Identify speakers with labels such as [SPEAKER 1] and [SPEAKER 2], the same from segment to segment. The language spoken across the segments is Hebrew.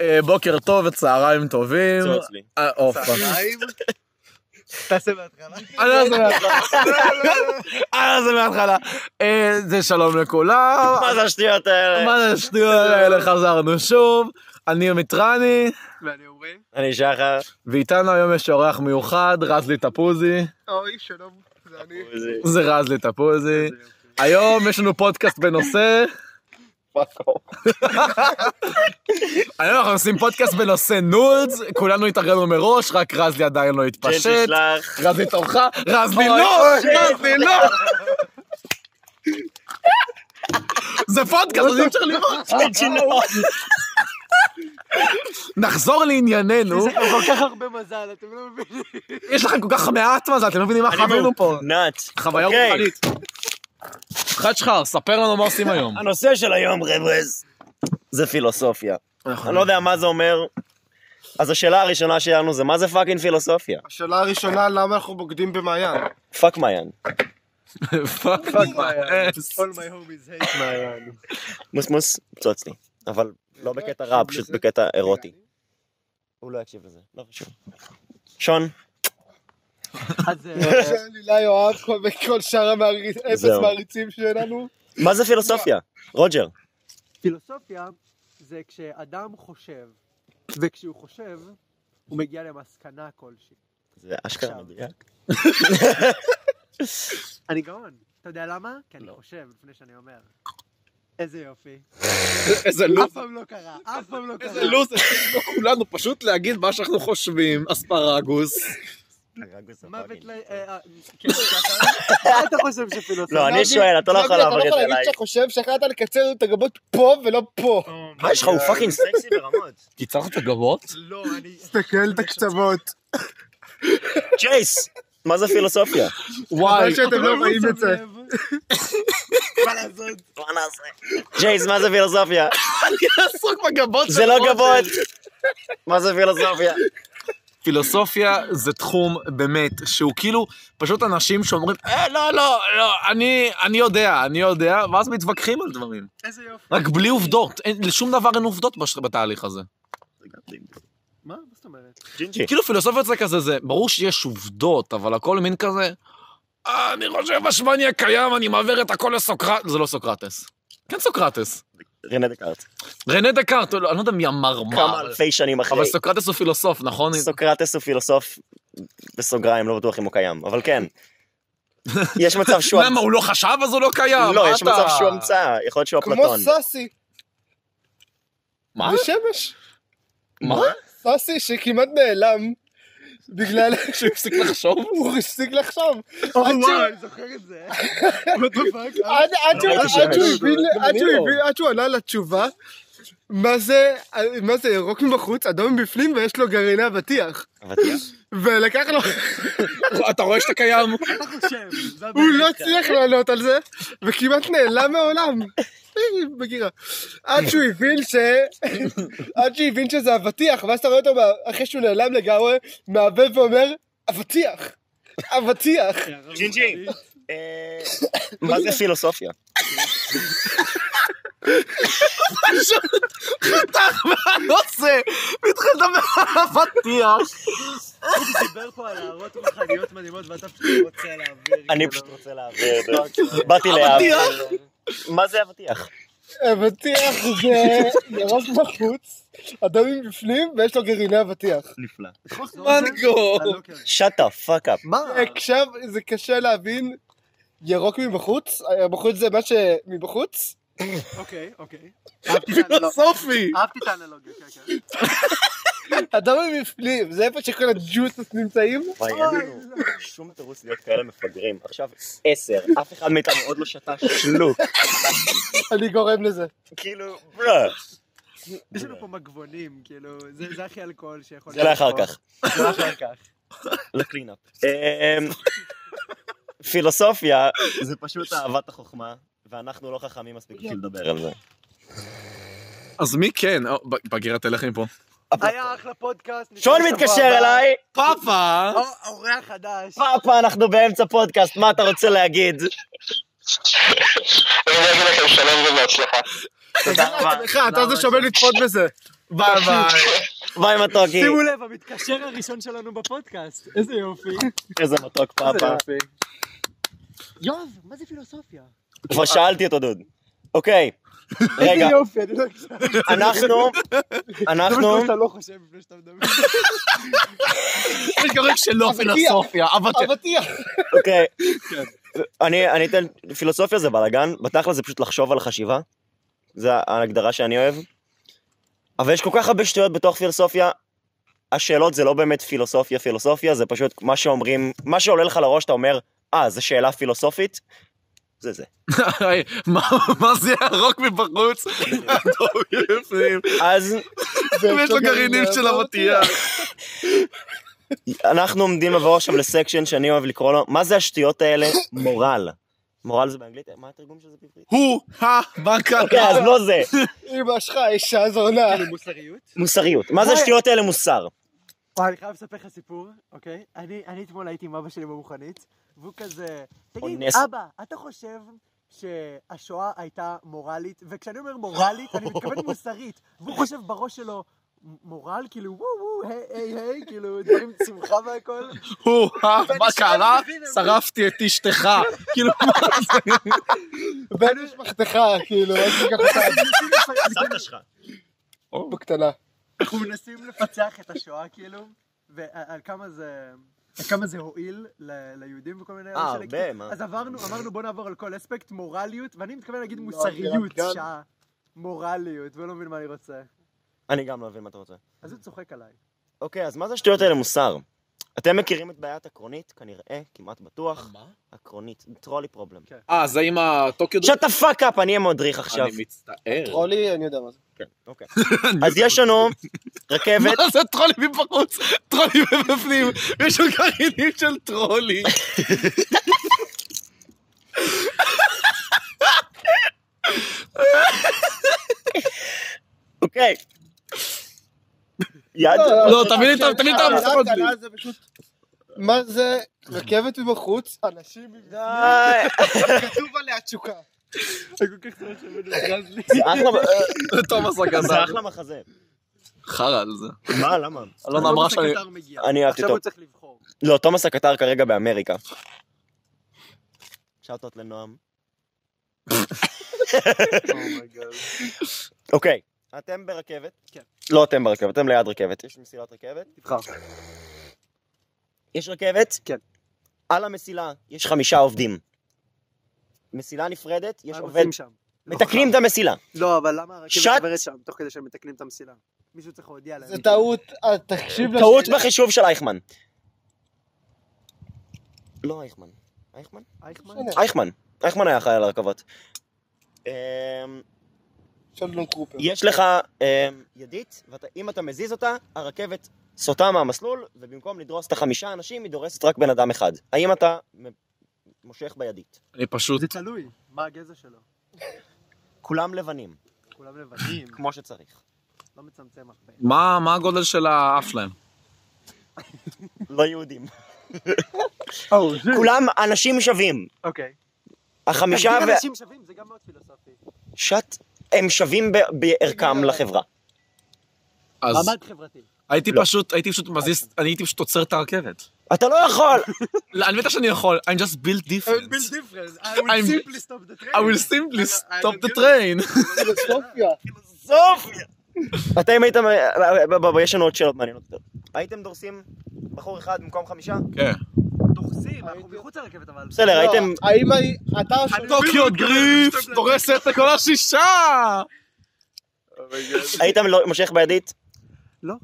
[SPEAKER 1] אה, בוקר טוב וצהריים טובים.
[SPEAKER 2] צאו אצלי.
[SPEAKER 1] אה, אוף.
[SPEAKER 3] צהריים? תעשה בהתחלה.
[SPEAKER 1] אה, זה מההתחלה. אה, זה מההתחלה. אה, זה שלום לכולם.
[SPEAKER 2] מה זה השטויות האלה?
[SPEAKER 1] מה זה השטויות האלה? חזרנו שוב. אני מיטרני,
[SPEAKER 3] ואני אומרי,
[SPEAKER 2] אני שחר.
[SPEAKER 1] ואיתנו היום יש אורח מיוחד, רזלי תפוזי.
[SPEAKER 3] אוי, שלום, זה אני.
[SPEAKER 2] זה-
[SPEAKER 1] זה רזלי תפוזי. היום יש לנו פודקאסט בנושא... היום אנחנו עושים פודקאסט בנושא נודס, כולנו התארגנו מראש, רק רזלי עדיין לא
[SPEAKER 2] כן,
[SPEAKER 1] התפשט.
[SPEAKER 2] תשלח.
[SPEAKER 1] רזלי תורך, רזלי
[SPEAKER 2] אוי,
[SPEAKER 1] לא,
[SPEAKER 2] אוי.
[SPEAKER 1] רזלי לא. זה פודקאסט, אז אי אפשר לראות. נחזור לענייננו,
[SPEAKER 3] יש לכם כל כך הרבה מזל, אתם לא מבינים.
[SPEAKER 1] יש לכם כל כך מעט מזל, אתם לא מבינים מה
[SPEAKER 2] אני
[SPEAKER 1] חווינו פה.
[SPEAKER 2] נאץ.
[SPEAKER 1] חוויה
[SPEAKER 2] אוקיי.
[SPEAKER 1] רוחנית. חדשחר, ספר לנו מה עושים היום.
[SPEAKER 2] הנושא של היום, חבר'ס, זה פילוסופיה. אני לא יודע מה זה אומר. אז השאלה הראשונה שלנו זה מה זה פאקינג פילוסופיה?
[SPEAKER 4] השאלה הראשונה, למה אנחנו בוגדים במעיין?
[SPEAKER 2] פאק מעיין.
[SPEAKER 1] פאק מהאס.
[SPEAKER 3] All my homies hate
[SPEAKER 4] מעיין.
[SPEAKER 2] מוס מוס, פצוץ לי. אבל לא בקטע רע, פשוט בקטע אירוטי. הוא לא יקשיב לזה, לא חשוב. שון,
[SPEAKER 3] אז אה,
[SPEAKER 4] מילה יואב כל- וכל שאר המעריצ- אפס
[SPEAKER 2] זהו.
[SPEAKER 4] מעריצים שלנו.
[SPEAKER 2] מה זה פילוסופיה? רוג'ר.
[SPEAKER 3] פילוסופיה זה כשאדם חושב, וכשהוא חושב, הוא מגיע למסקנה כלשהי.
[SPEAKER 2] זה אשכרה מדויק.
[SPEAKER 3] אני גאון. לא. אתה יודע למה? כי אני חושב לפני שאני אומר. איזה יופי.
[SPEAKER 1] איזה
[SPEAKER 3] אף פעם לא קרה, אף פעם לא קרה.
[SPEAKER 1] לוז, כולנו פשוט להגיד מה שאנחנו חושבים, אספרגוס.
[SPEAKER 3] מוות ל... אה, אה, כן, ככה. מה אתה חושב שפילוסופיה?
[SPEAKER 2] לא, אני שואל, אתה לא יכול
[SPEAKER 4] אתה
[SPEAKER 2] לעבור את זה
[SPEAKER 4] להגיד
[SPEAKER 2] אליי.
[SPEAKER 4] שאתה חושב שיכולת לקצר את הגבות פה ולא פה.
[SPEAKER 2] מה יש לך, הוא פאקינג סקסי ברמות.
[SPEAKER 1] קיצרת את הגבות?
[SPEAKER 3] לא, אני...
[SPEAKER 4] תסתכל את הקצוות.
[SPEAKER 2] ג'ייס, מה זה פילוסופיה?
[SPEAKER 1] וואי,
[SPEAKER 4] שאתם לא רואים את זה.
[SPEAKER 3] מה לעשות?
[SPEAKER 2] מה נעשה? ג'ייס, מה זה פילוסופיה?
[SPEAKER 1] עסוק בגבות
[SPEAKER 2] זה לא גבות. מה זה פילוסופיה?
[SPEAKER 1] פילוסופיה זה תחום באמת, שהוא כאילו, פשוט אנשים שאומרים, אה, לא, לא, לא, אני, אני יודע, אני יודע, ואז מתווכחים על דברים.
[SPEAKER 3] איזה יופי.
[SPEAKER 1] רק בלי עובדות, אין, לשום דבר אין עובדות בש- בתהליך הזה.
[SPEAKER 3] מה? מה זאת אומרת?
[SPEAKER 2] ג'ינג'י.
[SPEAKER 1] כאילו פילוסופיה זה כזה, זה, ברור שיש עובדות, אבל הכל מין כזה, "אה, אני חושב בשמני הקיים, אני מעביר את הכל לסוקרט... זה לא סוקרטס. כן סוקרטס.
[SPEAKER 2] רנה דקארט.
[SPEAKER 1] רנה דקארט, לא- אני לא יודע מי אמר מה.
[SPEAKER 2] כמה
[SPEAKER 1] אבל-
[SPEAKER 2] אלפי שנים אחרי.
[SPEAKER 1] אבל סוקרטס הוא פילוסוף, נכון?
[SPEAKER 2] סוקרטס הוא פילוסוף, בסוגריים, לא בטוח אם הוא קיים, אבל כן. יש מצב שהוא...
[SPEAKER 1] למה, הוא לא חשב אז הוא לא קיים?
[SPEAKER 2] לא,
[SPEAKER 1] מה
[SPEAKER 2] יש
[SPEAKER 1] אתה-
[SPEAKER 2] מצב שהוא המצאה, יכול להיות שהוא
[SPEAKER 4] כמו
[SPEAKER 2] אפלטון.
[SPEAKER 4] סאסי,
[SPEAKER 3] אה?
[SPEAKER 1] מה?
[SPEAKER 4] בשמש.
[SPEAKER 1] מה?
[SPEAKER 4] סאסי שכמעט נעלם. בגלל
[SPEAKER 1] שהוא הפסיק לחשוב?
[SPEAKER 4] שהוא הפסיק לחשוב. עד שהוא-
[SPEAKER 3] וואי, אה, אני זוכר את זה. What the fuck?
[SPEAKER 4] עד עד שהוא-
[SPEAKER 2] ראיתי
[SPEAKER 4] עד שהוא
[SPEAKER 2] שמש.
[SPEAKER 4] הבין, עד שהוא
[SPEAKER 2] אני לא.
[SPEAKER 4] הבין, עד שהוא עלה לתשובה, מה זה, מה זה ירוק מבחוץ, אדום מבפנים ויש לו גרעיני אבטיח.
[SPEAKER 2] אבטיח?
[SPEAKER 4] ולקח לו,
[SPEAKER 1] אתה רואה שאתה קיים?
[SPEAKER 3] אתה חושב. זה
[SPEAKER 4] הוא
[SPEAKER 3] הבעיה.
[SPEAKER 4] לא הצליח לענות על זה, וכמעט נעלם מהעולם. בגירה. עד שהוא הבין ש... עד שהוא הבין שזה אבטיח, ואז אתה רואה אותו מה- אחרי שהוא נעלם לגמרי, מעבב ואומר, אבטיח. אבטיח.
[SPEAKER 2] ג'ינג'י. אה, מה זה פילוסופיה?
[SPEAKER 1] פשוט חתך מהנושא, והתחיל לדבר על אבטיח.
[SPEAKER 3] הוא דיבר פה על הערות רוחניות מדהימות ואתה פשוט רוצה להעביר.
[SPEAKER 2] אני
[SPEAKER 3] כאילו.
[SPEAKER 2] פשוט רוצה להעביר. באתי להעביר.
[SPEAKER 1] אבטיח?
[SPEAKER 2] מה זה אבטיח?
[SPEAKER 4] אבטיח זה ירוק בחוץ, אדום מבפנים, ויש לו גרעיני אבטיח.
[SPEAKER 2] נפלא.
[SPEAKER 1] לא,
[SPEAKER 3] תחזור על זה?
[SPEAKER 1] מנגו.
[SPEAKER 3] ללוקר.
[SPEAKER 2] שאט דה פאק אפ.
[SPEAKER 3] מה?
[SPEAKER 4] עכשיו זה קשה להבין ירוק מבחוץ, בחוץ זה מה שמבחוץ,
[SPEAKER 3] אוקיי, אוקיי. אהבתי את האנלוגיה.
[SPEAKER 1] פילוסופי.
[SPEAKER 3] אהבתי את האנלוגיה, כן, כן.
[SPEAKER 4] אדום מבפנים, זה איפה שכל הג'וסס נמצאים,
[SPEAKER 2] וואי,
[SPEAKER 3] לא,
[SPEAKER 2] אין לנו שום תירוץ להיות כאלה מפגרים. עכשיו עשר, אף אחד מאיתנו עוד לא שתה שלוק.
[SPEAKER 4] אני גורם לזה.
[SPEAKER 2] כאילו, ברה.
[SPEAKER 3] יש לנו פה מגבונים, כאילו, זה זה הכי אלכוהול שיכול
[SPEAKER 2] זה לאחר
[SPEAKER 3] פה.
[SPEAKER 2] כך,
[SPEAKER 3] זה לאחר כך.
[SPEAKER 2] לקלינאפ. אמ, פילוסופיה זה פשוט אהבת החוכמה, ואנחנו לא חכמים מספיק בשביל לדבר על זה.
[SPEAKER 1] אז מי כן? אה, בגירה תלך מפה.
[SPEAKER 3] היה אחלה פודקאסט. נתראה
[SPEAKER 2] שון
[SPEAKER 3] שבוע
[SPEAKER 2] מתקשר
[SPEAKER 3] הבא.
[SPEAKER 2] אליי,
[SPEAKER 1] פאפה!
[SPEAKER 3] או- אורח חדש.
[SPEAKER 2] פאפה, אנחנו באמצע פודקאסט, מה אתה רוצה להגיד?
[SPEAKER 5] אני אגיד לכם שלום ובהצלחה.
[SPEAKER 2] תודה רבה.
[SPEAKER 1] אוקיי,
[SPEAKER 4] סליחה, אתה זה שעומד לצפות בזה.
[SPEAKER 1] ביי ביי.
[SPEAKER 2] ביי מתוקי,
[SPEAKER 5] שימו לב, המתקשר הראשון שלנו בפודקאסט. איזה יופי.
[SPEAKER 2] איזה מתוק
[SPEAKER 5] איזה
[SPEAKER 2] פאפה.
[SPEAKER 5] יופי. יואב, מה זה פילוסופיה?
[SPEAKER 2] כבר שאלתי אותו דוד. אוקיי, רגע,
[SPEAKER 5] איזה יופי, אני לא חושב
[SPEAKER 2] אנחנו, אנחנו,
[SPEAKER 5] שאתה לא חושב לפני שאתה מדבר.
[SPEAKER 1] יש גם רגע שלא פילוסופיה, אבל... כן.
[SPEAKER 4] אבטיח.
[SPEAKER 2] אוקיי.
[SPEAKER 5] כן.
[SPEAKER 2] אני אני אתן, פילוסופיה זה בלאגן, בתכל'ס זה פשוט לחשוב על חשיבה. זו ההגדרה שאני אוהב. אבל יש כל כך הרבה שטויות בתוך פילוסופיה. השאלות זה לא באמת פילוסופיה, פילוסופיה, זה פשוט מה שאומרים, מה שעולה לך לראש, אתה אומר, אה, זו שאלה פילוסופית? זה זה.
[SPEAKER 1] מה- מה זה ירוק מבחוץ? אדום מבפנים.
[SPEAKER 2] אז
[SPEAKER 1] ויש לו גרעינים של אבטיח.
[SPEAKER 2] אנחנו עומדים לבוא עכשיו לסקשן שאני אוהב לקרוא לו, מה זה השטויות האלה? מורל. מורל זה באנגלית? מה התרגום של זה בעברית?
[SPEAKER 1] הוא הבנקה.
[SPEAKER 2] אוקיי, אז לא זה.
[SPEAKER 4] אמא שלך, אישה זונה.
[SPEAKER 5] כאילו מוסריות?
[SPEAKER 2] מוסריות. מה זה השטויות האלה מוסר?
[SPEAKER 5] וואי, אני חייב לספר לך סיפור, אוקיי? אני אני אתמול הייתי עם אבא שלי במכונית, והוא כזה, תגיד,
[SPEAKER 2] אונס.
[SPEAKER 5] אבא, אתה חושב שהשואה הייתה מורלית? וכשאני אומר מורלית, אני מתכוון מוסרית. והוא חושב בראש שלו, "מ- מורל? כאילו, וואו, וואו, היי, היי, היי, כאילו, דברים שמחה והכל.
[SPEAKER 1] הוא, אה, מה קרה?
[SPEAKER 5] מבין, אבל-
[SPEAKER 1] שרפתי את אשתך. כאילו, מה זה?
[SPEAKER 4] בן משפחתך, כאילו, אל תיקח אותה.
[SPEAKER 2] סבתא שלך.
[SPEAKER 4] בקטנה.
[SPEAKER 5] אנחנו מנסים לפצח את השואה, כאילו, ועל כמה זה... כמה זה הועיל ל- ליהודים וכל מיני...
[SPEAKER 2] אה,
[SPEAKER 5] של-
[SPEAKER 2] הרבה, מה?
[SPEAKER 5] אז עברנו, אמרנו בוא נעבור על כל אספקט, מורליות, ואני מתכוון להגיד
[SPEAKER 4] לא,
[SPEAKER 5] מוסריות,
[SPEAKER 4] כן, כן.
[SPEAKER 5] שעה. מורליות, והוא לא מבין מה אני רוצה.
[SPEAKER 2] אני גם לא מבין מה אתה רוצה.
[SPEAKER 5] אז הוא צוחק עליי.
[SPEAKER 2] אוקיי, אז מה זה השטויות האלה מוסר? אתם מכירים את בעיית הקרונית? כנראה, כמעט בטוח. הקרונית, טרולי פרובלם.
[SPEAKER 1] אה, זה עם הטוקיו דריפט?
[SPEAKER 2] שאט הפאק אפ, אני אהיה מדריך עכשיו.
[SPEAKER 1] אני מצטער.
[SPEAKER 4] טרולי, אני יודע מה זה.
[SPEAKER 2] אוקיי. אז יש לנו רכבת,
[SPEAKER 1] מה זה טרולים מבחוץ? טרולים מבפנים, יש עוד גרעינים של טרולים.
[SPEAKER 2] אוקיי. יד...
[SPEAKER 1] לא, תביא לי את- תביא לי את
[SPEAKER 5] אה,
[SPEAKER 4] השאלה
[SPEAKER 2] לא,
[SPEAKER 1] המסכות.
[SPEAKER 4] הקטנה זה פשוט... מה זה רכבת מבחוץ, אנשים עם
[SPEAKER 2] די.
[SPEAKER 4] כתוב עליה תשוקה.
[SPEAKER 2] זה אחלה- אה,
[SPEAKER 1] תומאס
[SPEAKER 2] זה
[SPEAKER 1] הגזר.
[SPEAKER 2] אחלה מחזה.
[SPEAKER 1] חרא על זה.
[SPEAKER 2] מה, למה?
[SPEAKER 1] אלונה
[SPEAKER 2] לא,
[SPEAKER 1] אמרה שאני...
[SPEAKER 5] הקטר מגיע.
[SPEAKER 2] אני אהבתי
[SPEAKER 5] עכשיו
[SPEAKER 2] אותו.
[SPEAKER 5] הוא צריך לבחור.
[SPEAKER 2] לא, תומאס הקטר כרגע באמריקה. שאוטות לנועם. אוקיי, אתם ברכבת?
[SPEAKER 5] כן.
[SPEAKER 2] לא אתם ברכבת, אתם ליד רכבת. יש מסילת רכבת?
[SPEAKER 5] תבחר.
[SPEAKER 2] יש רכבת?
[SPEAKER 5] כן.
[SPEAKER 2] על המסילה יש חמישה עובדים. מסילה נפרדת, יש
[SPEAKER 5] מה הם
[SPEAKER 2] עובד.
[SPEAKER 5] עושים שם?
[SPEAKER 2] מתקנים את המסילה.
[SPEAKER 5] לא, אבל למה הרכבת
[SPEAKER 2] שט.
[SPEAKER 5] עוברת שם, תוך כדי שהם מתקנים את המסילה? מישהו צריך להודיע להם.
[SPEAKER 4] זה טעות, אה, תקשיב
[SPEAKER 5] לא,
[SPEAKER 4] לשאלה.
[SPEAKER 2] טעות בחישוב של אייכמן. לא אייכמן. אייכמן?
[SPEAKER 5] אייכמן?
[SPEAKER 4] משנה.
[SPEAKER 2] אייכמן. אייכמן היה אחראי על הרכבות. אמ,
[SPEAKER 4] של לון טרופר.
[SPEAKER 2] יש לך אה, ידית, ואם אתה מזיז אותה, הרכבת סוטה מהמסלול, ובמקום לדרוס את החמישה אנשים, היא דורסת רק בן אדם אחד. האם אתה מ- מושך בידית?
[SPEAKER 1] אני פשוט...
[SPEAKER 5] זה תלוי. מה הגזע שלו?
[SPEAKER 2] כולם לבנים,
[SPEAKER 5] כולם לבנים,
[SPEAKER 2] כמו שצריך.
[SPEAKER 5] לא מצמצם הרבה.
[SPEAKER 1] מה מה הגודל של האף שלהם?
[SPEAKER 2] לא יהודים. כולם אנשים שווים.
[SPEAKER 5] אוקיי.
[SPEAKER 2] החמישה
[SPEAKER 5] תגדיר
[SPEAKER 2] ו...
[SPEAKER 5] אנשים שווים, זה גם מאוד פילוסופי.
[SPEAKER 2] שט, הם שווים ב- בערכם לחברה.
[SPEAKER 1] אז
[SPEAKER 5] מעמד חברתי.
[SPEAKER 1] הייתי
[SPEAKER 2] לא.
[SPEAKER 1] פשוט, הייתי פשוט מזיז, אני הייתי פשוט עוצר את הרכבת.
[SPEAKER 2] אתה לא יכול!
[SPEAKER 1] לא, אני בטח שאני יכול, I'm just built different.
[SPEAKER 5] difference. I
[SPEAKER 1] I'm-
[SPEAKER 5] simply stop the train.
[SPEAKER 1] I will simply stop the train.
[SPEAKER 4] פילוסופיה.
[SPEAKER 2] פילוסופיה! אתם הייתם... ב- ב- ב- יש לנו עוד שאלות מעניינות יותר. הייתם דורסים בחור אחד במקום חמישה?
[SPEAKER 1] כן.
[SPEAKER 5] דוחסים, אנחנו מחוץ לרכבת אבל.
[SPEAKER 2] בסדר, הייתם...
[SPEAKER 4] לא, האם אני- אתה שואל...
[SPEAKER 1] טוקיו דריפט דורסת את כל השישה!
[SPEAKER 2] הייתם לא- מושך בידית?
[SPEAKER 5] לא.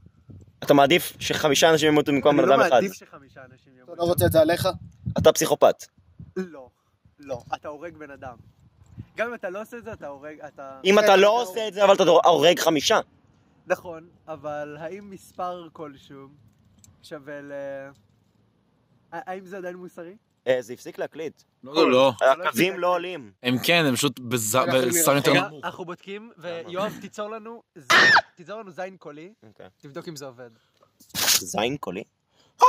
[SPEAKER 2] אתה מעדיף שחמישה אנשים ימותו במקום
[SPEAKER 5] אני
[SPEAKER 2] בן
[SPEAKER 5] לא
[SPEAKER 2] אדם אחד.
[SPEAKER 5] מעדיף שחמישה אנשים
[SPEAKER 4] אתה
[SPEAKER 5] יאמרו.
[SPEAKER 4] לא רוצה את זה עליך?
[SPEAKER 2] אתה פסיכופת.
[SPEAKER 5] לא. לא. אתה הורג בן אדם. גם אם אתה לא עושה את זה, אתה הורג, אתה...
[SPEAKER 2] אם אתה
[SPEAKER 4] אתה
[SPEAKER 2] לא
[SPEAKER 4] הורג.
[SPEAKER 2] עושה את זה, אבל אתה דור- הורג חמישה.
[SPEAKER 5] נכון, אבל האם מספר כלשהו שווה ל... ה- האם זה עדיין מוסרי?
[SPEAKER 2] אה, זה הפסיק להקליט.
[SPEAKER 1] לא, לא.
[SPEAKER 2] הקווים לא עולים.
[SPEAKER 1] הם כן, הם פשוט בז-
[SPEAKER 4] אנחנו
[SPEAKER 1] בסם יותר
[SPEAKER 5] רגע,
[SPEAKER 1] נמוך.
[SPEAKER 5] אנחנו בודקים, ויואב, תיצור לנו ז- תיצור לנו זין קולי, תבדוק אם זה עובד.
[SPEAKER 2] אוקיי. זין קולי?
[SPEAKER 4] לא,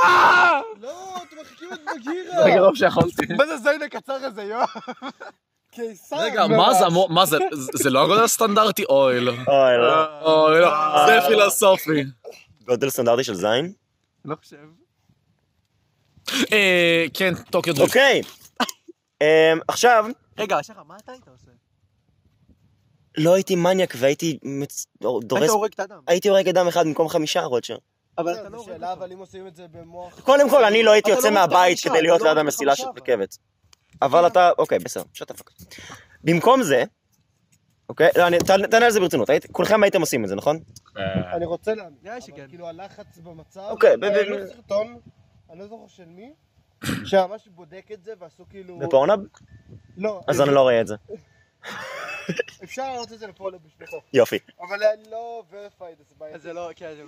[SPEAKER 4] אתם מחכים את בגירה.
[SPEAKER 1] זה גרוב שיכולתי.
[SPEAKER 5] מה זה הזין הקצר הזה, יואב?
[SPEAKER 4] קיסר. לא,
[SPEAKER 1] רגע, מה זה אמור... מה זה? זה לא הגודל הסטנדרטי? אוי, לא.
[SPEAKER 2] אוי, לא.
[SPEAKER 1] אוי, לא. זה פילוסופי.
[SPEAKER 2] גודל סטנדרטי של זין?
[SPEAKER 3] לא חושב.
[SPEAKER 1] אה, כן, טוקיו דריפט.
[SPEAKER 2] אוקיי. אמ, עכשיו,
[SPEAKER 3] רגע, שחר, מה אתה היית עושה?
[SPEAKER 2] לא הייתי מניאק והייתי מצ-
[SPEAKER 3] היית
[SPEAKER 2] דורס...
[SPEAKER 3] הורג את האדם.
[SPEAKER 2] הייתי הורג אדם אחד במקום חמישה, רוטשר.
[SPEAKER 3] אבל אתה
[SPEAKER 4] זהו,
[SPEAKER 3] לא
[SPEAKER 4] זו
[SPEAKER 3] הורג
[SPEAKER 4] שאלה,
[SPEAKER 3] אותו.
[SPEAKER 4] אבל אם עושים את זה במוח...
[SPEAKER 2] קודם כל, אני לא הייתי
[SPEAKER 3] אתה
[SPEAKER 2] יוצא
[SPEAKER 3] לא הורג את
[SPEAKER 2] מהבית
[SPEAKER 3] החמישה,
[SPEAKER 2] כדי
[SPEAKER 3] אתה
[SPEAKER 2] להיות
[SPEAKER 3] לא
[SPEAKER 2] ליד
[SPEAKER 3] הורג את
[SPEAKER 2] המסילה של
[SPEAKER 3] החמישה, אבל.
[SPEAKER 2] רכבת. אבל אתה... אוקיי, בסדר, שאתה פאק. במקום זה... אוקיי, לא, אני- תענה תענה על זה ברצינות. היית- כולכם הייתם עושים את זה, נכון?
[SPEAKER 4] אני רוצה לענות.
[SPEAKER 3] נראה לי
[SPEAKER 4] אבל
[SPEAKER 3] שכן.
[SPEAKER 4] כאילו הלחץ במצב...
[SPEAKER 2] אוקיי, ב- ב-
[SPEAKER 4] היה לו סרטון, אני לא זוכר של מי, שממש בודק את זה ועשו כאילו...
[SPEAKER 2] בפורנאב?
[SPEAKER 4] לא,
[SPEAKER 2] אז אני לא רואה את זה.
[SPEAKER 4] אפשר להעלות את זה לפורנאב בשבילו.
[SPEAKER 2] יופי.
[SPEAKER 4] אבל אני לא verified, אז בעיה.
[SPEAKER 3] אז זה לא, כן, זה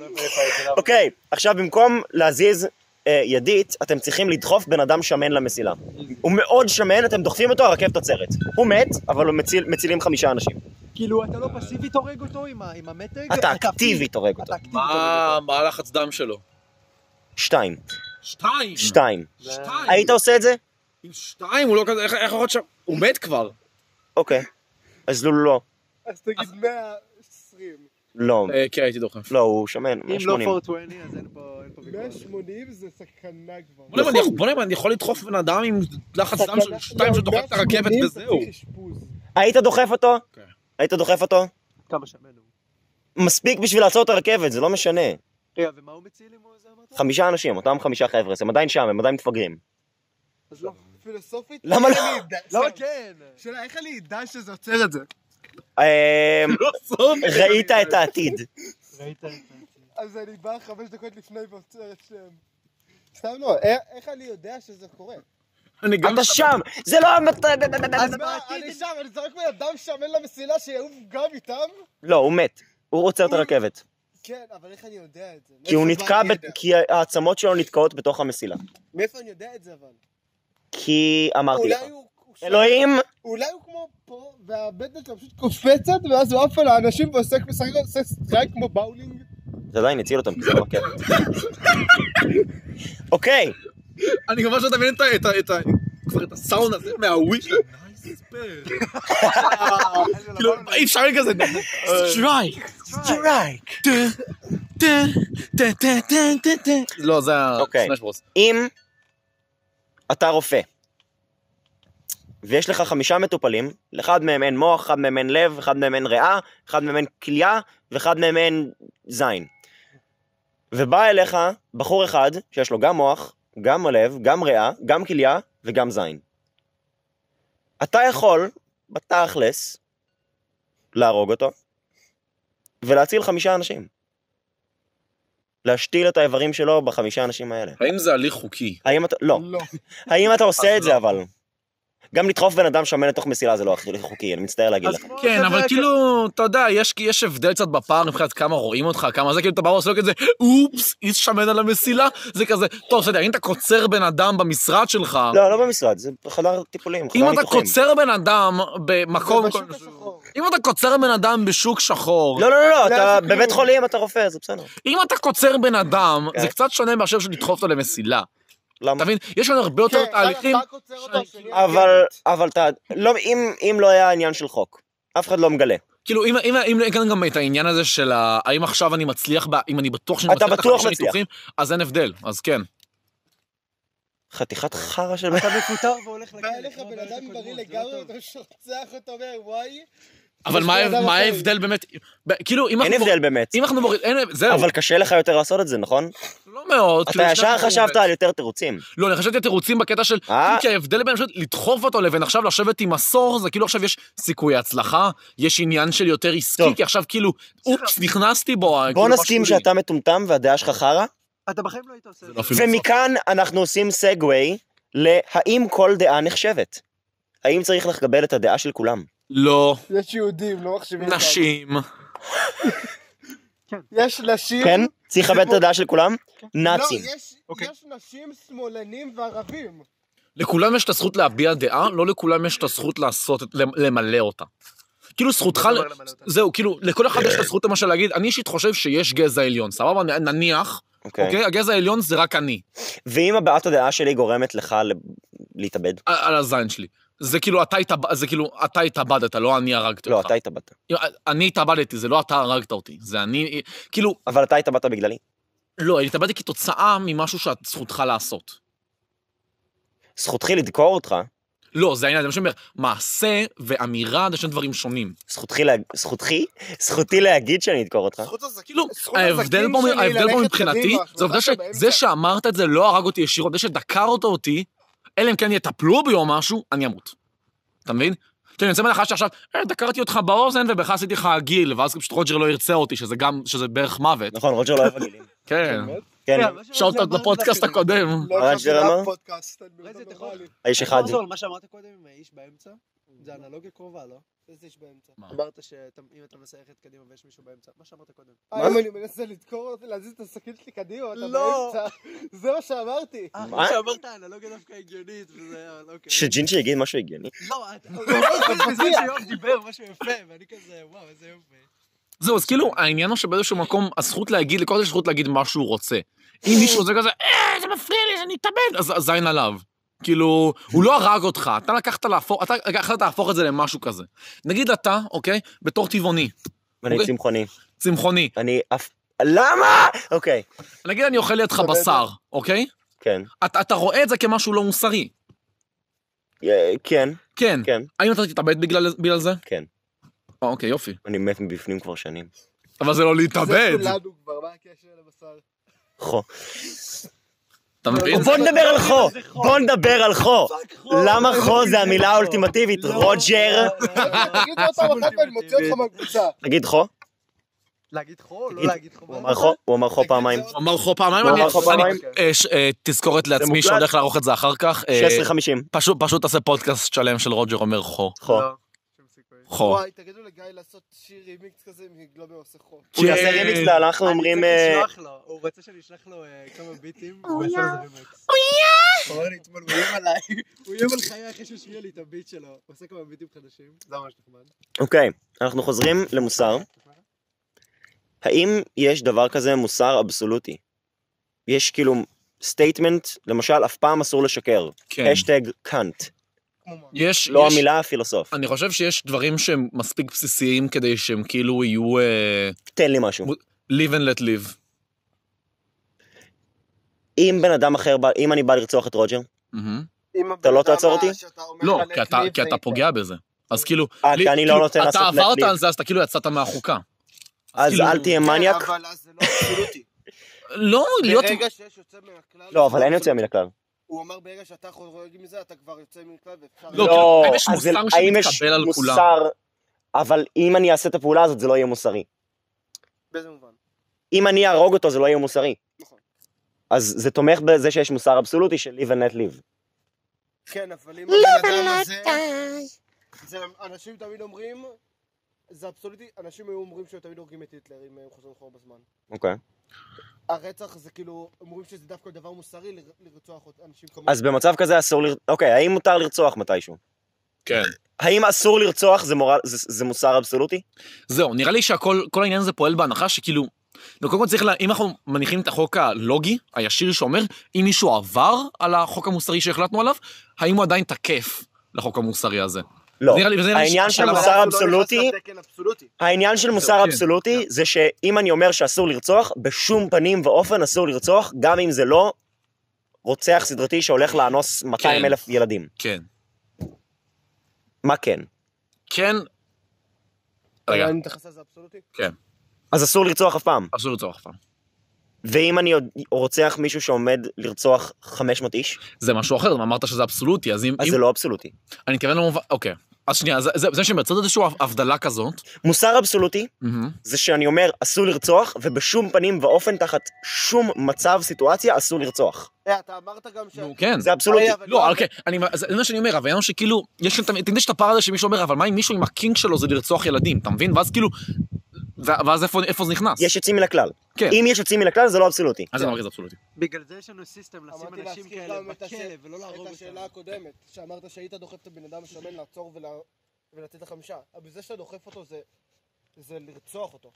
[SPEAKER 3] לא...
[SPEAKER 2] אוקיי, עכשיו במקום להזיז אה, ידית, אתם צריכים לדחוף בן אדם שמן למסילה. הוא מאוד שמן, אתם דוחפים אותו, הרכבת עוצרת. הוא מת, אבל הוא מציל, מצילים חמישה אנשים.
[SPEAKER 3] כאילו, אתה לא פסיבית הורג אותו עם ה- עם המתג?
[SPEAKER 2] אתה אקטיבית הורג אותו.
[SPEAKER 3] אתה אקטיבית הורג
[SPEAKER 1] מה מה הלחץ דם שלו?
[SPEAKER 2] שתיים.
[SPEAKER 1] שתיים.
[SPEAKER 2] שתיים.
[SPEAKER 1] שתיים.
[SPEAKER 2] היית עושה את זה?
[SPEAKER 1] עם שתיים, הוא לא כזה... איך איך יכול להיות שם? הוא מת כבר.
[SPEAKER 2] אוקיי. אז לא, לא.
[SPEAKER 4] אז תגיד 120.
[SPEAKER 2] לא.
[SPEAKER 1] אה, כן, הייתי דוחף.
[SPEAKER 2] לא, הוא שמן,
[SPEAKER 3] אותו. אם לא
[SPEAKER 2] 180.
[SPEAKER 3] 420, אז אין פה אין פה ויכוח.
[SPEAKER 4] 180 זה סכנה כבר.
[SPEAKER 1] בוא נראה אם אני יכול- בוא נראה אם אני יכול לדחוף בן אדם עם לחץ דם של שתיים שדוחף את הרכבת
[SPEAKER 4] 180
[SPEAKER 1] וזהו.
[SPEAKER 4] צריך אשפוז.
[SPEAKER 2] היית דוחף אותו?
[SPEAKER 1] אוקיי.
[SPEAKER 2] היית דוחף אותו?
[SPEAKER 3] כמה שמן הוא.
[SPEAKER 2] מספיק בשביל לעצור את הרכבת, זה לא משנה.
[SPEAKER 3] רגע, ומה הוא מציל אם הוא זה אמרת?
[SPEAKER 2] חמישה אנשים, אותם חמישה חבר'ה, הם עדיין שם, הם עדיין מפגרים.
[SPEAKER 3] אז לא.
[SPEAKER 4] פילוסופית...
[SPEAKER 2] למה
[SPEAKER 4] איך
[SPEAKER 2] לא?
[SPEAKER 4] אני אדע-
[SPEAKER 3] לא,
[SPEAKER 4] שאלה-
[SPEAKER 3] כן.
[SPEAKER 4] שאלה, איך אני אדע שזה עוצר את זה?
[SPEAKER 2] אה,
[SPEAKER 1] לא, בסוף.
[SPEAKER 2] ראית את העתיד.
[SPEAKER 3] ראית את זה.
[SPEAKER 4] אז אני בא חמש דקות לפני ועוצר את שניהם. סתם לא, איך- איך אני יודע שזה קורה?
[SPEAKER 1] אני גם...
[SPEAKER 2] אתה שם! זה לא... המת-
[SPEAKER 3] אז
[SPEAKER 4] מה,
[SPEAKER 3] בעתיד-
[SPEAKER 4] אני שם, אני זורק בן אדם שמן למסילה שיעוף גם איתם?
[SPEAKER 2] לא, הוא מת. הוא עוצר את הרכבת.
[SPEAKER 4] כן, אבל איך אני יודע את זה?
[SPEAKER 2] כי הוא
[SPEAKER 4] מאיפה
[SPEAKER 2] נתקע,
[SPEAKER 4] אני יודע?
[SPEAKER 2] ב- כי העצמות שלו נתקעות בתוך המסילה.
[SPEAKER 4] מאיפה אני יודע את זה אבל?
[SPEAKER 2] כי אמרתי לך.
[SPEAKER 4] אולי הוא... הוא שם-
[SPEAKER 2] אלוהים!
[SPEAKER 4] אולי הוא כמו פה, והבטן שלו פשוט קופצת, ואז הוא עף על האנשים ועושה משחק עושה סטרייק כמו באולינג.
[SPEAKER 2] זה עדיין הציל אותם, כי זה ברכבת. אוקיי,
[SPEAKER 1] אני ממש לא תבין את ה- את ה... את ה... כבר את הסאונד הזה מהוויש. כאילו, אי אפשר כזה.
[SPEAKER 5] אה,
[SPEAKER 1] סטרייק. סטרייק. לא, זה ה...
[SPEAKER 2] אוקיי.
[SPEAKER 1] סמאש ברוס.
[SPEAKER 2] אם אתה רופא, ויש לך חמישה מטופלים, לאחד מהם אין מוח, אחד מהם אין לב, אחד מהם אין ריאה, אחד מהם אין כליה, ואחד מהם אין זין. ובא אליך בחור אחד שיש לו גם מוח, גם לב, גם ריאה, גם כליה וגם זין. אתה יכול, בתכלס, להרוג אותו, ולהציל חמישה אנשים. להשתיל את האיברים שלו בחמישה אנשים האלה.
[SPEAKER 1] האם זה הליך חוקי?
[SPEAKER 2] האם אתה... לא.
[SPEAKER 4] לא.
[SPEAKER 2] האם אתה עושה
[SPEAKER 1] אז לא.
[SPEAKER 2] את זה אבל? גם לדחוף בן אדם שמן לתוך מסילה זה לא הכי חוקי, אני מצטער להגיד
[SPEAKER 3] אז
[SPEAKER 2] לך.
[SPEAKER 3] כמו
[SPEAKER 1] כן,
[SPEAKER 3] כזה-
[SPEAKER 1] אבל כאילו, אתה יודע, יש- יש הבדל קצת בפער מבחינת כמה רואים אותך, כמה זה, כאילו אתה בא ועושה לו כזה, אופס, איש שמן על המסילה, זה כזה, טוב, בסדר, אם אתה קוצר בן אדם במשרד שלך,
[SPEAKER 2] לא, לא במשרד, זה חדר טיפולים, חדר
[SPEAKER 1] אם אתה
[SPEAKER 2] ניתוחים.
[SPEAKER 1] קוצר בן אדם במקום...
[SPEAKER 4] בשוק
[SPEAKER 1] כלשהו-
[SPEAKER 4] השחור.
[SPEAKER 1] אם אתה קוצר בן אדם בשוק שחור,
[SPEAKER 2] לא, לא, לא, לא,
[SPEAKER 4] לא,
[SPEAKER 2] אתה
[SPEAKER 4] זה כלום.
[SPEAKER 2] בבית חולים, אתה רופא, זה בסדר.
[SPEAKER 1] אם אתה קוצר בן אדם,
[SPEAKER 2] כן. לא.
[SPEAKER 1] זה קצת שונה מאשר שלדחוף אותו למסילה.
[SPEAKER 2] למה?
[SPEAKER 1] אתה מבין? יש לנו הרבה יותר
[SPEAKER 4] כן,
[SPEAKER 1] תהליכים.
[SPEAKER 4] אתה קוצר אותו,
[SPEAKER 1] שאני- כאילו-
[SPEAKER 4] השני
[SPEAKER 2] אבל, אבל אתה... לא, אם- אם לא היה עניין של חוק, אף אחד לא מגלה.
[SPEAKER 1] כאילו, אם, אם, אם אין כאן גם את העניין הזה של ה- האם עכשיו אני מצליח, ב, אם אני בטוח שאני
[SPEAKER 2] אתה
[SPEAKER 1] מצליח
[SPEAKER 2] בטוח
[SPEAKER 1] החמישה
[SPEAKER 2] מצליח.
[SPEAKER 1] ניתוחים, אז אין הבדל, אז כן.
[SPEAKER 2] חתיכת חרא של...
[SPEAKER 3] אתה מפוטר והולך לכלא.
[SPEAKER 4] בא אליך
[SPEAKER 3] כמו
[SPEAKER 4] בן
[SPEAKER 3] הבעיות
[SPEAKER 4] אדם בריא
[SPEAKER 3] הקודמות, זה לא
[SPEAKER 4] לגמרי,
[SPEAKER 3] טוב.
[SPEAKER 4] אתה שרצח אותו, אומר וואי.
[SPEAKER 1] אבל
[SPEAKER 4] יש
[SPEAKER 1] מה,
[SPEAKER 4] בן אדם
[SPEAKER 1] מה
[SPEAKER 4] אחר.
[SPEAKER 1] ההבדל באמת? ב- כאילו, אם
[SPEAKER 2] אין
[SPEAKER 1] אנחנו...
[SPEAKER 2] הבדל באמת.
[SPEAKER 1] אם אנחנו מוריד... אין... זהו,
[SPEAKER 2] אבל קשה לך יותר לעשות את זה, נכון?
[SPEAKER 1] לא מאוד.
[SPEAKER 2] אתה
[SPEAKER 1] כאילו,
[SPEAKER 2] ישר
[SPEAKER 1] שני-
[SPEAKER 2] חשבת על יותר תירוצים.
[SPEAKER 1] לא, אני חשבתי על תירוצים בקטע של... כאילו,
[SPEAKER 2] אה?
[SPEAKER 1] כי ההבדל בין פשוט לדחוף אותו לבין עכשיו לשבת עם עשור, זה כאילו עכשיו יש סיכוי הצלחה, יש עניין של יותר עסקי,
[SPEAKER 2] טוב.
[SPEAKER 1] כי עכשיו כאילו, אופס, נכנסתי בו.
[SPEAKER 2] בוא
[SPEAKER 1] כאילו, משהו
[SPEAKER 2] נסכים
[SPEAKER 1] לי.
[SPEAKER 2] שאתה מטומטם והדעה שלך חרא,
[SPEAKER 3] אתה בחיים לא היית עושה את
[SPEAKER 1] לא
[SPEAKER 3] זה.
[SPEAKER 1] אפילו- פילוסופיה.
[SPEAKER 2] ומכאן אנחנו עושים סגווי להאם כל דעה נחשבת. האם צריך לקבל את הדעה של כולם?
[SPEAKER 1] לא,
[SPEAKER 4] יש יהודים, לא מחשיבים אותם.
[SPEAKER 1] נשים.
[SPEAKER 4] יש נשים.
[SPEAKER 2] כן? צריך לכבד את הדעה של כולם? נאצים.
[SPEAKER 4] לא, יש-
[SPEAKER 1] אוקיי.
[SPEAKER 4] יש נשים שמאלנים וערבים.
[SPEAKER 1] לכולם יש את הזכות להביע דעה, לא לכולם יש את הזכות לעשות, את- למ- למלא אותה. כאילו זכותך, ל- זהו, כאילו, לכל אחד
[SPEAKER 2] אה.
[SPEAKER 1] יש את הזכות למשל להגיד, אני אישית חושב שיש גזע עליון, סבבה? נ- נניח,
[SPEAKER 2] אוקיי.
[SPEAKER 1] אוקיי? הגזע העליון זה רק אני.
[SPEAKER 2] ואם הבעת הדעה שלי גורמת לך להתאבד.
[SPEAKER 1] על- על הזין שלי. זה כאילו, אתה התאב- זה כאילו, אתה התאבדת, לא אני הרגתי
[SPEAKER 2] לא,
[SPEAKER 1] אותך.
[SPEAKER 2] אתה התאבדת.
[SPEAKER 1] אני התאבדתי, זה לא אתה הרגת אותי. זה אני... כאילו,
[SPEAKER 2] אבל אתה התאבדת בגללי.
[SPEAKER 1] לא, אני התאבדתי כתוצאה ממשהו שזכותך לעשות.
[SPEAKER 2] זכותכי לדקור אותך,
[SPEAKER 1] לא, זה העניין, זה מה שאני אומר, מעשה ואמירה זה שני דברים שונים.
[SPEAKER 2] זכותכי, לה... זכותכי, זכותי להגיד שאני אדקור אותך.
[SPEAKER 4] זכות הזקים-
[SPEAKER 1] כאילו,
[SPEAKER 4] זכות
[SPEAKER 1] ההבדל
[SPEAKER 4] הזקים
[SPEAKER 1] פה,
[SPEAKER 4] שלי
[SPEAKER 1] ההבדל פה
[SPEAKER 4] ללכת
[SPEAKER 1] מבחינתי,
[SPEAKER 4] קדימה,
[SPEAKER 1] זה העובדה
[SPEAKER 4] שמונה שבאמצע.
[SPEAKER 1] שזה שאמרת את זה לא הרג אותי ישירות, זה שדקר אותו אותי, אלא אם כן יטפלו בי או משהו, אני אמות. אתה מבין? כי אני יוצא מהנחה שעכשיו, "אה, דקרתי אותך באוזן ובכלל עשיתי לך עגיל, ואז פשוט רוג'ר לא ירצה אותי, שזה גם, שזה בערך מוות.
[SPEAKER 2] נכון, רוג'ר לא אוהב עגילים.
[SPEAKER 1] כן.
[SPEAKER 4] באמת?
[SPEAKER 2] כן,
[SPEAKER 3] אה, מה
[SPEAKER 1] שאלת
[SPEAKER 3] שאמרת זה
[SPEAKER 1] לפודקאסט
[SPEAKER 3] אפילו-
[SPEAKER 1] הקודם.
[SPEAKER 4] לא
[SPEAKER 2] הרג
[SPEAKER 4] הקשבתי
[SPEAKER 2] שלנו?
[SPEAKER 4] לאף פודקאסט, אני
[SPEAKER 3] אולי זה
[SPEAKER 4] מאוד
[SPEAKER 3] יכול-
[SPEAKER 4] נורמלי.
[SPEAKER 2] האיש אחד.
[SPEAKER 5] תחזור על מה שאמרת קודם עם האיש באמצע, זה אנלוגיה קרובה, לא? איזה איש באמצע?
[SPEAKER 1] מה?
[SPEAKER 5] אמרת שאם אתה מנסה ללכת קדימה ויש מישהו באמצע, מה שאמרת קודם.
[SPEAKER 4] אה, אם אני מנסה לדקור אותי, להזיז את הסכין שלי קדימה, אתה
[SPEAKER 5] לא.
[SPEAKER 4] באמצע. זה מה שאמרתי.
[SPEAKER 5] אה,
[SPEAKER 2] מה?
[SPEAKER 5] שאמרת אנלוגיה דווקא הגיונית, וזה היה, אבל אוקיי.
[SPEAKER 2] שג'ינג'י יגיד משהו הגיוני.
[SPEAKER 5] לא, אתה הוא אמר בזמן שיואב דיבר, משהו יפה, ואני כזה, וואו, איזה יופי.
[SPEAKER 1] זהו, אז כאילו, העניין הוא שבאיזשהו מקום, הזכות להגיד, לכל זה זכות להגיד מה שהוא רוצה. אם מישהו רוצה כזה, אה, זה מפריע לי, שאני אתאבד, אז אז זין עליו. כאילו, הוא לא הרג אותך, אתה לקחת להפוך, אתה החלטת להפוך את זה למשהו כזה. נגיד אתה, אוקיי, בתור טבעוני,
[SPEAKER 2] אני
[SPEAKER 1] אוקיי.
[SPEAKER 2] צמחוני.
[SPEAKER 1] צמחוני,
[SPEAKER 2] אני אף... למה? אוקיי.
[SPEAKER 1] נגיד אני אוכל לידך
[SPEAKER 4] בסדר.
[SPEAKER 1] בשר, אוקיי?
[SPEAKER 2] כן.
[SPEAKER 1] אתה אתה רואה את זה כמשהו לא מוסרי.
[SPEAKER 2] אה, כן,
[SPEAKER 1] כן.
[SPEAKER 2] כן.
[SPEAKER 1] האם אתה תתאבד בגלל בגלל זה?
[SPEAKER 2] כן.
[SPEAKER 1] אה, אוקיי, יופי.
[SPEAKER 2] אני מת מבפנים כבר שנים.
[SPEAKER 1] אבל זה לא
[SPEAKER 4] זה
[SPEAKER 1] להתאבד,
[SPEAKER 4] כולנו כבר, מה הקשר לבשר?
[SPEAKER 2] חו.
[SPEAKER 1] אתה מבין?
[SPEAKER 2] בוא נדבר על חו! בוא נדבר על חו! למה חו זה המילה האולטימטיבית? רוג'ר?
[SPEAKER 4] תגיד עוד פעם אחת ואני מוציא אותך מהקבוצה.
[SPEAKER 2] תגיד חו?
[SPEAKER 5] להגיד חו, לא
[SPEAKER 2] תגיד,
[SPEAKER 5] להגיד חו.
[SPEAKER 2] הוא אמר חו? הוא אמר חו פעמיים.
[SPEAKER 1] הוא אמר חו פעמיים,
[SPEAKER 2] הוא
[SPEAKER 1] אני...
[SPEAKER 2] אמר חו
[SPEAKER 1] אני-
[SPEAKER 2] פעמיים. כן.
[SPEAKER 1] אה, ש- אה, תזכורת לעצמי
[SPEAKER 2] מוקלט.
[SPEAKER 1] שאני הולך לערוך את זה אחר כך. אה,
[SPEAKER 2] 16.50.
[SPEAKER 1] פשוט, פשוט תעשה פודקאסט שלם של רוג'ר אומר חו.
[SPEAKER 2] חו.
[SPEAKER 1] חו.
[SPEAKER 4] וואי, תגידו לגיא לעשות שיר רימיקס כזה מגלובי עושה חור.
[SPEAKER 1] אה,
[SPEAKER 2] הוא יעשה
[SPEAKER 1] כן,
[SPEAKER 2] רימיקס, לה, אנחנו אומרים... אה,
[SPEAKER 5] אני צריך לשלוח לו, הוא רוצה שאני אשלח לו אה, כמה ביטים, והוא יעשה לזה רימקס. הוא אמר לי אתמול, הוא איים עליי, הוא איים על חיי אחרי שהוא השמיע לי את הביט שלו, הוא עושה כמה ביטים חדשים, זה ממש נחמד.
[SPEAKER 2] אוקיי, אנחנו חוזרים למוסר. האם יש דבר כזה מוסר אבסולוטי? יש כאילו סטייטמנט, למשל, אף פעם אסור לשקר.
[SPEAKER 1] כן.
[SPEAKER 2] השטג קאנט.
[SPEAKER 1] יש,
[SPEAKER 2] לא
[SPEAKER 1] יש,
[SPEAKER 2] המילה הפילוסוף.
[SPEAKER 1] אני חושב שיש דברים שהם מספיק בסיסיים כדי שהם כאילו יהיו אה,
[SPEAKER 2] תן לי משהו.
[SPEAKER 1] מ- live and let live.
[SPEAKER 2] אם בן אדם אחר, בא- אם אני בא לרצוח את רוג'ר,
[SPEAKER 1] מהמם.
[SPEAKER 2] אתה לא תעצור אותי?
[SPEAKER 1] לא, כי אתה- כי אתה פוגע בזה. אז כאילו,
[SPEAKER 2] אה,
[SPEAKER 1] לי-
[SPEAKER 2] כי אני לא
[SPEAKER 1] כאילו,
[SPEAKER 2] נותן לעשות
[SPEAKER 1] אתה
[SPEAKER 2] let
[SPEAKER 1] עברת
[SPEAKER 2] live.
[SPEAKER 1] על זה, אז אתה כאילו יצאת מהחוקה.
[SPEAKER 2] אז
[SPEAKER 1] כאילו-
[SPEAKER 2] אל תהיה מניאק.
[SPEAKER 4] כן, אבל אז זה לא אבסולוטי.
[SPEAKER 1] לא, להיות...
[SPEAKER 4] ברגע שיש יוצא מן הכלל...
[SPEAKER 2] לא, אבל אין יוצא מן הכלל.
[SPEAKER 4] הוא אמר ברגע שאתה חורג מזה, אתה כבר יוצא מן הכלל ואפשר...
[SPEAKER 1] לא,
[SPEAKER 2] לא,
[SPEAKER 1] האם יש
[SPEAKER 2] אז
[SPEAKER 1] מוסר
[SPEAKER 2] אל- האם יש
[SPEAKER 1] שמתקבל על כולם?
[SPEAKER 2] מוסר, אבל אם אני אעשה את הפעולה הזאת, זה לא יהיה מוסרי.
[SPEAKER 4] באיזה מובן?
[SPEAKER 2] אם אני אהרוג אותו, זה לא יהיה מוסרי.
[SPEAKER 4] נכון.
[SPEAKER 2] אז זה תומך בזה שיש מוסר אבסולוטי של live and let live.
[SPEAKER 4] כן, אבל אם הבן אדם הזה... זה אנשים תמיד אומרים... זה אבסולוטי, אנשים היו אומרים שהם תמיד הורגים את היטלר אם הם חוזרים אחורה בזמן.
[SPEAKER 2] אוקיי.
[SPEAKER 4] הרצח זה כאילו, אומרים שזה דווקא דבר מוסרי לר- לרצוח אות- אנשים כמוהו.
[SPEAKER 2] אז במצב כזה אסור לר... אוקיי, האם מותר לרצוח מתישהו?
[SPEAKER 1] כן.
[SPEAKER 2] האם אסור לרצוח זה, מורל... זה, זה מוסר אבסולוטי?
[SPEAKER 1] זהו, נראה לי שהכל, כל העניין הזה פועל בהנחה שכאילו... לא, קודם כל צריך, לה, אם אנחנו מניחים את החוק הלוגי, הישיר שאומר, אם מישהו עבר על החוק המוסרי שהחלטנו עליו, האם הוא עדיין תקף לחוק המוסרי הזה?
[SPEAKER 2] לא.
[SPEAKER 1] נראה לי- זה לא נראה לי
[SPEAKER 2] העניין של
[SPEAKER 1] שאלה-
[SPEAKER 2] מוסר
[SPEAKER 5] לא
[SPEAKER 2] אבסולוטי, העניין של מוסר
[SPEAKER 1] כן.
[SPEAKER 2] אבסולוטי זה שאם אני אומר שאסור לרצוח, בשום פנים ואופן אסור לרצוח, גם אם זה לא רוצח סדרתי שהולך לאנוס 200 אלף ילדים.
[SPEAKER 1] כן.
[SPEAKER 2] מה כן?
[SPEAKER 1] כן. רגע,
[SPEAKER 3] לא,
[SPEAKER 4] אני מתייחס לזה אבסולוטי?
[SPEAKER 2] אז אסור לרצוח אף פעם.
[SPEAKER 1] אסור לצורך פעם.
[SPEAKER 2] ואם אני עוד רוצח מישהו שעומד לרצוח 500 איש,
[SPEAKER 1] זה משהו אחר, אבל אמרת שזה אבסולוטי, אז אם...
[SPEAKER 2] אז
[SPEAKER 1] אם-
[SPEAKER 2] זה לא אבסולוטי.
[SPEAKER 1] אני מתכוון למובן... אוקיי. אז שנייה, זה- זה זה שמייצרת איזושהי הבדלה כזאת.
[SPEAKER 2] מוסר אבסולוטי
[SPEAKER 1] מהמם.
[SPEAKER 2] זה שאני אומר אסור לרצוח, ובשום פנים ואופן תחת שום מצב, סיטואציה, אסור לרצוח.
[SPEAKER 4] אה, אתה אמרת גם ש...
[SPEAKER 1] נו, כן.
[SPEAKER 2] זה אבסולוטי.
[SPEAKER 4] אה, אבל
[SPEAKER 1] לא, אוקיי, אני- זה זה מה שאני אומר, הבעיה הוא שכאילו, יש כאן, תמיד יש את הפער הזה שמישהו אומר, אבל מה אם מישהו עם הקינק שלו זה לרצוח ילדים, אתה מבין? ואז כאילו, ו- ואז איפה איפה זה נכנס?
[SPEAKER 2] יש יוצאים מן הכלל.
[SPEAKER 1] כן.
[SPEAKER 2] אם יש יוצאים מן הכלל, זה לא אבסולוטי.
[SPEAKER 1] אז אני מרגיש אבסולוטי.
[SPEAKER 5] בגלל זה יש לנו סיסטם לשים
[SPEAKER 4] אמרתי
[SPEAKER 5] אנשים
[SPEAKER 4] להזכיר
[SPEAKER 5] כאלה
[SPEAKER 4] גם את השאלה-
[SPEAKER 5] בכלא ולא להרוג
[SPEAKER 4] את השאלה
[SPEAKER 5] אותם.
[SPEAKER 4] הקודמת, שאמרת שהיית דוחף את הבן אדם השמן לעצור ולה- ולתת לך חמישה. אבל זה שאתה דוחף אותו זה... זה לרצוח אותו.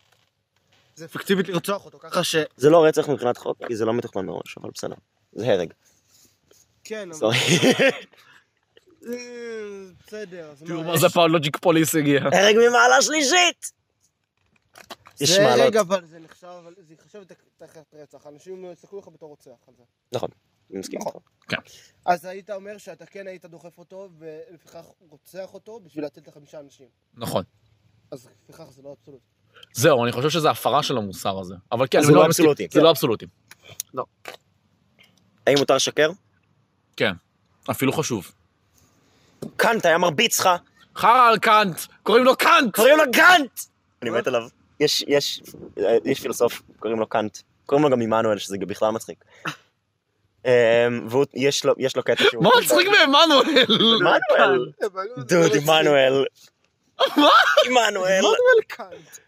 [SPEAKER 4] זה אפקטיבית לרצוח אותו, ככה ש...
[SPEAKER 2] זה לא רצח מבחינת חוק, כי זה לא מתוכנן מראש, אבל בסדר. זה הרג.
[SPEAKER 4] כן, אבל...
[SPEAKER 2] סורי.
[SPEAKER 5] אה, בסדר, אז
[SPEAKER 1] תראו
[SPEAKER 5] מה,
[SPEAKER 1] מה
[SPEAKER 5] יש-
[SPEAKER 1] לא, זה פעם לוג'יק פוליס הגיע.
[SPEAKER 2] הרג ממעלה שלישית! יש
[SPEAKER 5] זה
[SPEAKER 2] מעלות.
[SPEAKER 5] רגע, אבל זה נחשב, אבל זה ייחשב ת- תחת רצח. אנשים יסתכלו לך בתור רוצח על זה.
[SPEAKER 2] נכון, אני מסכים איתך.
[SPEAKER 5] אז היית אומר שאתה כן היית דוחף אותו, ולפיכך הוא רוצח אותו בשביל להציל את החמישה אנשים.
[SPEAKER 1] נכון.
[SPEAKER 5] אז לפיכך זה לא אבסולוט.
[SPEAKER 1] זהו, אני חושב שזה הפרה של המוסר הזה. אבל כן,
[SPEAKER 2] אז
[SPEAKER 1] אני
[SPEAKER 2] זה
[SPEAKER 1] לא
[SPEAKER 2] לא
[SPEAKER 1] מסכים.
[SPEAKER 2] אבסולוטי.
[SPEAKER 1] זה לא אבסולוטי.
[SPEAKER 2] האם מותר לשקר?
[SPEAKER 1] כן. אפילו חשוב.
[SPEAKER 2] קאנט היה מרביץ לך,
[SPEAKER 1] חרא על קאנט! קוראים לו קאנט!
[SPEAKER 2] קוראים לו קאנט! אני מת עליו. יש, יש, יש פילוסוף, קוראים לו קאנט. קוראים לו גם עמנואל, שזה בכלל מצחיק. אמ, והוא, יש לו, יש לו קטע שהוא...
[SPEAKER 1] מה מצחיק בעמנואל?
[SPEAKER 2] עמנואל! דוד, עמנואל.
[SPEAKER 1] מה?
[SPEAKER 2] עמנואל!
[SPEAKER 5] קאנט.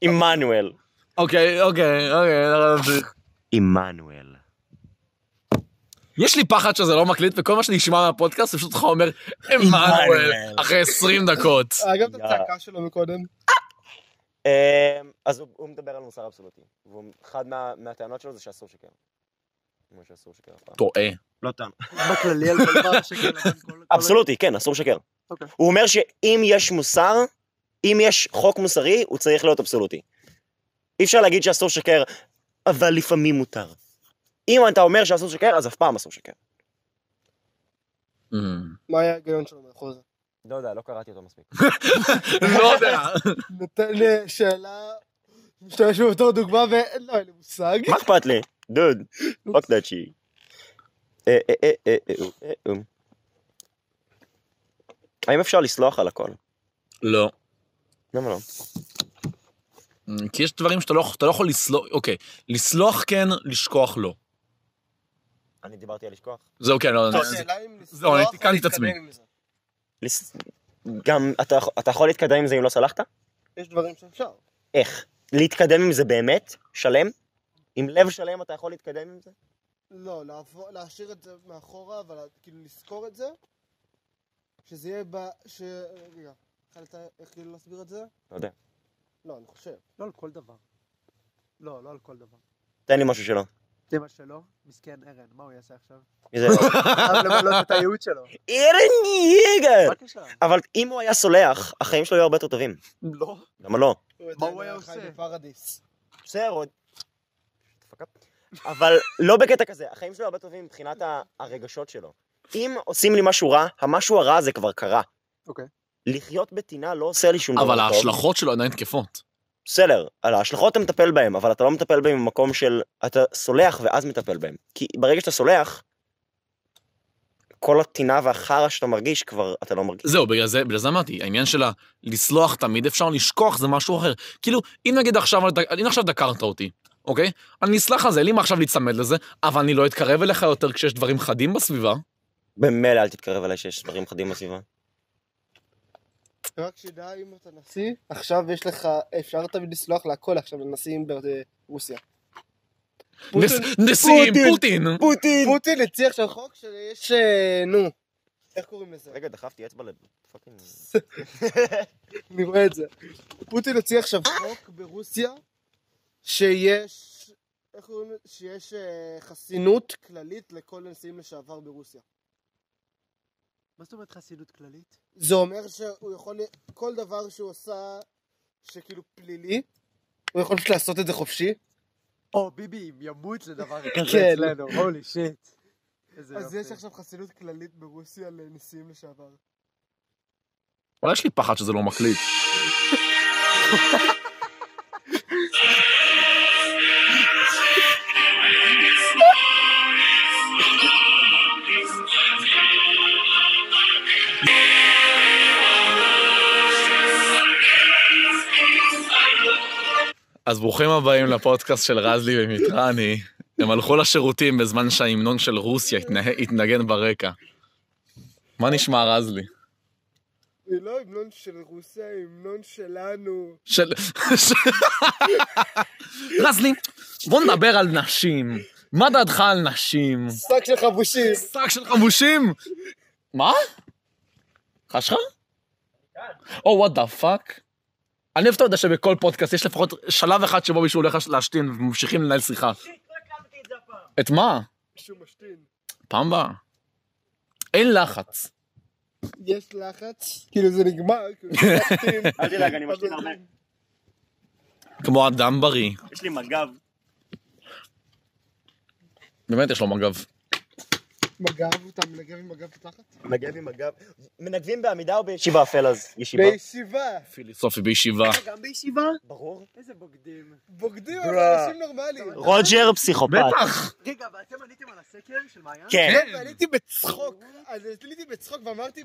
[SPEAKER 2] עמנואל.
[SPEAKER 1] אוקיי, אוקיי, אוקיי. לא רציתי.
[SPEAKER 2] עמנואל.
[SPEAKER 1] יש לי פחד שזה לא מקליט, וכל מה שנשמע מהפודקאסט, זה פשוט לך אומר, עמנואל,
[SPEAKER 2] עמנואל.
[SPEAKER 1] אחרי 20 דקות.
[SPEAKER 4] אגב, את הצעקה שלו מקודם.
[SPEAKER 2] אמ, אז הוא, הוא מדבר על מוסר אבסולוטי. ואחד מה, מהטענות שלו זה שאסור לשקר. הוא אומר שאסור לשקר אף פעם.
[SPEAKER 1] טועה.
[SPEAKER 2] לא טעם.
[SPEAKER 3] בכללי על כל דבר שקר לבן, כל- כל-
[SPEAKER 2] אבסולוטי, כן, אסור לשקר.
[SPEAKER 3] אוקיי.
[SPEAKER 2] הוא אומר שאם יש מוסר, אם יש חוק מוסרי, הוא צריך להיות אבסולוטי. אי אפשר להגיד שאסור לשקר, אבל לפעמים מותר. אם אתה אומר שאסור לשקר, אז אף פעם אסור לשקר.
[SPEAKER 1] אמ.
[SPEAKER 4] מה היה ההיגיון שלו מאחורי זה?
[SPEAKER 2] לא יודע, לא קראתי אותו מספיק.
[SPEAKER 1] לא יודע.
[SPEAKER 4] נותן לי שאלה, משתמש בה בתור דוגמה ואין
[SPEAKER 5] לא,
[SPEAKER 4] לו אין לי מושג.
[SPEAKER 2] מה אכפת לי? דוד, fuck that shit. אה, אה, אה, אה, אה, אה, אה. האם אפשר לסלוח על הכל?
[SPEAKER 1] לא.
[SPEAKER 2] למה לא?
[SPEAKER 1] אמ, כי יש דברים שאתה לא, אתה לא יכול לסלוח, אוקיי, לסלוח כן, לשכוח לא.
[SPEAKER 2] אני דיברתי על לשכוח.
[SPEAKER 1] זהו, כן, לא, זה-
[SPEAKER 5] השאלה אם
[SPEAKER 1] זהו, אני
[SPEAKER 5] לסלוח או
[SPEAKER 1] תיקנתי את
[SPEAKER 5] להתקדם
[SPEAKER 1] עצמי.
[SPEAKER 5] עם זה.
[SPEAKER 2] לס- גם אתה, אתה יכול להתקדם עם זה אם לא סלחת?
[SPEAKER 5] יש דברים שאפשר.
[SPEAKER 2] איך? להתקדם עם זה באמת? שלם? עם לב שלם אתה יכול להתקדם עם זה?
[SPEAKER 5] לא, לעבור- להשאיר את זה מאחורה, אבל כאילו לזכור את זה, שזה יהיה ב... ש... רגע, התחלת איך כאילו להסביר את זה?
[SPEAKER 2] לא יודע.
[SPEAKER 5] לא, אני חושב.
[SPEAKER 3] לא על כל דבר. לא, לא על כל דבר.
[SPEAKER 2] תן לי משהו שלא.
[SPEAKER 3] אמא שלו, מסכן ארן, מה הוא יעשה עכשיו?
[SPEAKER 2] מי זה?
[SPEAKER 3] חייב למלא לא את הייעוד שלו.
[SPEAKER 2] כן. אירן
[SPEAKER 3] מה
[SPEAKER 2] יגר!
[SPEAKER 3] הקשר?
[SPEAKER 2] אבל אם הוא היה סולח, החיים שלו היו הרבה יותר טובים.
[SPEAKER 3] לא.
[SPEAKER 2] למה לא?
[SPEAKER 3] מה הוא היה עושה?
[SPEAKER 5] בפרדיס.
[SPEAKER 2] בסדר, עוד... fuck up. אבל לא בקטע כזה, החיים שלו הרבה טובים מבחינת ה- הרגשות שלו. אם עושים לי משהו רע, המשהו הרע הזה כבר קרה.
[SPEAKER 3] אוקיי.
[SPEAKER 2] לחיות בטינה לא עושה לי שום דבר טוב.
[SPEAKER 1] אבל ההשלכות שלו עדיין תקפות.
[SPEAKER 2] בסדר, על ההשלכות אתה מטפל בהן, אבל אתה לא מטפל בהן במקום של... אתה סולח ואז מטפל בהן. כי ברגע שאתה סולח, כל הטינה והחרא שאתה מרגיש כבר אתה לא מרגיש.
[SPEAKER 1] זהו, בגלל זה, בגלל זה אמרתי, העניין של הלסלוח תמיד אפשר לשכוח זה משהו אחר. כאילו, אם נגיד עכשיו, אתה- אם עכשיו דקרת אותי, אוקיי? אני אסלח על זה, אין לי מה עכשיו להיצמד לזה, אבל אני לא אתקרב אליך יותר כשיש דברים חדים בסביבה.
[SPEAKER 2] במילא אל תתקרב אליי שיש דברים חדים בסביבה.
[SPEAKER 4] רק שידע אם אתה נשיא, עכשיו יש לך, אפשר תמיד לסלוח להכל עכשיו לנשיאים ברוסיה.
[SPEAKER 1] נס- נשיאים,
[SPEAKER 4] פוטין.
[SPEAKER 1] פוטין.
[SPEAKER 2] פוטין!
[SPEAKER 4] פוטין הציע עכשיו חוק שיש, אה, נו,
[SPEAKER 5] איך קוראים לזה?
[SPEAKER 2] רגע, דחפתי אצבע לפאקינג...
[SPEAKER 4] אני רואה את זה. פוטין הציע עכשיו חוק אה! ברוסיה שיש, איך קוראים לזה? שיש אה, חסינות כללית לכל הנשיאים לשעבר ברוסיה.
[SPEAKER 3] מה זאת אומרת חסינות כללית?
[SPEAKER 4] זה אומר שהוא יכול, ל- כל דבר שהוא עשה, שכאילו פלילי, הוא יכול פשוט לעשות את זה חופשי.
[SPEAKER 3] או, ביבי, אם ימות זה דבר כזה
[SPEAKER 4] כן.
[SPEAKER 3] אצלנו, הולי שיט. איזה
[SPEAKER 4] אז יש
[SPEAKER 3] יופי.
[SPEAKER 4] עכשיו חסינות כללית ברוסיה לנשיאים לשעבר.
[SPEAKER 1] אבל יש לי פחד שזה לא מקליט. אז ברוכים הבאים לפודקאסט של רזלי ומיטרני. הם הלכו לשירותים בזמן שההמנון של רוסיה התנה- התנגן ברקע. מה נשמע רזלי?
[SPEAKER 4] זה לא המנון של רוסיה, המנון שלנו.
[SPEAKER 1] של... רזלי, בוא נדבר על נשים. מה דעתך על נשים?
[SPEAKER 4] שק של חבושים.
[SPEAKER 1] שק של חמושים? מה? חשך? Oh, או וואט דה פאק. אני אוהב את העובדה שבכל פודקאסט יש לפחות שלב אחד שבו מישהו הולך להשתין וממשיכים לנהל שיחה. את מה?
[SPEAKER 4] שהוא משתין.
[SPEAKER 1] פעם באה. אין לחץ.
[SPEAKER 4] יש לחץ, כאילו זה נגמר, כאילו, לחצים.
[SPEAKER 2] אל תדאג, אני משתין הרבה.
[SPEAKER 1] כמו אדם בריא.
[SPEAKER 2] יש לי מג"ב.
[SPEAKER 1] באמת יש לו מג"ב.
[SPEAKER 4] מג"ב, אתה מנגב עם מג"ב תחת?
[SPEAKER 2] מג"ב עם מג"ב. מנגבים בעמידה או בישיבה אפל אז? ישיבה.
[SPEAKER 4] בישיבה.
[SPEAKER 1] פילוסופי בישיבה.
[SPEAKER 5] גם בישיבה?
[SPEAKER 2] ברור.
[SPEAKER 5] איזה בוגדים.
[SPEAKER 4] בוגדים
[SPEAKER 2] ברה.
[SPEAKER 4] אבל אנשים נורמליים.
[SPEAKER 2] רוג'ר פסיכופת.
[SPEAKER 1] בטח.
[SPEAKER 5] רגע, אבל אתם עניתם על הסקר של מעיין?
[SPEAKER 2] כן.
[SPEAKER 4] כן, ועליתי בצחוק, אז עליתי בצחוק ואמרתי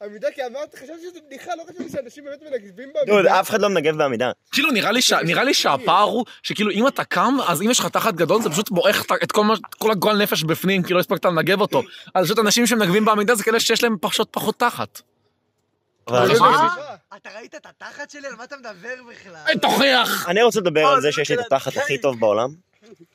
[SPEAKER 4] בעמידה, כי אמרתי, חשבתי שזו בדיחה, לא חשבתי שאנשים באמת מנגבים
[SPEAKER 2] דוד,
[SPEAKER 4] בעמידה.
[SPEAKER 2] אף אחד לא מנגב בעמידה.
[SPEAKER 1] כאילו נראה לי, ש... נראה לי שהפער הוא שכאילו אם אתה קם אז אם יש לך תחת גדול זה פשוט מועך את- את כל, מה... כל הגועל נפש בפנים כי לא הספקת לנגב אותו. אז פשוט אנשים שמנגבים בעמידה זה כאלה שיש להם פשוט פחות תחת.
[SPEAKER 2] אבל
[SPEAKER 1] אבל
[SPEAKER 2] אני-
[SPEAKER 4] בישיבה.
[SPEAKER 5] אתה ראית את התחת שלי? על מה אתה מדבר בכלל?
[SPEAKER 1] היי, תוכיח!
[SPEAKER 2] אני רוצה לדבר על זה שיש לי את התחת הכי טוב בעולם.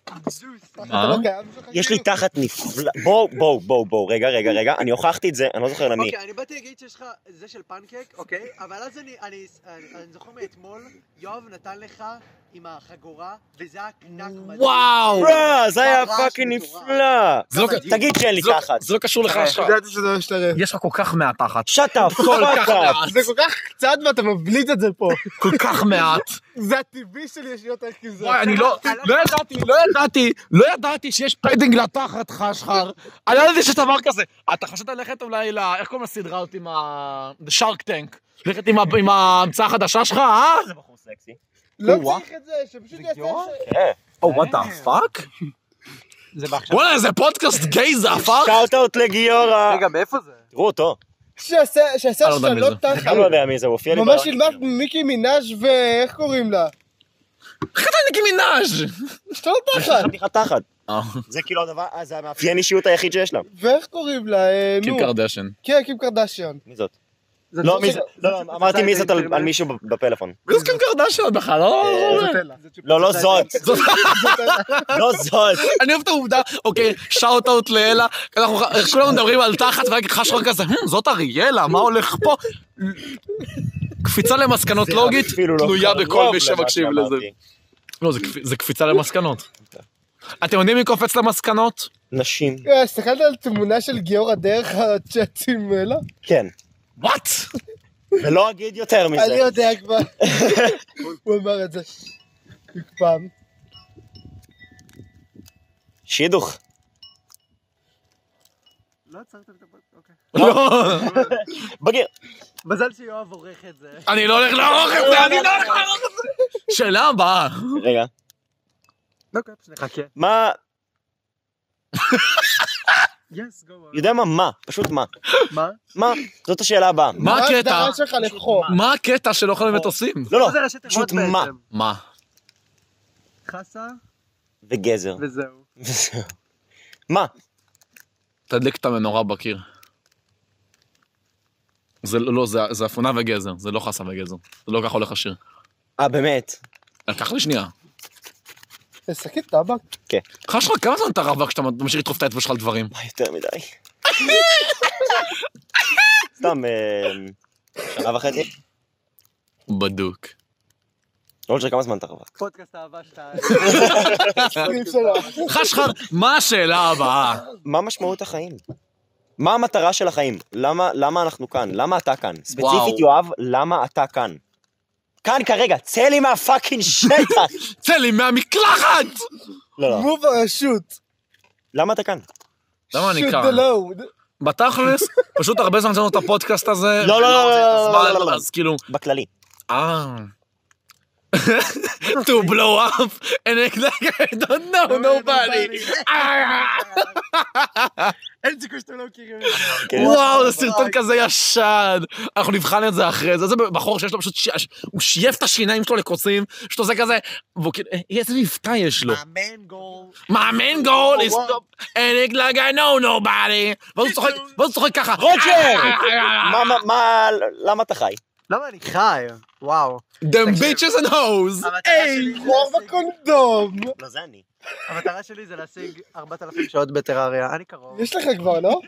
[SPEAKER 4] אתה לא קיים, יש לך
[SPEAKER 2] יש לי
[SPEAKER 4] כאילו-
[SPEAKER 2] תחת נפלא. בואו, בואו, בואו, בואו, רגע, רגע, רגע. אני הוכחתי את זה, אני לא זוכר למי.
[SPEAKER 5] אוקיי, אני באתי להגיד שיש לך זה של פנקק, אוקיי? אבל אז אני, אני, אני, אני זוכר מאתמול, יואב נתן לך עם החגורה, וזה היה קנק מדהים.
[SPEAKER 1] וואו!
[SPEAKER 2] ברא, זה היה
[SPEAKER 5] ממש
[SPEAKER 2] פאקינג
[SPEAKER 5] מטורף.
[SPEAKER 2] נפלא.
[SPEAKER 1] זה לא-
[SPEAKER 2] תגיד שאין לי
[SPEAKER 1] זה לא-
[SPEAKER 2] תחת.
[SPEAKER 1] זה לא קשור לך, יש לך-
[SPEAKER 4] ידעתי שזה לא ישתלם.
[SPEAKER 1] יש לך כל כך מעט תחת.
[SPEAKER 2] שאט אפ,
[SPEAKER 1] כל כך מעט.
[SPEAKER 4] זה כל כך קצת ואתה מבליט את זה פה.
[SPEAKER 1] כל כך מעט.
[SPEAKER 4] זה הטבעי שלי יש לי יותר כזה.
[SPEAKER 1] וואי, אני לא, לא ידעתי, לא ידעתי, לא ידעתי שיש פדינג לתחת חשחר. אני לא ידעתי שיש דבר כזה. אתה חשבת ללכת אולי ל... איך קוראים לסדרה הזאת עם ה... שרק טנק? ללכת עם ה- עם ההמצאה החדשה שלך, אה?
[SPEAKER 4] לא
[SPEAKER 1] או-אה.
[SPEAKER 4] צריך את זה, שפשוט יעשה
[SPEAKER 5] גיורא?
[SPEAKER 4] את זה.
[SPEAKER 1] או, וואט דה פאק?
[SPEAKER 5] זה בעכשיו.
[SPEAKER 1] וואלה, זה פודקאסט גיי זה הפאק?
[SPEAKER 2] שאוט אאוט לגיורא.
[SPEAKER 5] רגע, מאיפה זה?
[SPEAKER 2] תראו אותו.
[SPEAKER 4] שעשה- שעשה
[SPEAKER 1] אני לא יודע מי
[SPEAKER 4] שלוט
[SPEAKER 1] זה.
[SPEAKER 4] תחת.
[SPEAKER 2] אני לא יודע מי זה, הוא הופיע לי
[SPEAKER 4] ממש
[SPEAKER 2] ברדיו.
[SPEAKER 4] הלבשת מיקי מנאז' ואיך קוראים לה?
[SPEAKER 1] חטא ניקי מנאז'.
[SPEAKER 4] שלוט תחת.
[SPEAKER 2] חתיכת תחת. זה כאילו הדבר, אה, זה המאפיין אישיות היחיד שיש לה.
[SPEAKER 4] ואיך קוראים לה? אה, נו.
[SPEAKER 1] קרדשן.
[SPEAKER 4] כן, קים קרדשיון.
[SPEAKER 2] מי זאת?
[SPEAKER 5] זה
[SPEAKER 2] לא,
[SPEAKER 5] צ'ופצ'יק-
[SPEAKER 2] מי זה? לא,
[SPEAKER 5] זה
[SPEAKER 2] אמרתי
[SPEAKER 5] צ'ופצ'יק
[SPEAKER 2] מי זאת על-
[SPEAKER 5] האינטרנט.
[SPEAKER 2] על מישהו ב- בפלאפון.
[SPEAKER 1] מי זאת קים קרדשן בכלל? לא...
[SPEAKER 4] זאת אלה.
[SPEAKER 5] זה צ'ופצ'יק
[SPEAKER 2] לא, לא זאת.
[SPEAKER 5] האינטרנט.
[SPEAKER 2] לא זאת.
[SPEAKER 1] אני אוהב את העובדה, אוקיי, שאוט אאוט לאלה, כי אנחנו כולנו מדברים על תחת, ורק חשחר כזה, "הם, זאת אריאלה, מה הולך פה? קפיצה למסקנות לוגית
[SPEAKER 2] אפילו לא
[SPEAKER 1] תלויה
[SPEAKER 2] קרוב
[SPEAKER 1] בכל מי
[SPEAKER 2] למה
[SPEAKER 1] שמקשיב לזה.
[SPEAKER 2] שאמרתי.
[SPEAKER 1] לא, זה קפ- זה קפיצה למסקנות. אתם יודעים מי קופץ למסקנות?
[SPEAKER 2] נשים.
[SPEAKER 4] אה, הסתכלת על תמונה של גיורא דרך הצ'אטים, אה, לא?
[SPEAKER 2] כן.
[SPEAKER 1] וואט?
[SPEAKER 2] ולא אגיד יותר
[SPEAKER 4] אני
[SPEAKER 2] מזה.
[SPEAKER 4] יודע כבר. הוא אמר את זה. פעם.
[SPEAKER 2] שידוך.
[SPEAKER 5] לא עצרתם את הפרק, אוקיי.
[SPEAKER 1] לא,
[SPEAKER 2] בגיר.
[SPEAKER 5] מזל שיואב עורך את זה.
[SPEAKER 1] אני לא הולך לערוך את זה, אני לא הולך לערוך את זה. שאלה הבאה.
[SPEAKER 2] רגע.
[SPEAKER 5] אוקיי, שנייה.
[SPEAKER 2] אה,
[SPEAKER 5] חכה.
[SPEAKER 2] מה,
[SPEAKER 5] יס, גו.
[SPEAKER 2] יודע מה? מה? פשוט מה.
[SPEAKER 5] מה?
[SPEAKER 2] מה? זאת השאלה הבאה.
[SPEAKER 1] מה הקטע?
[SPEAKER 4] ההגדרה שלך לבחור?
[SPEAKER 1] מה הקטע שלא יכולים מטוסים?
[SPEAKER 2] לא, לא.
[SPEAKER 5] מה זה ראשי תיבות
[SPEAKER 2] פשוט מה.
[SPEAKER 5] בעצם?
[SPEAKER 1] מה?
[SPEAKER 5] חסה
[SPEAKER 2] וגזר.
[SPEAKER 5] וזהו.
[SPEAKER 2] מה?
[SPEAKER 1] תדליק את המנורה בקיר. זה לא, לא, זה, זה אפונה וגזר, זה לא חסה וגזר. זה לא ככה הולך השיר.
[SPEAKER 2] אה, באמת.
[SPEAKER 1] לקח לי שנייה.
[SPEAKER 4] זה שקית טבק?
[SPEAKER 1] חש לך כמה זמן אתה רווק כשאתה ממשיך לדחוף את האצבע שלך על דברים?
[SPEAKER 2] מה יותר מדי? סתם, אה, שנה וחצי?
[SPEAKER 1] בדוק.
[SPEAKER 2] לא משנה כמה זמן אתה רווק.
[SPEAKER 5] פודקאסט אהבה שתיים.
[SPEAKER 4] עשרים שנה.
[SPEAKER 1] חשחר, מה השאלה הבאה?
[SPEAKER 2] מה משמעות החיים? מה המטרה של החיים? למה, למה אנחנו כאן? למה אתה כאן? ספציפית,
[SPEAKER 1] וואו.
[SPEAKER 2] יואב, למה אתה כאן? כאן כרגע, צא לי מהפאקינג שטח!
[SPEAKER 1] צא לי מהמקלחת!
[SPEAKER 2] לא, לא.
[SPEAKER 4] מוב הרשות.
[SPEAKER 2] למה אתה כאן?
[SPEAKER 1] למה אני
[SPEAKER 4] שוט
[SPEAKER 1] כאן?
[SPEAKER 4] דלו.
[SPEAKER 1] בתכלס, פשוט הרבה זמן שלנו את הפודקאסט הזה.
[SPEAKER 2] לא, לא,
[SPEAKER 1] ולא
[SPEAKER 2] לא,
[SPEAKER 1] מוצא את
[SPEAKER 2] לא,
[SPEAKER 1] הזמן,
[SPEAKER 2] לא, לא, לא.
[SPEAKER 1] אז כאילו,
[SPEAKER 2] בכללי.
[SPEAKER 1] אה... to blow up, and I don't know
[SPEAKER 5] לא,
[SPEAKER 1] nobody. אה.
[SPEAKER 5] אין סיכוי שאתם לא מכירים את זה.
[SPEAKER 4] אה,
[SPEAKER 2] כן.
[SPEAKER 1] וואו, זה סרטון כזה ישן. אנחנו נבחן את זה אחרי זה. זה בחור שיש לו פשוט, ש... הוא שייף את השיניים שלו לקוצים, פשוט עושה כזה, והוא כאילו, אה, איזה מבטא יש לו.
[SPEAKER 5] המנגו.
[SPEAKER 1] My main goal is stop and act like I know nobody. ואז הוא צוחק, ואז הוא צוחק ככה.
[SPEAKER 2] רוג'ר! מה, מה, מה, למה אתה חי?
[SPEAKER 5] למה אני חי? וואו.
[SPEAKER 1] Them bitches and hoes.
[SPEAKER 5] המטרה שלי זה
[SPEAKER 4] רוב
[SPEAKER 5] להשיג-
[SPEAKER 4] הקונדום.
[SPEAKER 2] לא, זה אני.
[SPEAKER 5] המטרה שלי זה להשיג 4,000 שעות בטרריה. אני קרוב.
[SPEAKER 4] יש לך כבר, לא?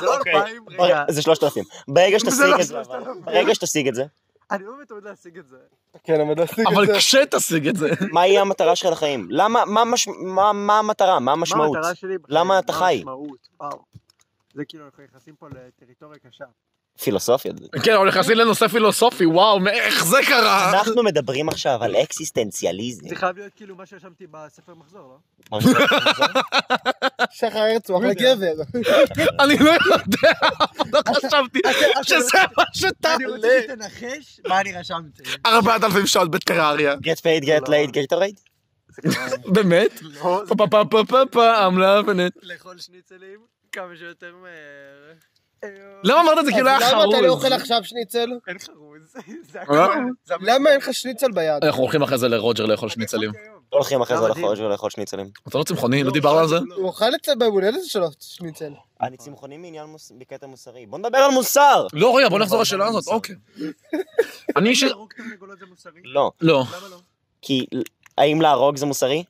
[SPEAKER 5] זה לא
[SPEAKER 2] אוקיי.
[SPEAKER 5] 2,000, רגע.
[SPEAKER 2] זה 3,000. ברגע
[SPEAKER 5] לא
[SPEAKER 2] שתשיג את זה,
[SPEAKER 5] 3,000.
[SPEAKER 2] ברגע שתשיג את זה,
[SPEAKER 5] אני לא באמת עומד להשיג את זה.
[SPEAKER 4] כן, אבל להשיג את
[SPEAKER 1] אבל
[SPEAKER 4] זה.
[SPEAKER 1] כשתשיג את זה.
[SPEAKER 2] מה יהיה המטרה שלך לחיים? למה, מה, מש, מה, מה המטרה? מה
[SPEAKER 5] מה
[SPEAKER 2] המשמעות?
[SPEAKER 5] המטרה שלי? בחיים?
[SPEAKER 2] למה אתה
[SPEAKER 5] מה
[SPEAKER 2] חי?
[SPEAKER 5] המשמעות? וואו.
[SPEAKER 3] זה כאילו, אנחנו נכנסים פה לטריטוריה קשה.
[SPEAKER 2] פילוסופיה.
[SPEAKER 1] כן, אבל נכנסים לנושא פילוסופי, וואו, מא- איך זה קרה?
[SPEAKER 2] אנחנו מדברים עכשיו על אקסיסטנציאליזם.
[SPEAKER 3] זה חייב להיות כאילו מה שרשמתי בספר מחזור,
[SPEAKER 2] אה,
[SPEAKER 3] לא?
[SPEAKER 4] שחר הרץ הוא אחלה גבר.
[SPEAKER 1] אני לא יודע, לא חשבתי
[SPEAKER 2] כן, אה,
[SPEAKER 1] שזה מה
[SPEAKER 3] אני
[SPEAKER 1] שתעלה.
[SPEAKER 3] רוצה שתנחש מה אני רשמתי.
[SPEAKER 1] 4,000 שעות בטרריה.
[SPEAKER 2] גט פייד, גט לייד, גט אורייד.
[SPEAKER 1] באמת?
[SPEAKER 3] לא,
[SPEAKER 1] פה פה פה פה פה פה, I'm loving it.
[SPEAKER 3] לאכול שניצלים כמה שיותר מהר. אה,
[SPEAKER 1] למה אמרת את זה כאילו היה
[SPEAKER 4] למה אתה לא
[SPEAKER 1] חרוז?
[SPEAKER 4] אוכל עכשיו שניצל?
[SPEAKER 3] אין חרוז. זה
[SPEAKER 1] אה?
[SPEAKER 3] הכל. זה המ-
[SPEAKER 4] למה אין לך שניצל ביד?
[SPEAKER 1] אנחנו הולכים אחרי זה לרוג'ר לאכול
[SPEAKER 3] אני
[SPEAKER 1] שניצלים.
[SPEAKER 4] אוקיי.
[SPEAKER 3] אכלתי אוקיי, היום.
[SPEAKER 2] הולכים אחרי זה
[SPEAKER 3] מדהים.
[SPEAKER 2] לחורש ולאכול שניצלים.
[SPEAKER 1] אתה לא צמחוני? לא דיברנו על זה?
[SPEAKER 4] הוא אוכל את זה ביום הולדת שלו, שניצל.
[SPEAKER 2] אני צמחוני מעניין מוס- בקטע מוסרי. בוא נדבר על מוסר!
[SPEAKER 1] לא, רגע, בוא נחזור לשאלה הזאת, אוקיי. אני איש...
[SPEAKER 3] להרוג תרנגולות זה מוסרי?
[SPEAKER 2] לא.
[SPEAKER 1] לא.
[SPEAKER 3] למה לא?
[SPEAKER 2] כי האם להרוג זה מוסרי?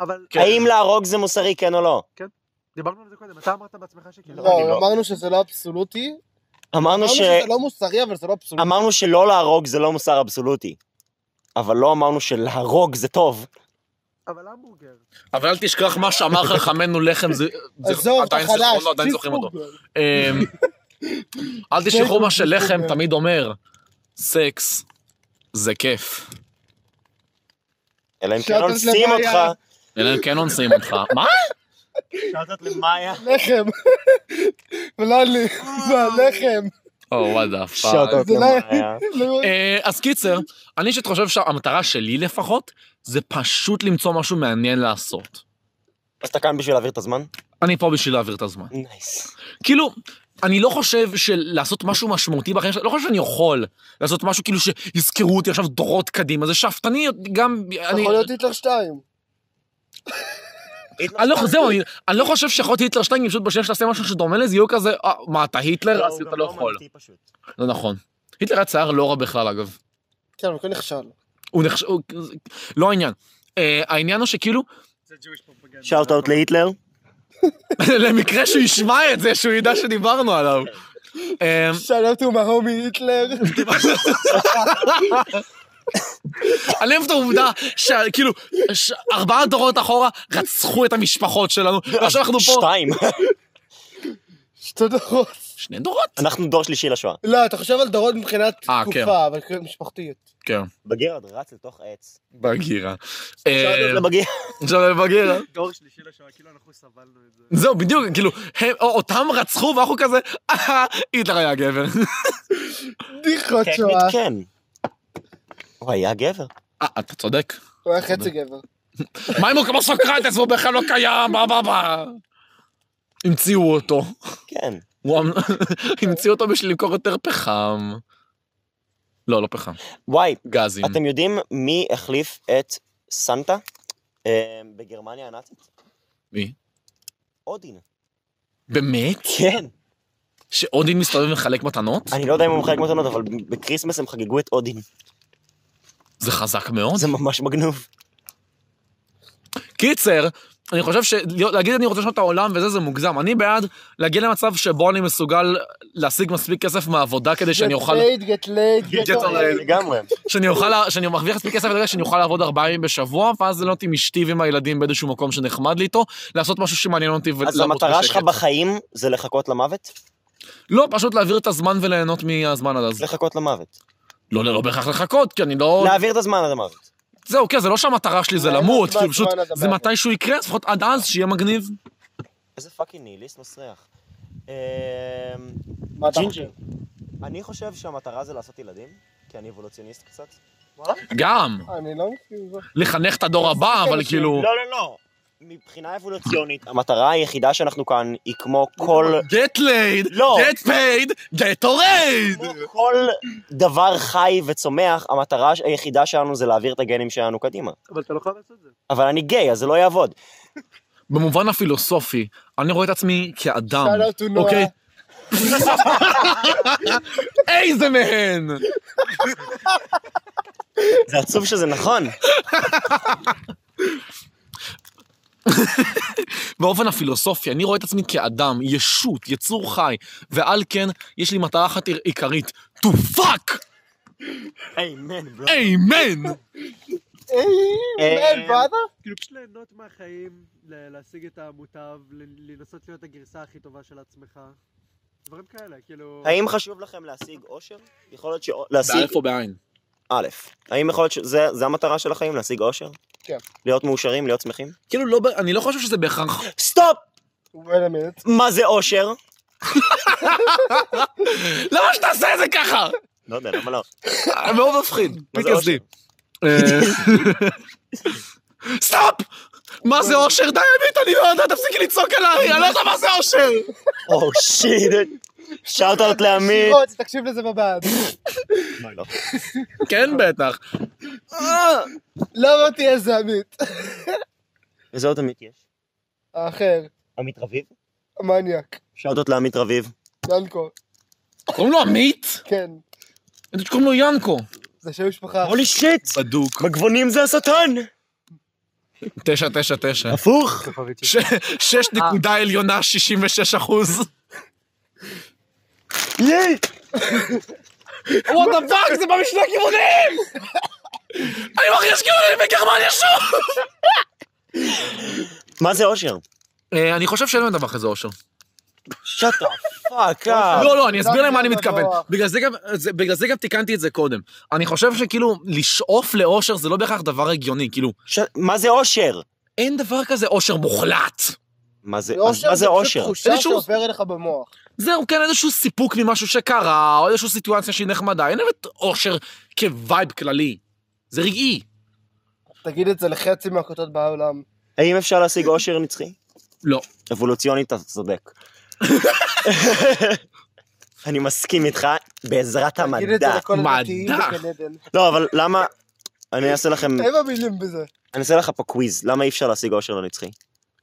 [SPEAKER 3] אבל
[SPEAKER 1] כן.
[SPEAKER 2] האם להרוג זה מוסרי, כן או לא?
[SPEAKER 3] דיברנו על זה קודם, אתה אמרת בעצמך שכן.
[SPEAKER 2] לא, אני
[SPEAKER 4] לא, אמרנו שזה לא אבסולוטי.
[SPEAKER 2] אמרנו
[SPEAKER 4] אמרנו
[SPEAKER 2] ש...
[SPEAKER 4] שזה לא מוסרי, אבל זה לא אבסולוטי.
[SPEAKER 2] אמרנו שלא להרוג זה לא מוסר אבסולוטי. אבל לא אמרנו שלהרוג זה טוב.
[SPEAKER 3] אבל המבורגר.
[SPEAKER 1] אבל אל תשכח מה שאמר לך חכמנו לחם, זה... זה-
[SPEAKER 4] עזוב, אתה
[SPEAKER 1] עדיין
[SPEAKER 4] חלש.
[SPEAKER 1] זיכרונו, עדיין
[SPEAKER 4] צ'יפ
[SPEAKER 1] זוכרים אותו.
[SPEAKER 4] בורגר.
[SPEAKER 1] אמ, אל תשכחו מה שלחם תמיד אומר, סקס זה כיף.
[SPEAKER 2] אלא אם כן
[SPEAKER 4] שאלת
[SPEAKER 2] אונסים
[SPEAKER 4] לבעיה.
[SPEAKER 2] אותך.
[SPEAKER 1] אלא אם כן אונסים אותך. מה?
[SPEAKER 2] שאלת למאיה.
[SPEAKER 4] לחם. ולא לי,
[SPEAKER 1] אה.
[SPEAKER 4] והלחם.
[SPEAKER 1] או וואדה פאק.
[SPEAKER 2] שאלת
[SPEAKER 4] זה לא-
[SPEAKER 2] למאיה.
[SPEAKER 4] לא-
[SPEAKER 1] אה, אז קיצר, אני אישית חושב שהמטרה שלי לפחות, זה פשוט למצוא משהו מעניין לעשות.
[SPEAKER 2] אז אתה כאן בשביל להעביר את הזמן?
[SPEAKER 1] אני פה בשביל להעביר את הזמן.
[SPEAKER 2] נייס.
[SPEAKER 1] כאילו, אני לא חושב שלעשות משהו משמעותי בחיים שלי, לא חושב שאני יכול לעשות משהו כאילו שיזכרו אותי עכשיו דורות קדימה, זה שאפתני גם... אני-
[SPEAKER 4] יכול להיות היטלר 2.
[SPEAKER 1] אני לא, זהו, אני, אני לא חושב שיכול להיות היטלר שטיינג, פשוט בשנייה שתעשה משהו שדומה לזה, יהיו כזה, אה, מה, אתה היטלר? אז אתה לא יכול. לא נכון. היטלר היה צייר לא רע בכלל, אגב.
[SPEAKER 4] כן, אבל כן נכשל.
[SPEAKER 1] הוא נחשב, הוא- לא העניין. אה, העניין הוא שכאילו,
[SPEAKER 3] זה ג'ויש פרופגנדה.
[SPEAKER 2] שאלת out להיטלר?
[SPEAKER 1] למקרה שהוא ישמע את זה, שהוא ידע שדיברנו עליו. אה,
[SPEAKER 4] שאלות הוא מהומי היטלר.
[SPEAKER 1] אני אוהב את העובדה שכאילו, כאילו, ש- ארבעה דורות אחורה רצחו את המשפחות שלנו, ועכשיו אנחנו פה...
[SPEAKER 2] שתיים.
[SPEAKER 4] שתי דורות.
[SPEAKER 1] שני דורות?
[SPEAKER 2] אנחנו דור שלישי לשואה.
[SPEAKER 4] לא, אתה חושב על דורות מבחינת
[SPEAKER 1] אה,
[SPEAKER 4] תקופה, אבל כאילו משפחתיות.
[SPEAKER 1] כן,
[SPEAKER 2] בגיר עוד רץ לתוך עץ.
[SPEAKER 1] בגירה.
[SPEAKER 2] שאלת
[SPEAKER 1] אה,
[SPEAKER 2] לבגיר.
[SPEAKER 1] עכשיו לבגירה.
[SPEAKER 3] דור שלישי לשואה, כאילו אנחנו סבלנו את זה.
[SPEAKER 1] זהו, בדיוק, כאילו, הם, או, אותם רצחו ואנחנו כזה, אהה, היטלר היה גבר.
[SPEAKER 4] בדיחות
[SPEAKER 2] טכנית
[SPEAKER 4] שואה.
[SPEAKER 2] כן. הוא היה גבר.
[SPEAKER 1] אה, אתה צודק.
[SPEAKER 4] הוא היה חצי גבר.
[SPEAKER 1] מה אם הוא כמו סוקרטס והוא בכלל לא קיים, מה, מה, מה? המציאו אותו.
[SPEAKER 2] כן.
[SPEAKER 1] הוא אמ- המציאו אותו בשביל למכור יותר פחם. לא, לא פחם.
[SPEAKER 2] וואי,
[SPEAKER 1] גזים.
[SPEAKER 2] אתם יודעים מי החליף את סנטה אה, בגרמניה הנאצית?
[SPEAKER 1] מי?
[SPEAKER 2] אודין.
[SPEAKER 1] באמת?
[SPEAKER 2] כן.
[SPEAKER 1] שאודין מסתובב ומחלק מתנות?
[SPEAKER 2] אני לא יודע אם הוא מחלק מתנות, אבל בקריסמס הם חגגו את אודין.
[SPEAKER 1] זה חזק מאוד.
[SPEAKER 2] זה ממש מגנוב.
[SPEAKER 1] קיצר, אני חושב שלהגיד אני רוצה לשנות את העולם וזה, זה מוגזם. אני בעד להגיע למצב שבו אני מסוגל להשיג מספיק כסף מהעבודה כדי שאני אוכל...
[SPEAKER 4] גט לייד, גט לייד, גט
[SPEAKER 1] גט
[SPEAKER 4] לייד.
[SPEAKER 1] אורייד.
[SPEAKER 2] לגמרי.
[SPEAKER 1] שאני אוכל, שאני מרוויח מספיק כסף כדי שאני אוכל לעבוד ארבעה ימים בשבוע, ואז להיות עם אשתי ועם הילדים באיזשהו מקום שנחמד לי איתו, לעשות משהו שמעניין אותי ולמות
[SPEAKER 2] אז המטרה שלך בחיים זה לחכות למוות?
[SPEAKER 1] לא, פשוט להעביר את הזמן וליהנות מהזמן עד אז.
[SPEAKER 2] לחכות למוות.
[SPEAKER 1] לא, לא, לא בהכרח לחכות, כי אני לא...
[SPEAKER 2] להעביר את הזמן עד המוות.
[SPEAKER 1] זהו, כן, זה לא שהמטרה שלי זה
[SPEAKER 4] ליהנות
[SPEAKER 1] למות,
[SPEAKER 4] מהזמן
[SPEAKER 1] כאילו פשוט
[SPEAKER 4] עד
[SPEAKER 1] זה
[SPEAKER 4] המוות.
[SPEAKER 1] מתישהו יקרה, אז לפחות עד אז שיהיה מגניב.
[SPEAKER 2] איזה פאקינג ניהיליסט מסריח. אמ,
[SPEAKER 4] מה אתה
[SPEAKER 2] ג'ינג'י.
[SPEAKER 4] חושב?
[SPEAKER 2] אני חושב שהמטרה זה לעשות ילדים, כי אני אבולוציוניסט קצת.
[SPEAKER 1] גם,
[SPEAKER 4] אני לא מכיר.
[SPEAKER 1] לחנך את הדור הבא, אבל
[SPEAKER 4] אנשים.
[SPEAKER 1] כאילו...
[SPEAKER 2] לא, לא, לא. מבחינה אבולוציונית, המטרה היחידה שאנחנו כאן היא כמו כל...
[SPEAKER 1] get laid,
[SPEAKER 2] לא.
[SPEAKER 1] get paid, get already.
[SPEAKER 2] כמו כל דבר חי וצומח, המטרה היחידה שלנו זה להעביר את הגנים שלנו קדימה.
[SPEAKER 3] אבל אתה לא חייב לעשות את זה.
[SPEAKER 2] אבל אני גיי, אז זה לא יעבוד.
[SPEAKER 1] במובן הפילוסופי, אני רואה את עצמי כאדם.
[SPEAKER 4] שאלות הוא נורא.
[SPEAKER 1] אוקיי. איזה מהן!
[SPEAKER 2] זה עצוב שזה נכון.
[SPEAKER 1] באופן הפילוסופי, אני רואה את עצמי כאדם, ישות, יצור חי, ועל כן, יש לי מטרה אחת עיקרית, to fuck!
[SPEAKER 2] איימן, ברו.
[SPEAKER 1] אמן!
[SPEAKER 2] אה,
[SPEAKER 4] אין ועדה?
[SPEAKER 5] כאילו פשוט ליהנות מהחיים, ל- להשיג את המוטב, ל- לנסות להיות הגרסה הכי טובה של עצמך. דברים כאלה, כאילו...
[SPEAKER 2] האם חשוב לכם להשיג אושר? יכול להיות ש... להשיג...
[SPEAKER 1] באלף או בעין.
[SPEAKER 2] א', האם יכול להיות שזה זה המטרה של החיים? להשיג אושר?
[SPEAKER 4] כן.
[SPEAKER 2] להיות מאושרים? להיות שמחים?
[SPEAKER 1] כאילו, לא, ב- אני לא חושב שזה בהכרח...
[SPEAKER 2] סטופ!
[SPEAKER 4] wait a minute.
[SPEAKER 2] מה זה אושר?
[SPEAKER 1] למה שתעשה את זה ככה?
[SPEAKER 2] לא יודע, למה לא?
[SPEAKER 1] מאוד מפחיד.
[SPEAKER 2] מה זה אושר?
[SPEAKER 1] PTSD. אה, סטופ! מה זה אושר? די, עמית, אני לא יודע, תפסיקי לצעוק עליי, אני לא יודע מה זה אושר!
[SPEAKER 2] או שיט. שאוט-אאוט Oh, לעמית.
[SPEAKER 4] שירות, תקשיב לזה בבעד.
[SPEAKER 2] לא.
[SPEAKER 1] כן, בטח.
[SPEAKER 4] למה תהיה זה לא עמית?
[SPEAKER 2] וזה עוד עמית יש.
[SPEAKER 4] האחר,
[SPEAKER 2] עמית רביב?
[SPEAKER 4] המניאק,
[SPEAKER 2] שאוט-אאוט לעמית רביב.
[SPEAKER 4] ינקו,
[SPEAKER 1] קוראים לו עמית?
[SPEAKER 4] כן.
[SPEAKER 1] אני יודעת שקוראים לו ינקו.
[SPEAKER 4] זה שם משפחה.
[SPEAKER 2] הולי שיט!
[SPEAKER 1] בדוק.
[SPEAKER 2] מגבונים זה השטן!
[SPEAKER 1] תשע, תשע, תשע.
[SPEAKER 2] הפוך!
[SPEAKER 5] כוכבית של-
[SPEAKER 1] ש-
[SPEAKER 2] אה.
[SPEAKER 1] שש נקודה עליונה, 66 אחוז.
[SPEAKER 2] ייי!
[SPEAKER 1] וואט דה פאק, זה במשנה כיוונים! אני מרגיש כאילו אני בגרמניה שוב!
[SPEAKER 2] מה זה אושר?
[SPEAKER 1] אה, אני חושב שאין להם דבר כזה אושר.
[SPEAKER 2] שאט פאק
[SPEAKER 1] לא, לא, אני אסביר להם מה אני
[SPEAKER 4] זה
[SPEAKER 1] מתכוון.
[SPEAKER 4] נורא.
[SPEAKER 1] בגלל זה גם- זה- בגלל זה גם תיקנתי את זה קודם. אני חושב שכאילו, לשאוף לאושר זה לא בהכרח דבר הגיוני, כאילו,
[SPEAKER 2] מה זה אושר?
[SPEAKER 1] אין דבר כזה אושר מוחלט.
[SPEAKER 2] מה זה אז
[SPEAKER 4] אושר
[SPEAKER 2] מה זה
[SPEAKER 4] פשוט
[SPEAKER 2] אושר?
[SPEAKER 4] תחושה
[SPEAKER 1] איזשהו-
[SPEAKER 4] שעוברת לך במוח.
[SPEAKER 1] זהו, כן, איזשהו סיפוק ממשהו שקרה, או איזושהי סיטואציה שהיא נחמדה, אין באמת אושר כווייב כללי. זה רגעי.
[SPEAKER 4] תגיד את זה לחצי מהכותות בעולם.
[SPEAKER 2] האם אפשר להשיג אושר נצחי?
[SPEAKER 1] לא.
[SPEAKER 2] אבולוציונית אתה צודק. אני מסכים איתך בעזרת
[SPEAKER 4] תגיד את זה
[SPEAKER 2] המדע.
[SPEAKER 4] לכל
[SPEAKER 1] מדע.
[SPEAKER 4] הדתיים בגן עדן.
[SPEAKER 2] לא, אבל למה... אני אעשה לכם...
[SPEAKER 4] אין המילים בזה.
[SPEAKER 2] אני אעשה לך פה קוויז, למה אי אפשר להשיג אושר לא נצחי?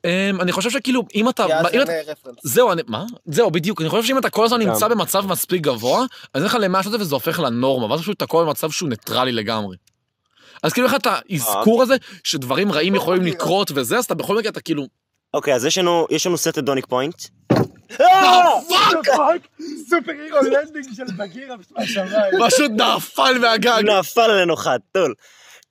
[SPEAKER 1] אמ, אני חושב שכאילו, אם אתה...
[SPEAKER 4] יאללה,
[SPEAKER 1] אם אתה...
[SPEAKER 4] זה רפרנס.
[SPEAKER 1] זהו, אני... מה? זהו, בדיוק. אני חושב שאם אתה כל הזמן
[SPEAKER 2] גם.
[SPEAKER 1] נמצא במצב מספיק גבוה, אז אין לך למה לעשות את זה וזה הופך לנורמה, ואז פשוט אתה כל הזמן במצב שהוא ניטרלי לגמרי. אז כאילו איך אתה, האזכור הזה, שדברים רעים יכולים לקרות וזה, אז אתה בכל מקרה, אתה כאילו...
[SPEAKER 2] אוקיי, אז יש לנו- יש לנו סט הדוניק פוינט.
[SPEAKER 1] פאק!
[SPEAKER 4] סופר הירו לנדינג של בגירה בשמיים.
[SPEAKER 1] פשוט נפל מהגג.
[SPEAKER 2] נפל עלינו חתול.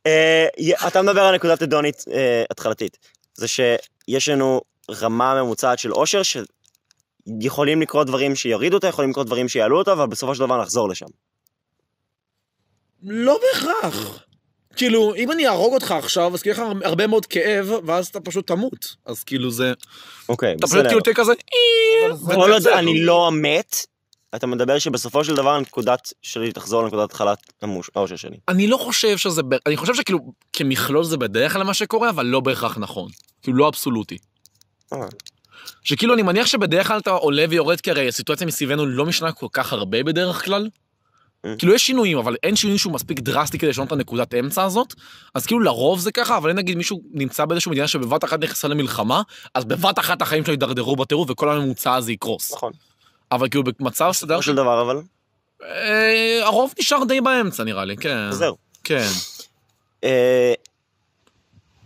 [SPEAKER 2] אה, י- אתה מדבר על נקודת אדונית אה, התחלתית. זה שיש לנו רמה ממוצעת של אושר, שיכולים לקרות דברים שיורידו אותה, יכולים לקרות דברים שיעלו אותה, אבל בסופו של דבר נחזור לשם.
[SPEAKER 1] לא בהכרח. כאילו, אם אני אהרוג אותך עכשיו, אז כאילו יהיה לך הרבה מאוד כאב, ואז אתה פשוט תמות. אז כאילו זה...
[SPEAKER 2] אוקיי,
[SPEAKER 1] אתה פשוט
[SPEAKER 2] בסדר.
[SPEAKER 1] כאילו תהיה כזה...
[SPEAKER 2] כל עוד אני לא מת, אתה מדבר שבסופו של דבר הנקודת שלי תחזור לנקודת התחלת המוש- האושר שלי.
[SPEAKER 1] אני לא חושב שזה, ב- אני חושב שכאילו, כמכלול זה בדרך כלל מה שקורה, אבל לא בהכרח נכון. כאילו, לא אבסולוטי.
[SPEAKER 2] אה.
[SPEAKER 1] שכאילו, אני מניח שבדרך כלל אתה עולה ויורד, כי הרי הסיטואציה מסביבנו לא משנה כל כך הרבה בדרך כלל.
[SPEAKER 2] אה.
[SPEAKER 1] כאילו, יש שינויים, אבל אין שינוי שהוא מספיק דרסטי כדי לשנות את הנקודת אמצע הזאת. אז כאילו, לרוב זה ככה, אבל אם נגיד מישהו נמצא באיזושהי מדינה שבבת אחת נכנסה למלחמה, אז בבת אחת החיים שלו יידרדרו בטירוף, וכל הממוצע הזה יקרוס.
[SPEAKER 2] נכון.
[SPEAKER 1] אבל כאילו, במצב סדר,
[SPEAKER 2] בסופו של דבר אבל,
[SPEAKER 1] אה, הרוב נשאר די באמצע, נראה לי, כן.
[SPEAKER 2] אז זהו.
[SPEAKER 1] כן.
[SPEAKER 2] אה,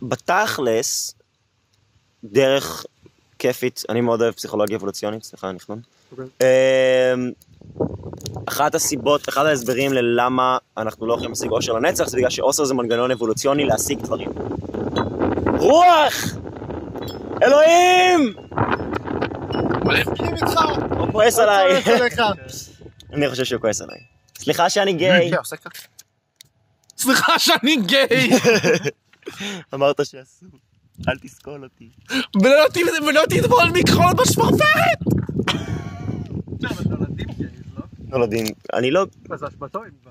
[SPEAKER 2] בתכלס, דרך כיפית, אני מאוד אוהב פסיכולוגיה אבולוציונית, סליחה, אני חנון.
[SPEAKER 5] אוקיי.
[SPEAKER 2] אה, אחת הסיבות, אחד ההסברים ללמה אנחנו לא יכולים להשיג אושר לנצח, זה בגלל שאוסר זה מנגנון אבולוציוני להשיג דברים. רוח! אלוהים!
[SPEAKER 4] מסכים איתך.
[SPEAKER 2] הוא כועס עליי.
[SPEAKER 4] אני צועק עליך.
[SPEAKER 2] אני חושב שהוא כועס עליי. סליחה שאני גיי.
[SPEAKER 1] סליחה שאני גיי,
[SPEAKER 2] אמרת שאסור. אל תסכול אותי.
[SPEAKER 1] ולא ת- ולא תטבול מכחול בשפרפר.
[SPEAKER 5] לא, אבל נולדים גייז, לא?
[SPEAKER 2] נולדים. אני לא...
[SPEAKER 5] מה, זה אשמתו אם כבר.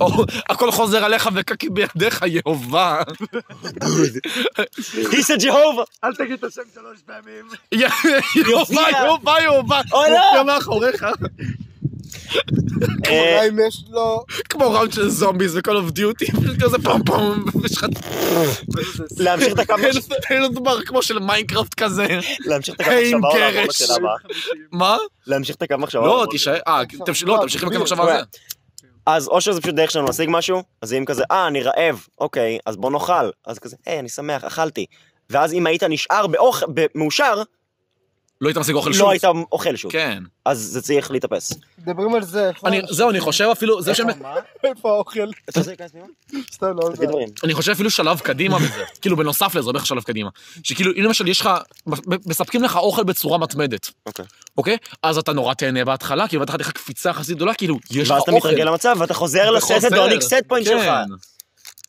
[SPEAKER 1] או, הכל חוזר עליך וקקי בידיך, יהובה.
[SPEAKER 2] He's a Jehovah!
[SPEAKER 5] אל תגיד את השם שלוש פעמים.
[SPEAKER 1] יא- יהובה, יהובה, יהובה.
[SPEAKER 2] אוי, לא!
[SPEAKER 1] יופיע מאחוריך.
[SPEAKER 2] אה,
[SPEAKER 4] אולי אם יש לא, לו...
[SPEAKER 1] כמו ראונד של זומביז ו-call of duty, פשוט כזה פעם פעם, ויש לך
[SPEAKER 2] להמשיך את הקו
[SPEAKER 1] אין דבר כמו של מיינקראפט כזה.
[SPEAKER 2] להמשיך את הקו
[SPEAKER 1] היי, עם
[SPEAKER 2] מחשבה או לעבור
[SPEAKER 1] קרש.
[SPEAKER 2] לשאלה הבאה?
[SPEAKER 1] מה?
[SPEAKER 2] להמשיך את הקו מחשבה. או
[SPEAKER 1] לא,
[SPEAKER 2] לעבור?
[SPEAKER 1] תישאר, אה, תמשיך- לא, תמשיך עם עכשיו על זה.
[SPEAKER 2] אז או שזה פשוט דרך שלנו להשיג משהו, אז אם כזה, אה, אני רעב, אוקיי, אז אה, בוא נאכל. אז כזה, היי, אני שמח, אכלתי. ואז אם היית נשאר באוכל, מאושר,
[SPEAKER 1] לא היית משיג אוכל שוב.
[SPEAKER 2] לא היית אוכל שוב,
[SPEAKER 1] כן.
[SPEAKER 2] אז זה צריך להתאפס.
[SPEAKER 4] מדברים על זה, איפה-
[SPEAKER 1] אני- זהו, אני חושב אפילו, זה שהם...
[SPEAKER 4] איפה האוכל?
[SPEAKER 2] אתה רוצה להיכנס פנימה?
[SPEAKER 4] סתם לא עוזר.
[SPEAKER 2] תגיד דברים.
[SPEAKER 1] אני חושב אפילו שלב קדימה בזה, כאילו בנוסף לזה, בערך שלב קדימה. שכאילו, אם למשל יש לך, מספקים לך אוכל בצורה מתמדת.
[SPEAKER 2] אוקיי.
[SPEAKER 1] אוקיי? אז אתה נורא תהנה בהתחלה, כאילו, ואתה לך קפיצה יחסית גדולה, כאילו, יש לך
[SPEAKER 2] ואז אתה
[SPEAKER 1] אוכל.
[SPEAKER 2] מתרגל למצב ואתה חוזר לסט הדורניק סט פוינט
[SPEAKER 1] כן.
[SPEAKER 2] שלך.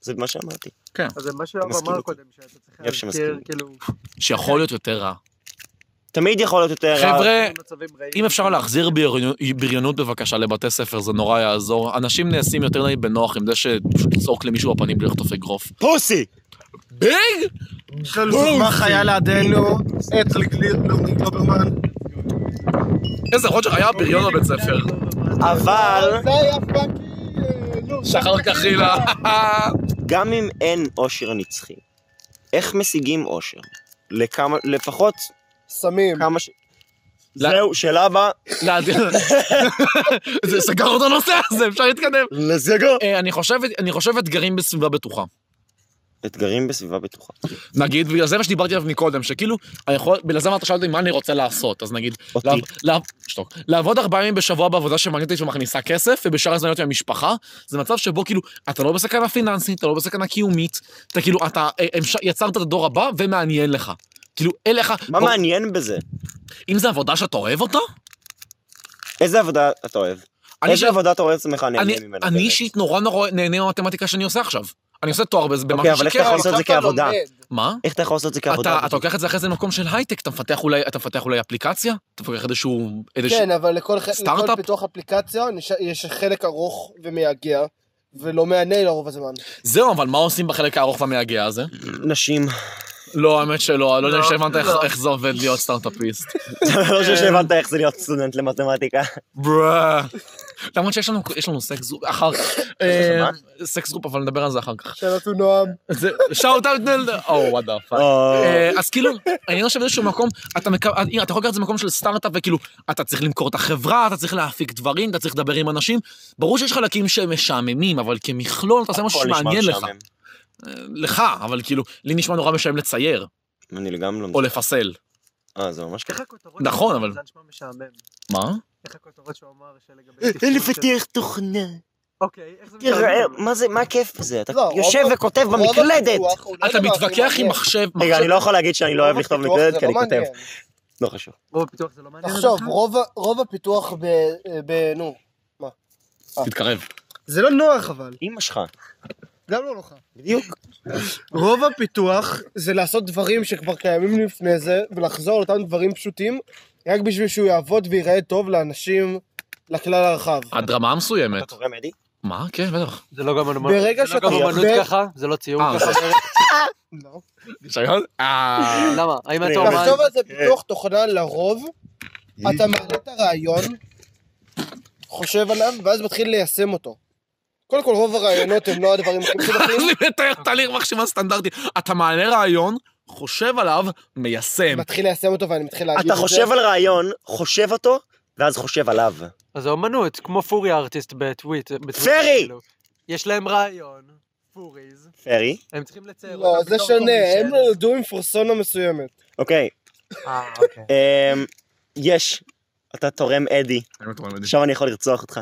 [SPEAKER 2] זה מה שאמרתי.
[SPEAKER 3] אז זה מה שיואב
[SPEAKER 2] מסכים
[SPEAKER 3] אמר
[SPEAKER 2] איתי.
[SPEAKER 3] קודם, שאתה צריך
[SPEAKER 2] יואב שמסכים.
[SPEAKER 3] להזכיר, כאילו,
[SPEAKER 1] שיכול להיות יותר רע.
[SPEAKER 2] תמיד יכול להיות יותר רע.
[SPEAKER 1] חבר'ה,
[SPEAKER 3] מצבים רעים.
[SPEAKER 1] אה, אם אפשר להחזיר בריונות- בריונות בבקשה לבתי ספר, זה נורא יעזור. אנשים נעשים יותר נעים בנוח עם זה שפשוט לצעוק למישהו בפנים בלי לחטוף אגרוף.
[SPEAKER 2] פוסי!
[SPEAKER 1] ביג!
[SPEAKER 4] יש לנו דוגמה חיה לידינו, אצל גליר, לאומי גלוברמן.
[SPEAKER 1] איזה רוג'ר היה בריון בבית ספר.
[SPEAKER 2] אבל
[SPEAKER 4] זה היה פאקינג... אה, נו,
[SPEAKER 1] שחר קחילה.
[SPEAKER 2] גם אם אין אושר נצחי, איך משיגים אושר? לכמה, לפחות
[SPEAKER 4] סמים.
[SPEAKER 2] כמה ש...
[SPEAKER 1] לא.
[SPEAKER 2] זהו, שאלה הבאה.
[SPEAKER 1] לא, זה סגר אותו הנושא הזה, אפשר להתקדם.
[SPEAKER 2] לסגר.
[SPEAKER 1] אה, אני חושב, אני חושב אתגרים בסביבה בטוחה.
[SPEAKER 2] אתגרים בסביבה בטוחה.
[SPEAKER 1] נגיד, בגלל זה מה שדיברתי עליו מקודם, שכאילו, אני יכול, בגלל זה אמרת שאלת אותי מה אני רוצה לעשות, אז נגיד,
[SPEAKER 2] אותי.
[SPEAKER 1] לעב, לעב, שתוק, לעבוד ארבעה ימים בשבוע בעבודה שמעניינת אותי ומכניסה כסף, ובשאר הזמן להיות עם המשפחה, זה מצב שבו כאילו, אתה לא בסכנה פיננסית, אתה לא בסכנה קיומית, אתה כאילו, אתה אה, המש- יצרת את הדור הבא ומעניין לך. כאילו, אין לך...
[SPEAKER 2] מה
[SPEAKER 1] בוא-
[SPEAKER 2] מעניין בזה?
[SPEAKER 1] אם זו עבודה שאתה אוהב אותה?
[SPEAKER 2] איזה עבודה אתה אוהב?
[SPEAKER 1] אני ש-
[SPEAKER 2] איזה עבודה אתה אוהב עצמך
[SPEAKER 1] אני-
[SPEAKER 2] נהנה ממנה?
[SPEAKER 1] אני
[SPEAKER 2] באמת?
[SPEAKER 1] אישית נורא נורא נהנה מהמתמטיקה שאני עושה עכשיו. אני עושה תואר בזה-
[SPEAKER 2] אוקיי,
[SPEAKER 1] במשהו
[SPEAKER 2] אבל איך
[SPEAKER 1] שכן...
[SPEAKER 2] אתה יכול לעשות את זה
[SPEAKER 4] לא
[SPEAKER 2] כעבודה?
[SPEAKER 1] מה?
[SPEAKER 2] איך אתה יכול לעשות את זה כעבודה?
[SPEAKER 1] אתה, אתה לוקח את זה אחרי זה למקום של הייטק, אתה מפתח אולי, אתה מפתח אולי אפליקציה? אתה מפתח איזשהו... איזשהו...
[SPEAKER 4] כן, אבל לכל ח-
[SPEAKER 1] סטארט-אפ?
[SPEAKER 4] לכל פיתוח אפליקציה יש- יש חלק ארוך ומייגע, ולא מהנה לרוב הזמן.
[SPEAKER 1] זהו, אבל מה עושים בחלק הארוך והמייגע הזה?
[SPEAKER 2] נשים.
[SPEAKER 1] לא, האמת שלא, לא יודע אם
[SPEAKER 3] לא,
[SPEAKER 1] שהבנת איך-
[SPEAKER 3] לא.
[SPEAKER 1] איך זה עובד להיות סטארט-אפיסט.
[SPEAKER 2] לא
[SPEAKER 1] אה,
[SPEAKER 2] חושב שהבנת איך זה להיות סטודנט למתמטיקה.
[SPEAKER 1] ברא. למרות שיש לנו, יש לנו סקס גרופ, אחר כך. אה,
[SPEAKER 2] מה?
[SPEAKER 1] סקס גרופ, אבל נדבר על זה אחר כך.
[SPEAKER 4] שאלת הוא נועם.
[SPEAKER 1] שאוט אאוט נל... או, וואט דה פאק.
[SPEAKER 2] או,
[SPEAKER 1] אה, אז כאילו, אני חושב באיזשהו מקום, אתה מקו- אה, הנה, אתה יכול לקחת את זה למקום של סטארט-אפ, וכאילו, אתה צריך למכור את החברה, אתה צריך להפיק דברים, אתה צריך לדבר עם אנשים. ברור שיש חלקים שהם משעממים, אבל כמכלול אתה עושה משהו
[SPEAKER 2] הכל נשמע
[SPEAKER 1] שמעניין לך.
[SPEAKER 2] משעמם.
[SPEAKER 1] אה, לך, אבל כאילו, לי נשמע נורא משעמם לצייר,
[SPEAKER 2] אני לגמרי לא...
[SPEAKER 1] או לפסל.
[SPEAKER 2] אה, זה ממש ככה.
[SPEAKER 3] איך הכותרות...
[SPEAKER 1] נכון,
[SPEAKER 3] שלו,
[SPEAKER 1] אבל-
[SPEAKER 3] זה נשמע משעמם.
[SPEAKER 1] מה?
[SPEAKER 4] לא,
[SPEAKER 3] איך הכותרות שהוא אמר שלגבי...
[SPEAKER 4] אה,
[SPEAKER 2] אני
[SPEAKER 3] תפקוד של-
[SPEAKER 2] פתח תוכנה.
[SPEAKER 3] אוקיי, איך זה
[SPEAKER 1] אה,
[SPEAKER 2] תראה, אה,
[SPEAKER 3] משעמם?
[SPEAKER 2] מה זה, מה הכיף בזה? אתה
[SPEAKER 4] לא, רוב-
[SPEAKER 2] יושב וכותב
[SPEAKER 4] רוב
[SPEAKER 2] במקלדת.
[SPEAKER 4] הפיתוח הוא לא
[SPEAKER 1] אתה
[SPEAKER 4] דבר הכי
[SPEAKER 1] מתווכח עם
[SPEAKER 4] מעניין.
[SPEAKER 1] מחשב,
[SPEAKER 2] רגע, אני לא יכול להגיד שאני לא אוהב
[SPEAKER 4] רוב
[SPEAKER 2] לכתוב
[SPEAKER 4] הפיתוח
[SPEAKER 2] מקלדת,
[SPEAKER 4] זה
[SPEAKER 2] כי אני
[SPEAKER 4] לא
[SPEAKER 2] כותב.
[SPEAKER 4] מעניין.
[SPEAKER 2] לא חשוב.
[SPEAKER 3] רוב הפיתוח זה לא מעניין
[SPEAKER 4] תחשוב,
[SPEAKER 3] אותך?
[SPEAKER 4] רוב ה- רוב הפיתוח ב- אה, ב... נו. לא-
[SPEAKER 1] תתקרב.
[SPEAKER 4] זה לא נוח אבל.
[SPEAKER 2] אמא שלך.
[SPEAKER 4] גם לא נוחה.
[SPEAKER 2] בדיוק.
[SPEAKER 4] רוב הפיתוח זה לעשות דברים שכבר קיימים לפני זה, ולחזור על אותם דברים פשוטים, רק בשביל שהוא יעבוד וייראה טוב לאנשים, לכלל הרחב.
[SPEAKER 1] עד רמה מסוימת.
[SPEAKER 2] אתה תורם, אדי?
[SPEAKER 1] מה? כן, בטח.
[SPEAKER 5] זה לא גם אמנות.
[SPEAKER 4] ברגע
[SPEAKER 5] זה לא גם
[SPEAKER 4] שאתה-
[SPEAKER 5] אמנות
[SPEAKER 4] ב-
[SPEAKER 5] ככה, זה לא ציור
[SPEAKER 1] אה,
[SPEAKER 5] ככה.
[SPEAKER 4] לא.
[SPEAKER 1] רישיון? אה...
[SPEAKER 5] למה? האם אתה אומן?
[SPEAKER 4] תחשוב על זה
[SPEAKER 2] כן.
[SPEAKER 4] פיתוח תוכנה לרוב, אתה מעלה את הרעיון, חושב עליו, ואז מתחיל ליישם אותו. קודם כל, רוב הרעיונות הם לא הדברים הכי מסובכים.
[SPEAKER 1] אז לי מתאר תהליך מחשבה סטנדרטי. אתה מעלה רעיון, חושב עליו, מיישם.
[SPEAKER 4] מתחיל ליישם אותו ואני מתחיל להגיד את זה.
[SPEAKER 2] אתה חושב על רעיון, חושב אותו, ואז חושב עליו.
[SPEAKER 5] אז זה אומנות, כמו פורי ארטיסט בטוויט. בטוויט,
[SPEAKER 2] פרי!
[SPEAKER 5] כאילו. יש להם רעיון, פוריז,
[SPEAKER 2] פרי?
[SPEAKER 5] הם צריכים לצייר
[SPEAKER 4] לא,
[SPEAKER 5] אותם
[SPEAKER 4] זה
[SPEAKER 5] בתור
[SPEAKER 4] שונה, הם לא-
[SPEAKER 5] קומישן.
[SPEAKER 4] נולדו עם פרסונה מסוימת.
[SPEAKER 2] אוקיי.
[SPEAKER 5] אה, אוקיי.
[SPEAKER 2] אמ, יש. אתה תורם, אדי. עכשיו אני יכול לרצוח אותך.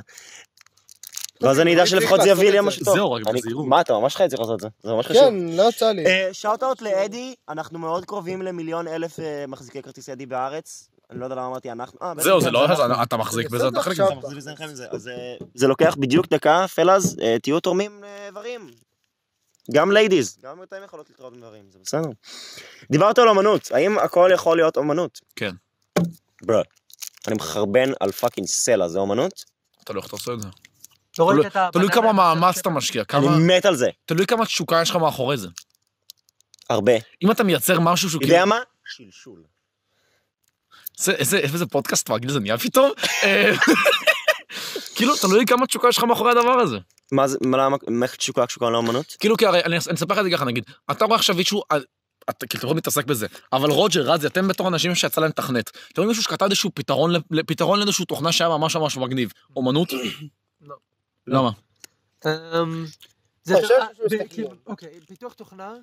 [SPEAKER 2] ואז אוקיי, אני אדע
[SPEAKER 4] אני צריך
[SPEAKER 2] שלפחות זה
[SPEAKER 4] לעשות
[SPEAKER 2] יביא
[SPEAKER 4] את
[SPEAKER 2] לי
[SPEAKER 4] זה.
[SPEAKER 2] משהו טוב.
[SPEAKER 1] זהו, רק
[SPEAKER 2] אני-
[SPEAKER 1] בזהירות.
[SPEAKER 2] מה, אתה ממש חייב לעשות את זה. זה ממש חשוב.
[SPEAKER 4] כן, לא יצא לי.
[SPEAKER 2] שאוט-אוט אה, לאדי, אנחנו מאוד קרובים למיליון אלף אה, מחזיקי כרטיס אדי בארץ. אני לא יודע למה אמרתי אנחנו. אה, בעצם
[SPEAKER 1] זהו, זה לא...
[SPEAKER 2] אנחנו.
[SPEAKER 1] אתה מחזיק בזה, אתה
[SPEAKER 4] בסדר,
[SPEAKER 1] חלק
[SPEAKER 4] עכשיו.
[SPEAKER 1] מזה.
[SPEAKER 2] זה וזה לכם זה. אז, אה, זה לוקח בדיוק דקה, פלאז, אה, תהיו תורמים אה, איברים. גם ליידיז. גם אתם יכולות לתרום איברים, זה בסדר. דיברת על אומנות, האם הכל יכול להיות אומנות?
[SPEAKER 1] כן.
[SPEAKER 2] ברו, אני מחרבן על פאקינג סלע, זה אומנות?
[SPEAKER 1] תלוי איך אתה עושה את זה.
[SPEAKER 5] לא ראית את
[SPEAKER 1] תלוי- תלוי
[SPEAKER 5] הבננה
[SPEAKER 1] כמה
[SPEAKER 5] עם
[SPEAKER 1] מאמץ
[SPEAKER 5] הסרט?
[SPEAKER 1] אתה משקיע,
[SPEAKER 2] אני
[SPEAKER 1] כמה...
[SPEAKER 2] מת על זה,
[SPEAKER 1] תלוי כמה תשוקה יש לך מאחורי זה.
[SPEAKER 2] הרבה.
[SPEAKER 1] אם אתה מייצר משהו שהוא כאילו-
[SPEAKER 2] אתה יודע מה? שלשול.
[SPEAKER 1] זה- איזה איזה פודקאסט מגניב זה נהיה פתאום? אה, כאילו, תלוי כמה תשוקה יש לך מאחורי הדבר הזה.
[SPEAKER 2] מה זה, מה- למה, איך תשוקה תשוקה לא אומנות?
[SPEAKER 1] כאילו, כי הרי, אני אני אספר לך את זה ככה, נגיד, אתה רואה עכשיו מישהו, אה, אתה כאילו, אתה יכול להתעסק בזה, אבל רוג'ר, רזי, אתם בתור אנשים שיצא להם לתכנת, אתם רואים מישהו שכתב איזשהו פתרון, ל- לפתרון לאיזשהו תוכנה שהיה ממש ממש מגניב. אומנות?
[SPEAKER 5] לא.
[SPEAKER 1] למה?
[SPEAKER 5] אמ, זה
[SPEAKER 4] אתה חושב
[SPEAKER 5] אה,
[SPEAKER 4] שהוא עושה
[SPEAKER 5] ב- כאילו,
[SPEAKER 4] כלום. לא.
[SPEAKER 5] אוקיי, פיתוח תוכנה,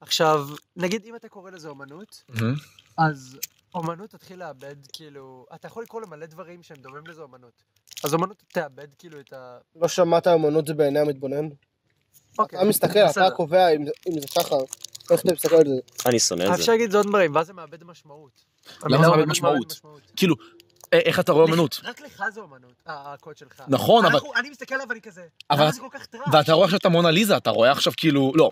[SPEAKER 5] עכשיו, נגיד אם אתה קורא לזה אומנות,
[SPEAKER 1] מהמם.
[SPEAKER 5] אז אומנות תתחיל לאבד, כאילו... אתה יכול לקרוא למלא דברים שהם דומים לזה אומנות. אז אומנות תאבד, כאילו, את ה...
[SPEAKER 4] לא שמעת אמנות זה בעיני המתבונן?
[SPEAKER 5] אוקיי,
[SPEAKER 4] אתה מסתכל, אתה
[SPEAKER 5] בסדר.
[SPEAKER 4] קובע אם אם זה ככה. איך אתה מסתכל על זה?
[SPEAKER 2] אני שונא את
[SPEAKER 5] אפשר
[SPEAKER 2] זה.
[SPEAKER 5] להגיד זה עוד דברים, ואז זה מאבד משמעות.
[SPEAKER 1] למה זה מאבד משמעות? כאילו, אה, איך אתה רואה אמנות?
[SPEAKER 5] רק לך זה אומנות, ה- הקוד שלך.
[SPEAKER 4] אה,
[SPEAKER 1] נכון, אבל...
[SPEAKER 5] אנחנו- אני מסתכל עליו ואני כזה,
[SPEAKER 1] אבל-
[SPEAKER 5] למה זה כל כך טראש?
[SPEAKER 1] ואתה רואה עכשיו את המונליזה, אתה רואה עכשיו כאילו... לא.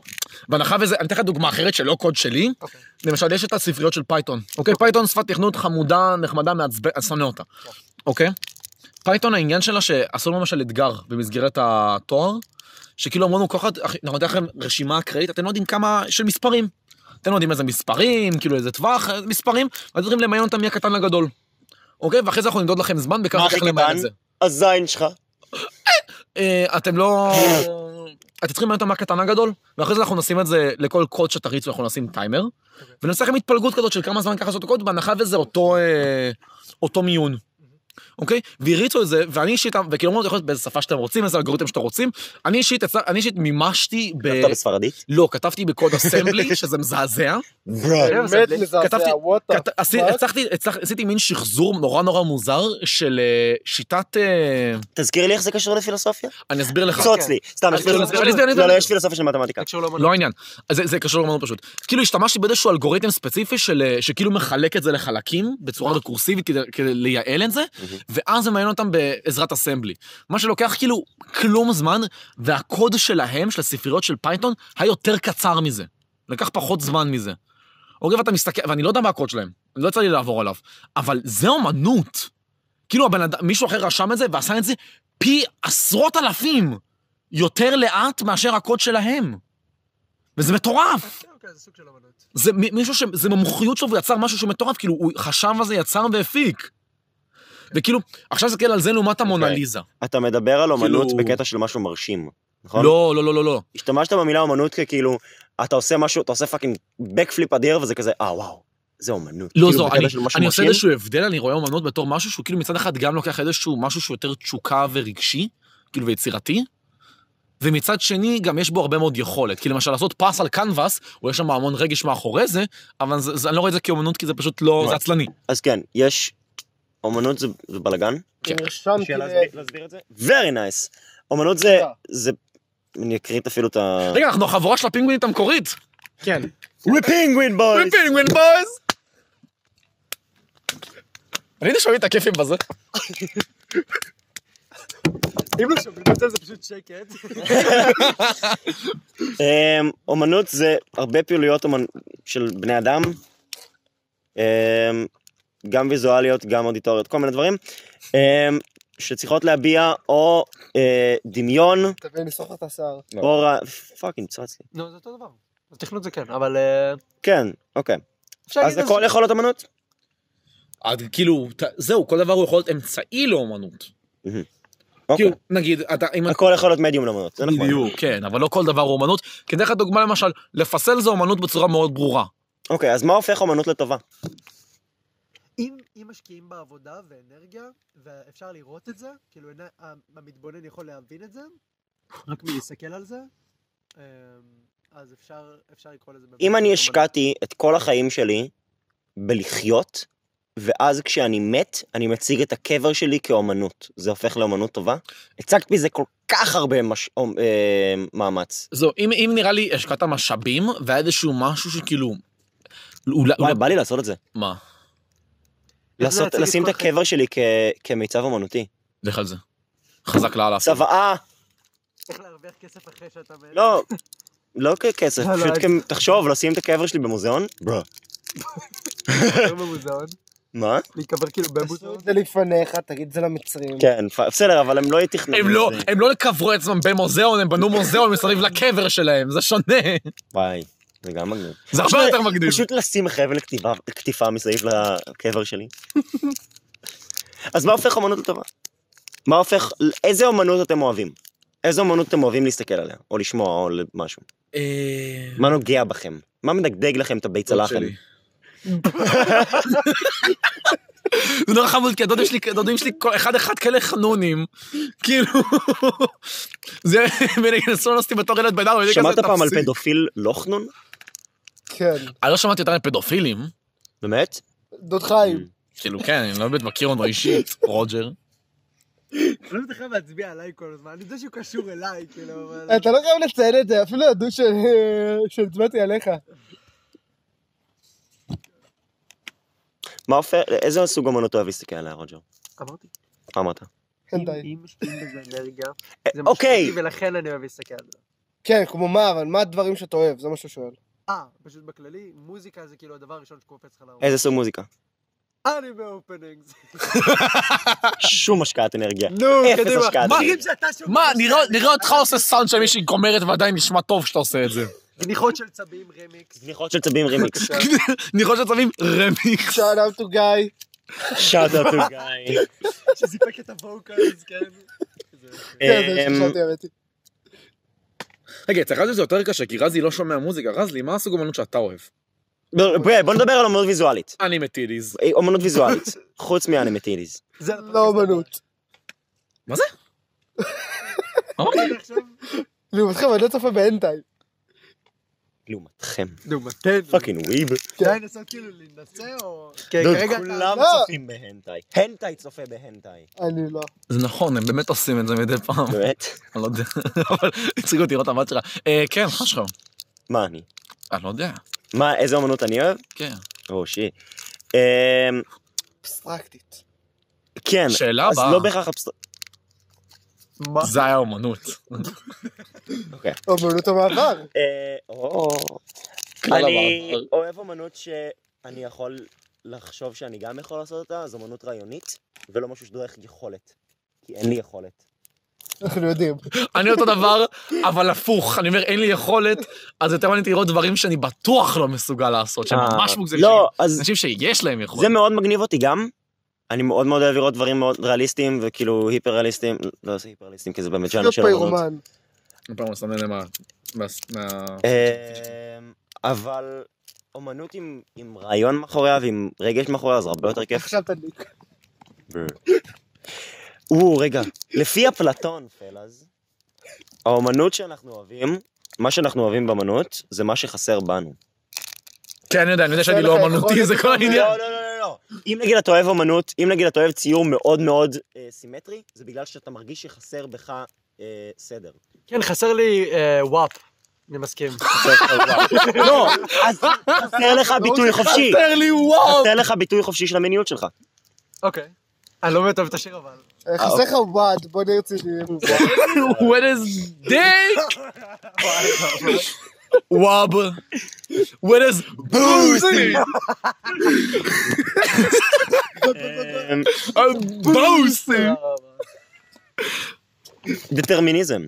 [SPEAKER 1] בהנחה וזה, אני אתן לך דוגמה אחרת שלא קוד שלי.
[SPEAKER 5] אוקיי.
[SPEAKER 1] למשל, יש את הספריות של פייתון. אוקיי? פייתון שפת תכנות חמודה, נחמדה, מעצבן, אני שונא אותה. אוקיי? פייתון, העניין שלה שעשו ממש על אתגר במסגרת התואר, שכאילו אמרנו, כל אחד, אחי, אנחנו ניתן לכם רשימה אקראית, אתם לא יודעים כמה, של מספרים. אתם לא יודעים איזה מספרים, כאילו איזה טווח, אה, מספרים, ואתם צריכים למיין אותם מהקטן לגדול. אוקיי? ואחרי זה אנחנו נמדוד לכם זמן,
[SPEAKER 2] מה
[SPEAKER 1] בכמה
[SPEAKER 2] הכי
[SPEAKER 1] צריך למיין
[SPEAKER 2] קטן?
[SPEAKER 1] את זה.
[SPEAKER 2] הזין שלך.
[SPEAKER 1] אה, אתם לא... אתם צריכים לראות מה קטן הגדול, ואחרי זה אנחנו נשים את זה לכל קוד שתריצו, אנחנו נשים טיימר, ונעשה לכם התפלגות כזאת של כמה זמן ככה לעשות קוד, בהנחה וזה אותו, אה, אותו מיון. אוקיי? והריצו את זה, ואני אישית, וכאילו אמרנו, יכול להיות באיזה שפה שאתם רוצים, איזה אלגוריתם שאתם רוצים. אני אישית, הצל- אני אישית מימשתי ב...
[SPEAKER 2] אתה בספרדית?
[SPEAKER 1] לא, כתבתי בקוד אסמבלי, שזה מזעזע.
[SPEAKER 2] כן,
[SPEAKER 4] באמת מזעזע,
[SPEAKER 1] כתבתי-
[SPEAKER 4] וואט
[SPEAKER 1] כת- עשי- הצלחתי, הצלח- עשיתי מין שחזור נורא נורא מוזר של אה, שיטת... אה,
[SPEAKER 2] תזכיר לי איך זה קשור לפילוסופיה?
[SPEAKER 1] אני אסביר לך.
[SPEAKER 2] קצוץ לי. סתם, יש
[SPEAKER 1] נכון. אז כאילו,
[SPEAKER 2] פילוסופיה
[SPEAKER 1] אני אסביר, אני
[SPEAKER 2] של- לא, לא,
[SPEAKER 1] אסביר.
[SPEAKER 2] יש פילוסופיה של מתמטיקה.
[SPEAKER 5] קשור לאומנות.
[SPEAKER 1] לא העניין. אז זה, זה קשור לאמנות פשוט. כאילו השתמשתי באיזשהו אלגוריתם ספציפי של, אה, שכאילו מחלק את זה לחלקים בצורה רקורסיבית כדי, כדי לייעל את זה, ואז זה מעניין אותם בעזרת אסמבלי. מה שלוקח כאילו כלום זמן, והקוד שלהם, של הספריות של פייתון, היה יותר קצר מזה. לקח פחות זמן מזה. אוקיי, ואתה מסתכל, ואני לא יודע מה הקוד שלהם, לא יצא לי לעבור עליו, אבל זה אומנות. כאילו הבן אדם, מישהו אחר רשם את זה ועשה את זה פי עשרות אלפים יותר לאט מאשר הקוד שלהם. וזה מטורף.
[SPEAKER 5] אוקיי, זה סוג של אומנות.
[SPEAKER 1] זה מ- מישהו ש... זה במומחיות שלו, והוא יצר משהו שהוא מטורף, כאילו, הוא חשב על זה, יצר והפיק. וכאילו, עכשיו תסתכל על זה לעומת המונליזה.
[SPEAKER 2] אתה מדבר על אומנות
[SPEAKER 1] כאילו-
[SPEAKER 2] בקטע של משהו מרשים, נכון?
[SPEAKER 1] לא, לא, לא, לא, לא.
[SPEAKER 2] השתמשת במילה אומנות ככאילו, אתה עושה משהו, אתה עושה פאקינג בקפליפ אדיר, וזה כזה, אה, וואו, זה אומנות.
[SPEAKER 1] לא,
[SPEAKER 2] כאילו,
[SPEAKER 1] זו,
[SPEAKER 2] בקטע
[SPEAKER 1] אני,
[SPEAKER 2] של משהו
[SPEAKER 1] אני עושה
[SPEAKER 2] מרשים.
[SPEAKER 1] איזשהו הבדל, אני רואה אומנות בתור משהו שהוא כאילו מצד אחד גם לוקח איזשהו משהו שהוא יותר תשוקה ורגשי, כאילו ויצירתי, ומצד שני גם יש בו הרבה מאוד יכולת. כי למשל לעשות פס על קנבס, הוא יש שם המון רגש מאחורי זה, אבל זה, זה, אני לא רואה את זה כאומנות כי זה פשוט לא, זה עצלני.
[SPEAKER 2] אז כן, יש... אומנות זה זה בלאגן.
[SPEAKER 1] כן.
[SPEAKER 4] נרשמתי ל-
[SPEAKER 2] Very nice. אומנות זה...
[SPEAKER 4] תודה.
[SPEAKER 2] זה... אני אקריא את אפילו את ה...
[SPEAKER 1] רגע, אנחנו החבורה של הפינגווינית המקורית.
[SPEAKER 4] כן.
[SPEAKER 2] We penguin
[SPEAKER 1] We
[SPEAKER 2] boys!
[SPEAKER 1] penguin boys! ראית שומעים את הכיפים בזה?
[SPEAKER 5] אם לא שומעים את זה, זה פשוט שקט.
[SPEAKER 2] אמ, אומנות זה הרבה פעילויות אומנ... של בני אדם, אמ, גם ויזואליות, גם אודיטוריות, כל מיני דברים, אמ, שצריכות להביע או אה, דמיון,
[SPEAKER 4] תביא לסחוף את השיער.
[SPEAKER 1] כן.
[SPEAKER 2] או... רע- פאקינג, צרץ לי.
[SPEAKER 5] נו, זה אותו דבר. אז תכנות זה כן, אבל... אה,
[SPEAKER 2] כן, אוקיי.
[SPEAKER 5] אפשר
[SPEAKER 2] אז
[SPEAKER 5] להגיד
[SPEAKER 2] הכל יכול להיות אומנות?
[SPEAKER 1] עד כאילו, ת- זהו, כל דבר הוא יכול להיות אמצעי לאומנות.
[SPEAKER 2] אוקיי.
[SPEAKER 1] כאילו, נגיד, אתה, אם אתה...
[SPEAKER 2] הכל יכול להיות מדיום לאומנות, זה נכון.
[SPEAKER 1] בדיוק. כן, אבל לא כל דבר הוא אומנות. כי אתן לך דוגמה למשל, לפסל זה אומנות בצורה מאוד ברורה.
[SPEAKER 2] אוקיי, אז מה הופך אומנות לטובה?
[SPEAKER 5] אם, אם משקיעים בעבודה ואנרגיה, ואפשר לראות את זה, כאילו עיני, ה- המתבונן יכול להבין את זה, רק מלהסתכל על זה, אמ, אז אפשר, אפשר לקרוא לזה... באמת
[SPEAKER 2] אם אני
[SPEAKER 5] אומנות.
[SPEAKER 2] השקעתי את כל החיים שלי בלחיות, ואז כשאני מת, אני מציג את הקבר שלי כאומנות. זה הופך לאומנות טובה? הצגת מזה כל כך הרבה מש... אומ- אה, מאמץ.
[SPEAKER 1] זהו, אם, אם נראה לי השקעת משאבים, והיה איזשהו משהו שכאילו... אולי...
[SPEAKER 5] לא.
[SPEAKER 2] וואי,
[SPEAKER 1] אולי...
[SPEAKER 2] בא לי לעשות את זה.
[SPEAKER 1] מה?
[SPEAKER 5] זה
[SPEAKER 2] לעשות,
[SPEAKER 5] להציג לא, את
[SPEAKER 2] לשים את
[SPEAKER 5] כל החיים.
[SPEAKER 2] הקבר שלי כ... כמיצב אומנותי.
[SPEAKER 1] לך על זה. חזק לאללה.
[SPEAKER 5] אוקיי.
[SPEAKER 2] צוואה,
[SPEAKER 5] איך להרוויח כסף אחרי שאתה... מת.
[SPEAKER 2] לא, לא ככסף,
[SPEAKER 5] לא, לא,
[SPEAKER 2] פשוט כ... תחשוב, לשים את הקבר שלי במוזיאון? ברו.
[SPEAKER 5] להיקבר לא במוזיאון,
[SPEAKER 2] מה?
[SPEAKER 5] להיקבר כאילו
[SPEAKER 4] עשו
[SPEAKER 5] במוזיאון.
[SPEAKER 4] את זה לפניך, תגיד את זה למצרים.
[SPEAKER 2] כן, פ- בסדר, אבל הם לא יתכננו
[SPEAKER 1] הם לא,
[SPEAKER 2] את זה.
[SPEAKER 1] הם לא קברו את עצמם במוזיאון, הם בנו מוזיאון מסביב לקבר שלהם, זה שונה.
[SPEAKER 2] וואי, זה גם מגניב.
[SPEAKER 1] זה הרבה יותר מגניב.
[SPEAKER 2] פשוט לשים חבל כתיבה- כתיפה מסביב לקבר שלי. אז מה הופך אומנות לטובה? מה הופך, איזה אומנות אתם אוהבים? איזה אומנות אתם אוהבים להסתכל עליה, או לשמוע, או משהו?
[SPEAKER 1] אה,
[SPEAKER 2] מה נוגע בכם? מה מדגדג לכם את הבית צלחם?
[SPEAKER 1] לא שלי. זה נורא חמוד, כי הדודים שלי, הדודים שלי, כל- אחד אחד כאלה חנונים, כאילו, זה, ונסו לעשות בתור ילד בן ארבע,
[SPEAKER 2] שמעת פעם על
[SPEAKER 1] פדופילים?
[SPEAKER 2] פדופיל לוחנון?
[SPEAKER 4] כן.
[SPEAKER 1] אני לא שמעתי יותר על פדופילים,
[SPEAKER 2] באמת?
[SPEAKER 4] דוד חיים.
[SPEAKER 1] כאילו, כן, אני לא באמת מכיר אותו אישית, רוג'ר.
[SPEAKER 5] אני לא מתחיל להצביע עליי כל הזמן, אני יודע שהוא קשור אליי, כאילו, אבל...
[SPEAKER 2] אה,
[SPEAKER 4] אתה לא חייב לציין את זה, אפילו ידעו ש- שהצבעתי עליך.
[SPEAKER 2] מה אופר, איזה סוג אמנות אוהב להסתכל עליה, רוג'ר?
[SPEAKER 5] אמרתי,
[SPEAKER 2] מה אמרת?
[SPEAKER 4] חנטאי.
[SPEAKER 5] אם משקיעים בזה אנרגיה, זה
[SPEAKER 2] אוקיי.
[SPEAKER 5] משמעותי, ולכן אני אוהב להסתכל על זה.
[SPEAKER 4] כן, כמו מה, אבל מה הדברים שאתה אוהב? זה מה שהוא שואל.
[SPEAKER 5] אה, פשוט בכללי, מוזיקה זה כאילו הדבר הראשון שקופץ לך לראש.
[SPEAKER 2] איזה סוג מוזיקה? אה,
[SPEAKER 5] אני באופנינגס.
[SPEAKER 2] שום השקעת אנרגיה.
[SPEAKER 5] נו,
[SPEAKER 2] אפס
[SPEAKER 5] קדימה.
[SPEAKER 2] השקעת
[SPEAKER 1] מה?
[SPEAKER 2] אנרגיה.
[SPEAKER 1] מה, לא- נראה- נראה אותך עושה סאונד של מישהי גומרת ועדיין נשמע טוב שאתה עושה את זה.
[SPEAKER 5] גניחות של צבים, רמיקס.
[SPEAKER 2] זניחות של צבים רימיקס.
[SPEAKER 1] נראה שצבים רמיקס.
[SPEAKER 4] שאל אאוט טו גיא.
[SPEAKER 2] שאט אאוט גיא.
[SPEAKER 5] שזיפק את הווקלס, כן. זה יפה.
[SPEAKER 4] כן,
[SPEAKER 1] אה,
[SPEAKER 4] זה
[SPEAKER 2] אמ,
[SPEAKER 4] שחשבתי,
[SPEAKER 1] אמ-
[SPEAKER 4] האמת.
[SPEAKER 1] רגע, אצלך זה יותר קשה, כי רזי לא שומע מוזיקה. רזלי, מה הסוג אומנות שאתה אוהב?
[SPEAKER 2] בוא נדבר על אמנות ויזואלית.
[SPEAKER 1] אני מטיליז.
[SPEAKER 2] אה, אמנות ויזואלית, חוץ מאנימטיליז.
[SPEAKER 5] זה
[SPEAKER 4] לא אומנות.
[SPEAKER 5] כן,
[SPEAKER 1] אמרתי.
[SPEAKER 4] לעומתכם, אני לא צופה באנטאי.
[SPEAKER 2] לעומתכם.
[SPEAKER 5] נו, מתן.
[SPEAKER 2] פאקינג וויב.
[SPEAKER 5] די לנסות כאילו להינשא או... אוקיי. כן,
[SPEAKER 2] דוד,
[SPEAKER 5] כרגע
[SPEAKER 2] כולם
[SPEAKER 4] לא.
[SPEAKER 2] צופים בהנטאי. הנטאי צופה בהנטאי.
[SPEAKER 4] אני לא.
[SPEAKER 1] זה נכון, הם באמת עושים את זה מדי פעם.
[SPEAKER 2] באמת?
[SPEAKER 1] אני לא יודע, אבל הצחיק אותי לראות את הבת שלך. אה, כן, מה שלך?
[SPEAKER 2] מה אני?
[SPEAKER 1] אני לא יודע,
[SPEAKER 2] מה, איזה אמנות אני אוהב?
[SPEAKER 1] כן.
[SPEAKER 2] או שיט. אמ,
[SPEAKER 4] אבסטרקטית.
[SPEAKER 2] כן.
[SPEAKER 1] שאלה
[SPEAKER 2] אז
[SPEAKER 1] הבאה.
[SPEAKER 2] לא בהכרח אבסטרקט.
[SPEAKER 5] מה?
[SPEAKER 1] זה היה אומנות.
[SPEAKER 4] אומנות המעבר.
[SPEAKER 2] אה, או.
[SPEAKER 1] כלל
[SPEAKER 2] אני
[SPEAKER 1] המעבר.
[SPEAKER 2] אוהב אמנות שאני יכול לחשוב שאני גם יכול לעשות אותה, זו אמנות רעיונית, ולא משהו שדרך יכולת. כי אין לי יכולת.
[SPEAKER 4] אנחנו יודעים.
[SPEAKER 1] אני אותו דבר, אבל הפוך. אני אומר, אין לי יכולת, אז יותר מעניין אותי לראות דברים שאני בטוח לא מסוגל לעשות, שהם ממש
[SPEAKER 2] אה,
[SPEAKER 1] מוגזמים.
[SPEAKER 2] לא, אז
[SPEAKER 1] אנשים שיש להם יכולת.
[SPEAKER 2] זה מאוד מגניב אותי גם. אני מאוד מאוד אוהב לראות דברים מאוד ריאליסטיים, וכאילו היפר ריאליסטיים, לא זה היפר ריאליסטיים, כי זה באמת ז'אנר
[SPEAKER 4] להיות
[SPEAKER 2] כן, של אמנות.
[SPEAKER 4] פירומן.
[SPEAKER 1] אני פעם מסמן להם מה... מה- מה-
[SPEAKER 2] אמ, אבל אומנות עם, עם רעיון מאחוריה ועם רגש מאחוריה, אז הרבה יותר כיף.
[SPEAKER 4] עכשיו תדליק.
[SPEAKER 2] או, רגע, לפי אפלטון, פלאז, האומנות שאנחנו אוהבים, מה שאנחנו אוהבים באמנות, זה מה שחסר בנו.
[SPEAKER 1] כן, אני יודע, אני יודע שאני
[SPEAKER 4] אין
[SPEAKER 1] לא
[SPEAKER 4] לך
[SPEAKER 1] אומנותי,
[SPEAKER 4] יכולת
[SPEAKER 1] זה כל העניין.
[SPEAKER 2] לא, לא, לא, לא. אם נגיד אתה אוהב אומנות, אם נגיד אתה אוהב ציור מאוד מאוד אה, סימטרי, זה בגלל שאתה מרגיש שחסר בך אה, סדר.
[SPEAKER 5] כן, חסר לי אה, וואפ. אני מסכים.
[SPEAKER 2] לא, אז חסר לך ביטוי חופשי.
[SPEAKER 1] חסר לי וואו.
[SPEAKER 2] חסר לך ביטוי חופשי של המיניות שלך.
[SPEAKER 5] אוקיי. אני לא באמת אוהב את השיר אבל.
[SPEAKER 4] אה, חסר לך וואד, בוא נהיה רציני.
[SPEAKER 1] What is dick? וואב. What is boozy?
[SPEAKER 2] אמ,
[SPEAKER 1] בוסי.
[SPEAKER 5] אה.
[SPEAKER 2] דטרמיניזם.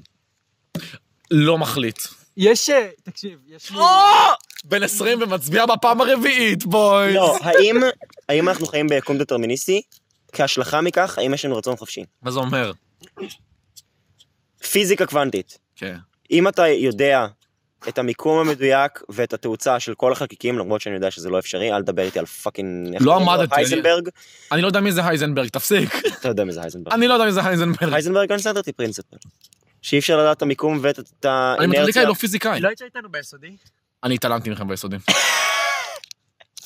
[SPEAKER 1] לא מחליט.
[SPEAKER 5] יש... אה, תקשיב, יש לי...
[SPEAKER 1] בן 20 ומצביע בפעם הרביעית, בואי.
[SPEAKER 2] לא, האם, האם אנחנו חיים ביקום דטרמיניסטי? כהשלכה מכך, האם יש לנו רצון חופשי?
[SPEAKER 1] מה זה אומר?
[SPEAKER 2] פיזיקה קוונטית.
[SPEAKER 1] כן.
[SPEAKER 2] אם אתה יודע את המיקום המדויק ואת התאוצה של כל החלקיקים, למרות שאני יודע שזה לא אפשרי, אל תדבר איתי על פאקינג... איך
[SPEAKER 1] לא
[SPEAKER 2] קוראים לו?
[SPEAKER 1] עמדתי, אני-
[SPEAKER 2] הייזנברג?
[SPEAKER 1] אני לא יודע מי זה הייזנברג, תפסיק.
[SPEAKER 2] אתה יודע מי זה הייזנברג.
[SPEAKER 1] אני לא יודע מי זה הייזנברג.
[SPEAKER 2] הייזנברג קונסנטרטי פרינציפל. שאי אפשר לדעת את המיקום ואת את
[SPEAKER 1] אני
[SPEAKER 2] האינרציה.
[SPEAKER 1] מתמטיקאי, לא פיזיקאי.
[SPEAKER 5] לא היית איתנו ביסודי?
[SPEAKER 1] אני התעלמתי מכם ביסודי. Oh,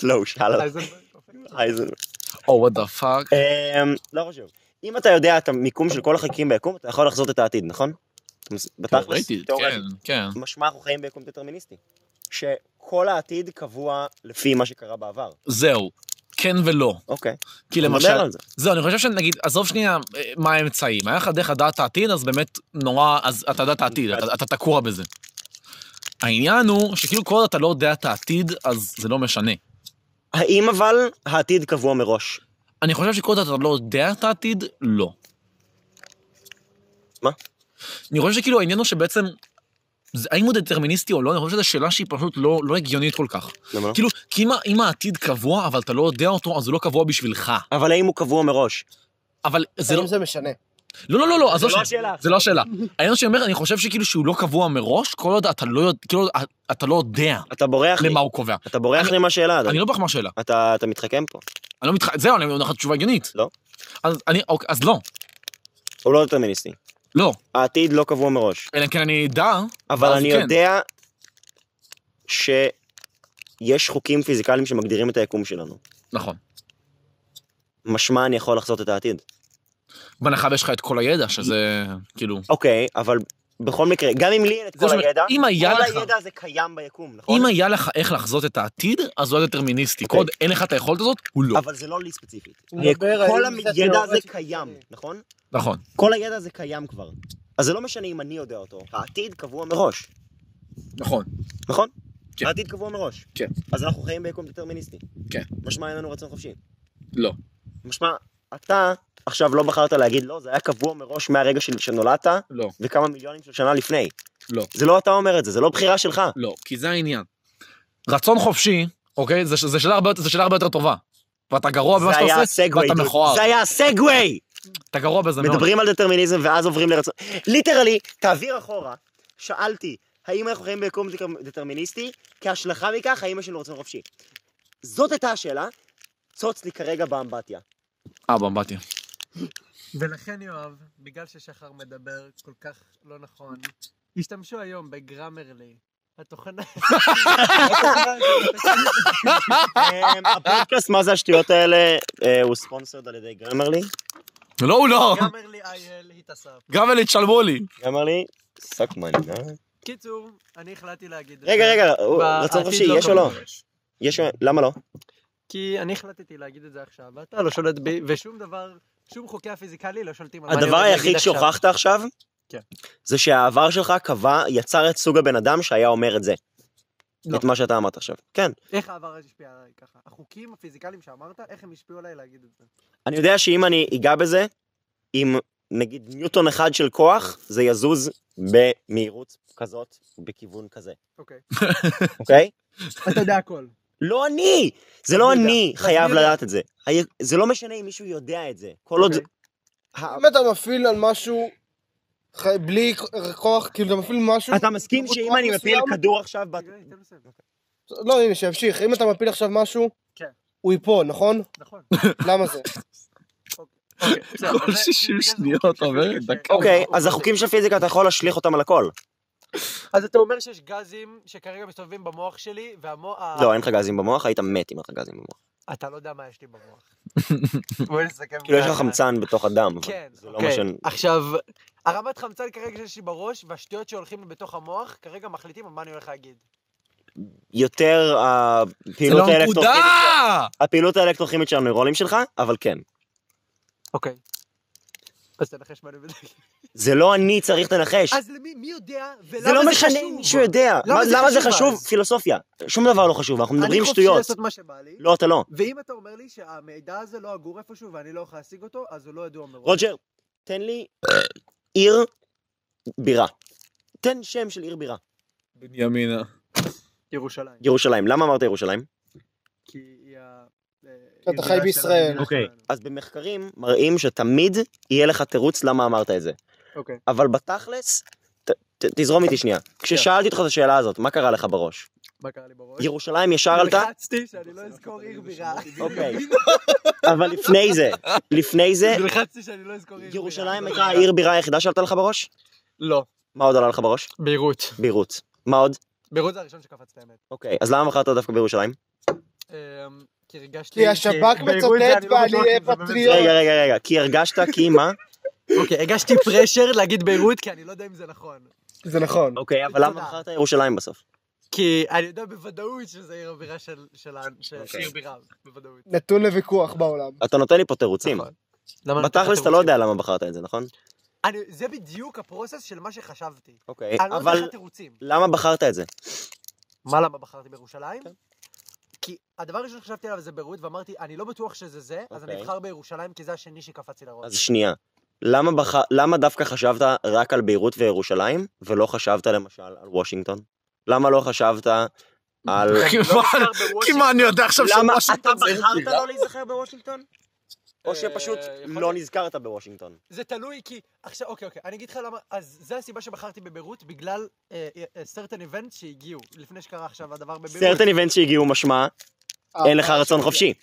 [SPEAKER 2] לא, הוא שאל על
[SPEAKER 5] אייזנברג.
[SPEAKER 2] הייזנברג.
[SPEAKER 1] או, what the fuck.
[SPEAKER 2] אמ, לא חשוב. אם אתה יודע את המיקום של כל החלקיקים ביקום, אתה יכול לחזות את העתיד, נכון? אתה מס- בתכלס,
[SPEAKER 1] ראיתי,
[SPEAKER 2] תיאורטית.
[SPEAKER 1] כן, כן.
[SPEAKER 2] משמע אנחנו חיים ביקום דטרמיניסטי. שכל העתיד קבוע לפי מה שקרה בעבר.
[SPEAKER 1] זהו. כן ולא.
[SPEAKER 2] אוקיי.
[SPEAKER 1] כי
[SPEAKER 2] נדבר
[SPEAKER 1] למשל,
[SPEAKER 2] על זה.
[SPEAKER 1] זהו, אני חושב שנגיד, עזוב שנייה אה, מה האמצעים. היה לך דרך לדעת את העתיד, אז באמת נורא, אז אתה יודע את העתיד, אתה, אתה תקוע בזה. העניין הוא שכאילו כל עוד אתה לא יודע את העתיד, אז זה לא משנה.
[SPEAKER 2] האם אבל העתיד קבוע מראש?
[SPEAKER 1] אני חושב שכל עוד אתה לא יודע את העתיד, לא.
[SPEAKER 2] מה?
[SPEAKER 1] אני חושב שכאילו העניין הוא שבעצם, זה, האם הוא דטרמיניסטי או לא, אני חושב שזו שאלה שהיא פשוט לא, לא הגיונית כל כך.
[SPEAKER 2] למה לא?
[SPEAKER 1] כאילו, כי אם, ה- אם העתיד קבוע, אבל אתה לא יודע אותו, אז הוא לא קבוע בשבילך.
[SPEAKER 2] אבל האם הוא קבוע מראש?
[SPEAKER 1] אבל זה לא...
[SPEAKER 4] אם זה משנה.
[SPEAKER 2] אה,
[SPEAKER 1] לא, לא, לא, לא, עזוב
[SPEAKER 2] לא
[SPEAKER 1] ש-
[SPEAKER 2] השאלה.
[SPEAKER 1] זה לא השאלה. העניין שאני אומר, אני חושב שכאילו שהוא לא קבוע מראש, כל עוד אתה לא יודע, כאילו, אתה לא יודע
[SPEAKER 2] אתה בורח לי.
[SPEAKER 1] למה הוא קובע.
[SPEAKER 2] אתה בורח לי מהשאלה,
[SPEAKER 1] אני
[SPEAKER 2] אדוני.
[SPEAKER 1] לא בטוח מה השאלה.
[SPEAKER 2] אתה אתה מתחכם פה.
[SPEAKER 1] אני לא מתח... זהו, אני אומר לך תשובה הגיונית.
[SPEAKER 2] לא.
[SPEAKER 1] אז אני, אוקיי, אז לא,
[SPEAKER 2] הוא לא דטרמיניסטי.
[SPEAKER 1] לא.
[SPEAKER 2] העתיד לא קבוע מראש.
[SPEAKER 1] אלא אם כן אני אדע,
[SPEAKER 2] אבל
[SPEAKER 1] אז
[SPEAKER 2] אני
[SPEAKER 1] כן.
[SPEAKER 2] יודע ש... יש חוקים פיזיקליים שמגדירים את היקום שלנו.
[SPEAKER 1] נכון.
[SPEAKER 2] משמע אני יכול לחזות את העתיד.
[SPEAKER 1] בהנחה ויש לך את כל הידע, שזה כאילו...
[SPEAKER 2] אוקיי, אבל בכל מקרה, גם אם לי אין את
[SPEAKER 1] זה
[SPEAKER 2] כל
[SPEAKER 1] שאומר,
[SPEAKER 2] הידע,
[SPEAKER 1] אם היה
[SPEAKER 2] כל
[SPEAKER 1] לך-
[SPEAKER 2] הידע הזה קיים ביקום, נכון?
[SPEAKER 1] אם היה לך איך לחזות את העתיד, אז הוא היה דטרמיניסטי. כל
[SPEAKER 2] אוקיי.
[SPEAKER 1] עוד אין לך את היכולת הזאת, הוא לא.
[SPEAKER 2] אבל זה לא לי ספציפית.
[SPEAKER 4] מדבר
[SPEAKER 2] כל
[SPEAKER 4] האם זה
[SPEAKER 2] הידע הזה
[SPEAKER 4] תיאורטי.
[SPEAKER 2] קיים, נכון?
[SPEAKER 1] נכון.
[SPEAKER 2] כל הידע הזה קיים כבר. אז זה לא משנה אם אני יודע אותו, העתיד קבוע מראש.
[SPEAKER 1] נכון.
[SPEAKER 2] נכון?
[SPEAKER 1] כן.
[SPEAKER 2] העתיד קבוע מראש.
[SPEAKER 1] כן.
[SPEAKER 2] אז אנחנו חיים ביקום דטרמיניסטי.
[SPEAKER 1] כן.
[SPEAKER 2] משמע אין לנו רצון חופשי.
[SPEAKER 1] לא.
[SPEAKER 2] משמע, אתה עכשיו לא בחרת להגיד לא, זה היה קבוע מראש מהרגע של- שנולדת,
[SPEAKER 1] לא.
[SPEAKER 2] וכמה מיליונים של שנה לפני.
[SPEAKER 1] לא.
[SPEAKER 2] זה לא אתה אומר את זה, זה לא בחירה שלך.
[SPEAKER 1] לא. כי זה העניין. רצון חופשי, אוקיי? זה- זה שאלה הרבה יותר- זה שאלה הרבה יותר טובה. ואתה גרוע במה
[SPEAKER 2] זה
[SPEAKER 1] שאתה
[SPEAKER 2] היה
[SPEAKER 1] עושה,
[SPEAKER 2] הסגווי,
[SPEAKER 1] ואתה
[SPEAKER 2] דוד.
[SPEAKER 1] מכוער.
[SPEAKER 2] זה היה הסגווי!
[SPEAKER 1] אתה גרוע בזה
[SPEAKER 5] לא.
[SPEAKER 1] מאוד.
[SPEAKER 2] מדברים על דטרמיניזם ואז עוברים לרצון... ליטרלי, תעביר אחורה, שאלתי, האם אנחנו חיים ביקום דטר- דטרמיניסטי? כהשלכה מכך, האם יש לנו רצון חופשי? זאת הייתה השאלה, צוץ לי כרגע באמבטיה.
[SPEAKER 1] אה, באמבטיה.
[SPEAKER 5] ולכן יואב, בגלל ששחר מדבר כל כך לא נכון, השתמשו היום בגרמרלי. התוכנה... התוכנה הזאת-
[SPEAKER 2] אמ, הפודקאסט, מה זה השטויות האלה? אה, הוא ספונסרד על ידי גרמרלי.
[SPEAKER 1] לא, הוא לא.
[SPEAKER 2] נכון.
[SPEAKER 5] גרמרלי אייל התאסף.
[SPEAKER 1] גם אלה תשלמו לי.
[SPEAKER 2] גרמרלי, סאק מנינה.
[SPEAKER 5] קיצור, אני החלטתי להגיד... את
[SPEAKER 2] רגע,
[SPEAKER 5] זה.
[SPEAKER 2] רגע, הוא- רצון
[SPEAKER 5] בעתיד
[SPEAKER 2] חופשי,
[SPEAKER 5] לא
[SPEAKER 2] יש או לא?
[SPEAKER 5] קבוע.
[SPEAKER 2] יש או... למה לא?
[SPEAKER 5] כי אני החלטתי להגיד את זה עכשיו, ואתה לא שולט בי, ושום דבר, שום חוקי הפיזיקלי לא שולטים על מה אני
[SPEAKER 2] הדבר
[SPEAKER 5] הולך
[SPEAKER 2] היחיד
[SPEAKER 5] להגיד עכשיו.
[SPEAKER 2] שהוכחת עכשיו,
[SPEAKER 5] כן.
[SPEAKER 2] זה שהעבר שלך קבע, יצר את סוג הבן אדם שהיה אומר את זה.
[SPEAKER 5] לא.
[SPEAKER 2] את מה שאתה אמרת עכשיו. כן.
[SPEAKER 5] איך העבר השפיע עליי ככה? החוקים הפיזיקליים שאמרת, איך הם השפיעו עליי להגיד את זה?
[SPEAKER 2] אני יודע שאם אני אגע בזה, עם נגיד ניוטון אחד של כוח, זה יזוז במהירות כזאת, בכיוון כזה,
[SPEAKER 5] אוקיי.
[SPEAKER 2] אוקיי?
[SPEAKER 5] אתה יודע הכל.
[SPEAKER 2] לא אני! זה לא
[SPEAKER 5] אני יודע.
[SPEAKER 2] אני
[SPEAKER 5] אז
[SPEAKER 2] חייב
[SPEAKER 5] מי יודע?
[SPEAKER 2] לדעת את זה. היה- זה לא משנה אם מישהו יודע את זה. כל עוד...
[SPEAKER 5] אוקיי.
[SPEAKER 2] ה-
[SPEAKER 4] אם אתה מפעיל על משהו חי- בלי כוח, כאילו אתה מפעיל משהו...
[SPEAKER 2] אתה מסכים שאם
[SPEAKER 4] כוח
[SPEAKER 2] אני מפיל
[SPEAKER 4] מסוים-
[SPEAKER 2] כדור עכשיו... בת-
[SPEAKER 5] רגע, תן לי לסיים.
[SPEAKER 2] אוקיי.
[SPEAKER 4] לא, הנה, שימשיך. אם אתה מפיל עכשיו משהו,
[SPEAKER 5] כן.
[SPEAKER 4] הוא ייפול, נכון?
[SPEAKER 5] נכון.
[SPEAKER 4] למה זה?
[SPEAKER 5] אוקיי, בסדר,
[SPEAKER 1] כל
[SPEAKER 5] זה-
[SPEAKER 1] 60
[SPEAKER 5] בגלל זה
[SPEAKER 1] שניות
[SPEAKER 5] חוקים
[SPEAKER 1] עוברת
[SPEAKER 5] שפיזיקה ש-
[SPEAKER 1] דקה.
[SPEAKER 2] אוקיי, אז החוקים של פיזיקה, אתה יכול להשליך אותם על הכל.
[SPEAKER 5] אז אתה אומר שיש גזים שכרגע מסתובבים במוח שלי, והמוח...
[SPEAKER 2] לא, אין לך גזים במוח, היית מת אם אין לך גזים במוח.
[SPEAKER 5] אתה לא יודע מה יש לי במוח. בואי נסכם.
[SPEAKER 2] כאילו, יש לך
[SPEAKER 5] ככה.
[SPEAKER 2] חמצן בתוך הדם, אבל
[SPEAKER 5] אה, כן,
[SPEAKER 2] זה לא מה
[SPEAKER 5] אוקיי.
[SPEAKER 2] ש...
[SPEAKER 5] עכשיו, הרמת חמצן כרגע שיש לי בראש, והשטויות שהולכים לי בתוך המוח, כרגע מחליטים על מה אני הולך להגיד.
[SPEAKER 2] יותר אה,
[SPEAKER 1] זה
[SPEAKER 2] הפעילות
[SPEAKER 1] לא
[SPEAKER 2] האלקטרוכימית...
[SPEAKER 1] נקודה!
[SPEAKER 2] הפעילות האלקטרוכימית של הנוירולים שלך, אבל כן.
[SPEAKER 5] אוקיי. אז תנחש מה אני מדבר.
[SPEAKER 2] זה לא אני צריך לנחש.
[SPEAKER 5] אז למי, מי יודע, ולמה
[SPEAKER 2] זה לא משנה אם מישהו יודע.
[SPEAKER 5] למה
[SPEAKER 2] מה-
[SPEAKER 5] זה
[SPEAKER 2] למה זה
[SPEAKER 5] חשוב
[SPEAKER 2] חשוב?
[SPEAKER 5] אז?
[SPEAKER 2] פילוסופיה. שום דבר לא חשוב, אנחנו מדברים
[SPEAKER 5] אני חופשי
[SPEAKER 2] שטויות.
[SPEAKER 5] לעשות מה שבא לי,
[SPEAKER 2] לא, אתה לא.
[SPEAKER 5] ואם אתה אומר לי שהמידע הזה לא אגור איפשהו ואני לא יכול להשיג אותו, אז הוא לא ידוע מראש.
[SPEAKER 2] רוג'ר, תן לי עיר בירה. תן שם של עיר בירה.
[SPEAKER 1] בנימינה.
[SPEAKER 5] ירושלים.
[SPEAKER 2] ירושלים. למה אמרת ירושלים?
[SPEAKER 5] כי היא ה... אה,
[SPEAKER 4] אתה
[SPEAKER 5] היא
[SPEAKER 4] חי
[SPEAKER 5] בירה
[SPEAKER 4] בישראל.
[SPEAKER 5] של המדינה
[SPEAKER 2] אוקיי.
[SPEAKER 5] שלנו.
[SPEAKER 2] אז במחקרים מראים שתמיד יהיה לך תירוץ למה אמרת את זה.
[SPEAKER 5] אוקיי.
[SPEAKER 2] אבל בתכלס, ת- ת- תזרום איתי שנייה. כששאלתי אותך את השאלה הזאת, מה קרה לך בראש?
[SPEAKER 5] מה קרה לי כן. בראש?
[SPEAKER 2] ירושלים ישר עלתה?
[SPEAKER 5] נלחצתי שאני לא אזכור עיר בירה.
[SPEAKER 2] אוקיי. אבל לפני זה, לפני זה,
[SPEAKER 5] נלחצתי שאני לא אזכור עיר בירה.
[SPEAKER 2] ירושלים
[SPEAKER 5] לא
[SPEAKER 2] הייתה
[SPEAKER 5] יודע.
[SPEAKER 2] העיר בירה היחידה שעלתה לך בראש?
[SPEAKER 5] לא,
[SPEAKER 2] מה עוד עלה לך בראש?
[SPEAKER 5] ביירות.
[SPEAKER 2] ביירות. מה עוד?
[SPEAKER 5] ביירות זה הראשון שקפץ את האמת.
[SPEAKER 2] אוקיי, אז למה בחרת דווקא בירושלים?
[SPEAKER 5] אמ, כי הרגשתי...
[SPEAKER 4] כי השב"כ
[SPEAKER 5] ביירות זה
[SPEAKER 4] מצוטט
[SPEAKER 5] אני לא
[SPEAKER 4] ואני אהיה
[SPEAKER 5] בטוח אם זה באמת
[SPEAKER 4] פטריוט.
[SPEAKER 2] רגע, רגע, רגע, כי הרגשת, כי מה?
[SPEAKER 5] אוקיי, הגשתי פרשר להגיד ביירות, כי אני לא יודע אם זה נכון.
[SPEAKER 4] זה נכון.
[SPEAKER 2] אוקיי, אבל למה
[SPEAKER 5] תודה.
[SPEAKER 2] בחרת ירושלים בסוף?
[SPEAKER 5] כי אני יודע בוודאות שזה עיר הבירה של... של ה- של-
[SPEAKER 2] אוקיי.
[SPEAKER 5] עיר בירה, בוודאות.
[SPEAKER 4] נתון לוויכוח בעולם.
[SPEAKER 2] אתה נותן לי פה תירוצים.
[SPEAKER 5] נכון. למה אני
[SPEAKER 2] בתכלס אתה
[SPEAKER 5] לוקח
[SPEAKER 2] לא
[SPEAKER 5] תירוצים?
[SPEAKER 2] יודע למה בחרת את זה, נכון?
[SPEAKER 5] אני- זה בדיוק הפרוסס של מה שחשבתי.
[SPEAKER 2] אוקיי,
[SPEAKER 5] אני לא
[SPEAKER 2] אבל
[SPEAKER 5] נותן לך תירוצים.
[SPEAKER 2] למה בחרת את זה?
[SPEAKER 5] מה למה בחרתי בירושלים?
[SPEAKER 2] כן.
[SPEAKER 5] כי הדבר הראשון שחשבתי עליו זה ביירות, ואמרתי, אני לא בטוח שזה זה, אז אני
[SPEAKER 2] אוקיי.
[SPEAKER 5] אבחר בירושלים, כי זה השני שקפץ לי
[SPEAKER 2] אז
[SPEAKER 5] לראש.
[SPEAKER 2] שנייה. למה, בח... למה דווקא חשבת רק על ביירות וירושלים, ולא חשבת למשל על וושינגטון? למה לא חשבת על...
[SPEAKER 5] לא
[SPEAKER 1] כי מה אני יודע עכשיו
[SPEAKER 2] למה אתה
[SPEAKER 1] שוושינגטון זה עיר
[SPEAKER 2] בחרת
[SPEAKER 1] בירה?
[SPEAKER 2] לא להיזכר בוושינגטון? או שפשוט
[SPEAKER 5] אה, יכול
[SPEAKER 2] לא
[SPEAKER 5] להיות. אה,
[SPEAKER 2] נזכרת בוושינגטון.
[SPEAKER 5] זה תלוי כי... עכשיו, אוקיי, אוקיי, אני אגיד לך למה... אז זה הסיבה שבחרתי בביירות, בגלל אה, אה, certain events שהגיעו, לפני שקרה עכשיו הדבר בביירות.
[SPEAKER 4] אה,
[SPEAKER 5] אה,
[SPEAKER 2] סרטן איבנט שהגיעו משמע, אין לך רצון חופשי.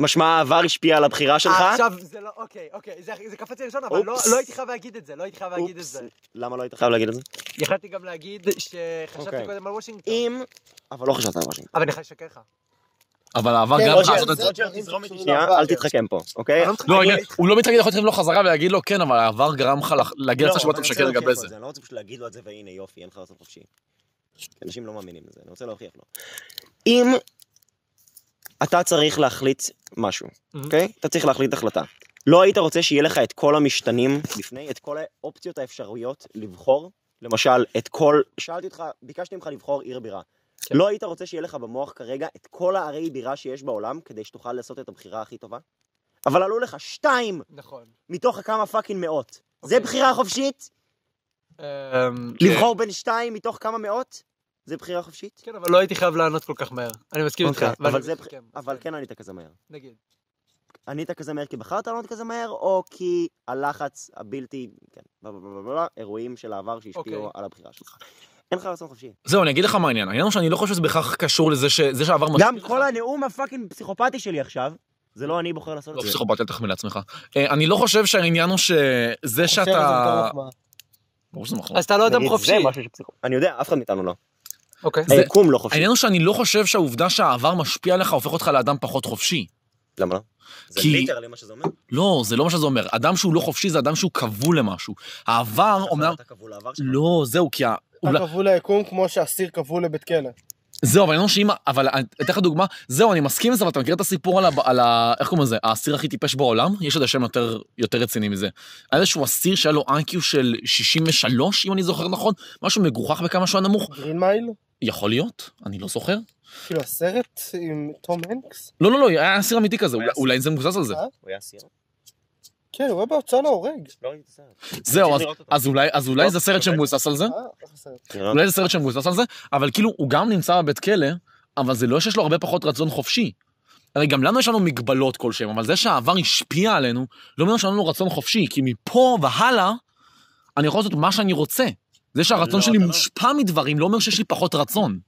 [SPEAKER 2] משמע העבר השפיע על הבחירה שלך?
[SPEAKER 5] אה, עכשיו זה לא, אוקיי, אוקיי, זה זה קפץ לי ראשון, אבל לא
[SPEAKER 2] אופס.
[SPEAKER 5] לא הייתי חייב להגיד את זה, לא הייתי חייב להגיד את
[SPEAKER 2] אופס.
[SPEAKER 5] זה.
[SPEAKER 2] למה לא היית חייב להגיד את זה?
[SPEAKER 5] יכלתי גם להגיד שחשבתי
[SPEAKER 2] אוקיי.
[SPEAKER 5] קודם על וושינגטון,
[SPEAKER 2] אם... אה, אבל לא חשבת על משהו.
[SPEAKER 5] אבל אני יכול לשקר לך.
[SPEAKER 1] אבל העבר
[SPEAKER 2] כן,
[SPEAKER 1] גם
[SPEAKER 2] רוג'ר,
[SPEAKER 1] צריך לעשות את זה.
[SPEAKER 2] רוג'ר, תזרום
[SPEAKER 5] לא,
[SPEAKER 2] איתי
[SPEAKER 4] לא
[SPEAKER 2] שנייה, אל תתחכם פה, אוקיי?
[SPEAKER 5] אני מתחכם.
[SPEAKER 1] לא, רגע, הוא לא מתנגד, יכול להתחיל לו חזרה ולהגיד לו כן, אבל העבר גרם לך לח- להגיע לצד שבו אתה משקר לגבי זה.
[SPEAKER 2] לא, אני לא רוצה פשוט להגיד לו את זה, והנה יופי, אין לך רצון חופשי. אנשים לא מאמינים לזה, אני רוצה להוכיח לו. אם אתה צריך להחליט משהו, אוקיי? אתה צריך להחליט החלטה. לא היית רוצה שיהיה לך את כל המשתנים לפני, את כל האופציות האפשרויות לבחור? למשל, את כל... שאלתי אותך, ביקשתי ממך לבחור עיר בירה.
[SPEAKER 5] כן.
[SPEAKER 2] לא היית רוצה שיהיה לך במוח כרגע את כל הערי בירה שיש בעולם, כדי שתוכל לעשות את הבחירה הכי טובה? אבל עלו לך שתיים
[SPEAKER 5] נכון.
[SPEAKER 2] מתוך כמה פאקינג מאות. זה
[SPEAKER 5] אוקיי.
[SPEAKER 2] בחירה חופשית?
[SPEAKER 5] אמ,
[SPEAKER 1] כן.
[SPEAKER 2] לבחור בין שתיים מתוך כמה מאות? זה בחירה חופשית?
[SPEAKER 5] כן, אבל לא הייתי חייב לענות כל כך מהר. אני מסכים איתך.
[SPEAKER 2] אוקיי,
[SPEAKER 5] ואני
[SPEAKER 2] אבל זה-
[SPEAKER 5] מתחכם, אז
[SPEAKER 2] אבל כן ענית כזה מהר.
[SPEAKER 5] נגיד.
[SPEAKER 2] ענית כזה מהר כי בחרת לענות כזה מהר, או כי הלחץ הבלתי, כן, בלה בלה בלה בלה, אירועים של העבר שהשפיעו
[SPEAKER 5] אוקיי.
[SPEAKER 2] על הבחירה שלך. אין לך רצון חופשי.
[SPEAKER 1] זהו, אני אגיד לך מה העניין. העניין הוא שאני לא חושב שזה בהכרח קשור לזה ש- זה שהעבר משפיע
[SPEAKER 2] גם כל הנאום הפאקינג פסיכופתי שלי עכשיו, זה לא אני בוחר לעשות
[SPEAKER 1] לא,
[SPEAKER 2] את זה.
[SPEAKER 1] פסיכופת, אל תחמיא לעצמך. אה, אני לא חושב שהעניין הוא שזה
[SPEAKER 4] חושב נכון. על כן, זה
[SPEAKER 1] שאתה...
[SPEAKER 4] בתור מחמאה.
[SPEAKER 1] ברור שזה נכון. מחמור.
[SPEAKER 5] אז אתה לא אדם
[SPEAKER 2] נגיד,
[SPEAKER 5] חופשי.
[SPEAKER 2] זה משהו שפסיכופתי. אני יודע, אף אחד מאיתנו לא.
[SPEAKER 5] אוקיי.
[SPEAKER 1] זה-
[SPEAKER 2] היקום לא חופשי.
[SPEAKER 1] העניין הוא שאני לא חושב שהעובדה שהעבר משפיע עליך הופך אותך לאדם פחות חופשי.
[SPEAKER 2] למה לא? זה
[SPEAKER 1] כי-
[SPEAKER 2] ליטרלי מה שזה אומר.
[SPEAKER 1] לא, זה לא מה שזה אומר. אדם שהוא לא חופשי זה אדם שהוא כבול למשהו. העבר אומנם...
[SPEAKER 2] אתה כבול לעבר שלך.
[SPEAKER 1] לא, זהו, כי ה... אולי-
[SPEAKER 4] אתה כבול ליקום כמו שאסיר כבול לבית כלא.
[SPEAKER 1] זהו, אבל העניין הוא שאם... אבל אני אתן לך דוגמה, זהו, אני מסכים לזה, אבל אתה מכיר את הסיפור על ה... על ה... איך קוראים לזה? האסיר הכי טיפש בעולם? יש עוד שם יותר, יותר רציני מזה. היה איזשהו אסיר שהיה לו איי-קיו של 63, אם אני זוכר נכון, משהו מגוחך בכמה שהוא היה נמוך.
[SPEAKER 4] גרין מייל?
[SPEAKER 1] יכול להיות, אני לא זוכר.
[SPEAKER 4] כאילו הסרט עם תום הנקס?
[SPEAKER 1] לא, לא, לא, היה אסיר אמיתי כזה,
[SPEAKER 2] היה
[SPEAKER 1] אולי-
[SPEAKER 2] אסיר.
[SPEAKER 1] אולי זה מבוסס על זה.
[SPEAKER 4] אה?
[SPEAKER 2] הוא היה אסיר?
[SPEAKER 4] כן, הוא היה בהוצאה להורג.
[SPEAKER 2] לא ראיתי את הסרט.
[SPEAKER 1] זהו, אז-
[SPEAKER 2] לראות אותו.
[SPEAKER 1] אז אולי- אז אולי
[SPEAKER 2] לא,
[SPEAKER 1] זה סרט
[SPEAKER 2] אוקיי.
[SPEAKER 1] שמבוסס על זה?
[SPEAKER 4] אה? איך הסרט?
[SPEAKER 2] לא-
[SPEAKER 1] אולי זה סרט שמבוסס על זה, אבל כאילו, הוא גם נמצא בבית כלא, אבל זה לא שיש לו הרבה פחות רצון חופשי. הרי גם לנו יש לנו מגבלות כלשהם, אבל זה שהעבר השפיע עלינו, לא אומר שהיה לנו רצון חופשי, כי מפה והלאה, אני יכול לעשות מה שאני רוצה. זה
[SPEAKER 2] לא,
[SPEAKER 1] שהרצון שלי
[SPEAKER 2] אתה לא.
[SPEAKER 1] מושפע מדברים, לא אומר שיש לי פחות רצון.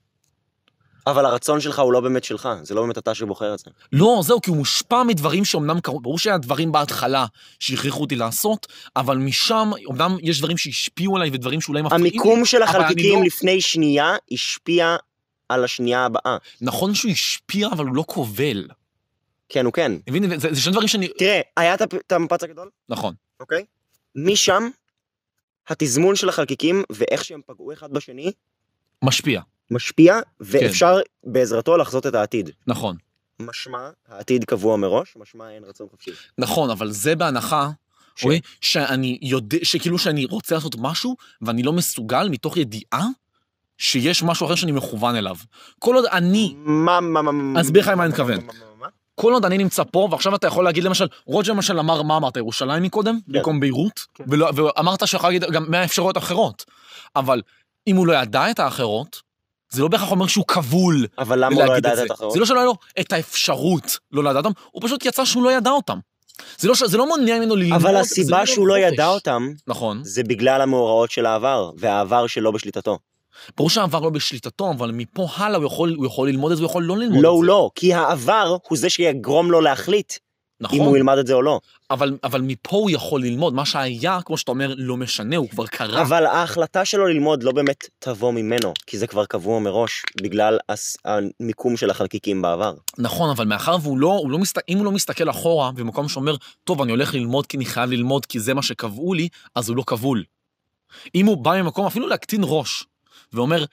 [SPEAKER 2] אבל הרצון שלך הוא לא באמת שלך, זה לא באמת אתה שבוחר את זה.
[SPEAKER 1] לא, זהו, כי הוא מושפע מדברים שאומנם קרו, ברור שהיה דברים בהתחלה שהכריחו אותי לעשות, אבל משם, אומנם יש דברים שהשפיעו עליי ודברים שאולי מפריעים.
[SPEAKER 2] המיקום של החלקיקים
[SPEAKER 1] לא-
[SPEAKER 2] לפני שנייה השפיע על השנייה הבאה.
[SPEAKER 1] נכון שהוא השפיע, אבל הוא לא כובל.
[SPEAKER 2] כן, הוא כן.
[SPEAKER 1] אתה מבין? זה, זה שני דברים שאני...
[SPEAKER 2] תראה, היה את הפ- את המפץ הגדול,
[SPEAKER 1] נכון.
[SPEAKER 2] אוקיי? משם, התזמון של החלקיקים ואיך שהם פגעו אחד בשני,
[SPEAKER 1] משפיע,
[SPEAKER 2] משפיע,
[SPEAKER 1] כן.
[SPEAKER 2] ואפשר בעזרתו לחזות את העתיד.
[SPEAKER 1] נכון.
[SPEAKER 2] משמע, העתיד קבוע מראש, משמע אין רצון חופשי.
[SPEAKER 1] נכון, אבל זה בהנחה,
[SPEAKER 2] ש-
[SPEAKER 1] אוקיי? שאני יודע, שכאילו שאני רוצה לעשות משהו, ואני לא מסוגל מתוך ידיעה שיש משהו אחר שאני מכוון אליו. כל עוד אני,
[SPEAKER 2] מה, מה, מה, מה...
[SPEAKER 1] אסביר לך למה אני מתכוון.
[SPEAKER 2] מה, מה, מה, מה?
[SPEAKER 1] כל עוד אני נמצא פה, ועכשיו אתה יכול להגיד למשל, רוג'ר למשל אמר, מה אמרת, ירושלים מקודם? במקום ביירות? ולא- ואמרת שהוא יכול להגיד גם 100 אפשרויות אחרות. אבל אם הוא לא ידע את האחרות, זה לא בהכרח אומר שהוא כבול
[SPEAKER 2] אבל למה הוא לא
[SPEAKER 1] להגיד
[SPEAKER 2] ידע
[SPEAKER 1] את
[SPEAKER 2] את
[SPEAKER 1] זה.
[SPEAKER 2] התחרות?
[SPEAKER 1] זה לא שלא היה לו את האפשרות לא לדעת אותם, הוא פשוט יצא שהוא לא ידע אותם. זה לא, ש- זה לא מונע ממנו ללמוד.
[SPEAKER 2] אבל
[SPEAKER 1] זה
[SPEAKER 2] הסיבה
[SPEAKER 1] מונע
[SPEAKER 2] שהוא
[SPEAKER 1] ממנו
[SPEAKER 2] לא ידע
[SPEAKER 1] חופש.
[SPEAKER 2] אותם,
[SPEAKER 1] נכון.
[SPEAKER 2] זה בגלל המאורעות של העבר, והעבר שלו בשליטתו.
[SPEAKER 1] ברור שהעבר לא בשליטתו, אבל מפה הלאה הוא יכול, הוא יכול ללמוד את זה, הוא יכול לא ללמוד
[SPEAKER 2] לא,
[SPEAKER 1] את
[SPEAKER 2] הוא
[SPEAKER 1] זה.
[SPEAKER 2] לא, כי העבר הוא זה שיגרום לו להחליט
[SPEAKER 1] נכון,
[SPEAKER 2] אם הוא ילמד את זה או לא.
[SPEAKER 1] אבל, אבל מפה הוא יכול ללמוד. מה שהיה, כמו שאתה אומר, לא משנה, הוא כבר קרה.
[SPEAKER 2] אבל ההחלטה שלו ללמוד לא באמת תבוא ממנו, כי זה כבר קבוע מראש, בגלל הס- המיקום של החלקיקים בעבר.
[SPEAKER 1] נכון, אבל מאחר והוא לא, הוא לא מסת... אם הוא לא מסתכל אחורה, במקום שאומר, טוב, אני הולך ללמוד כי אני חייב ללמוד, כי זה מה שקבעו לי, אז הוא לא כבול. אם הוא בא ממקום אפילו להקטין ראש, ואומר,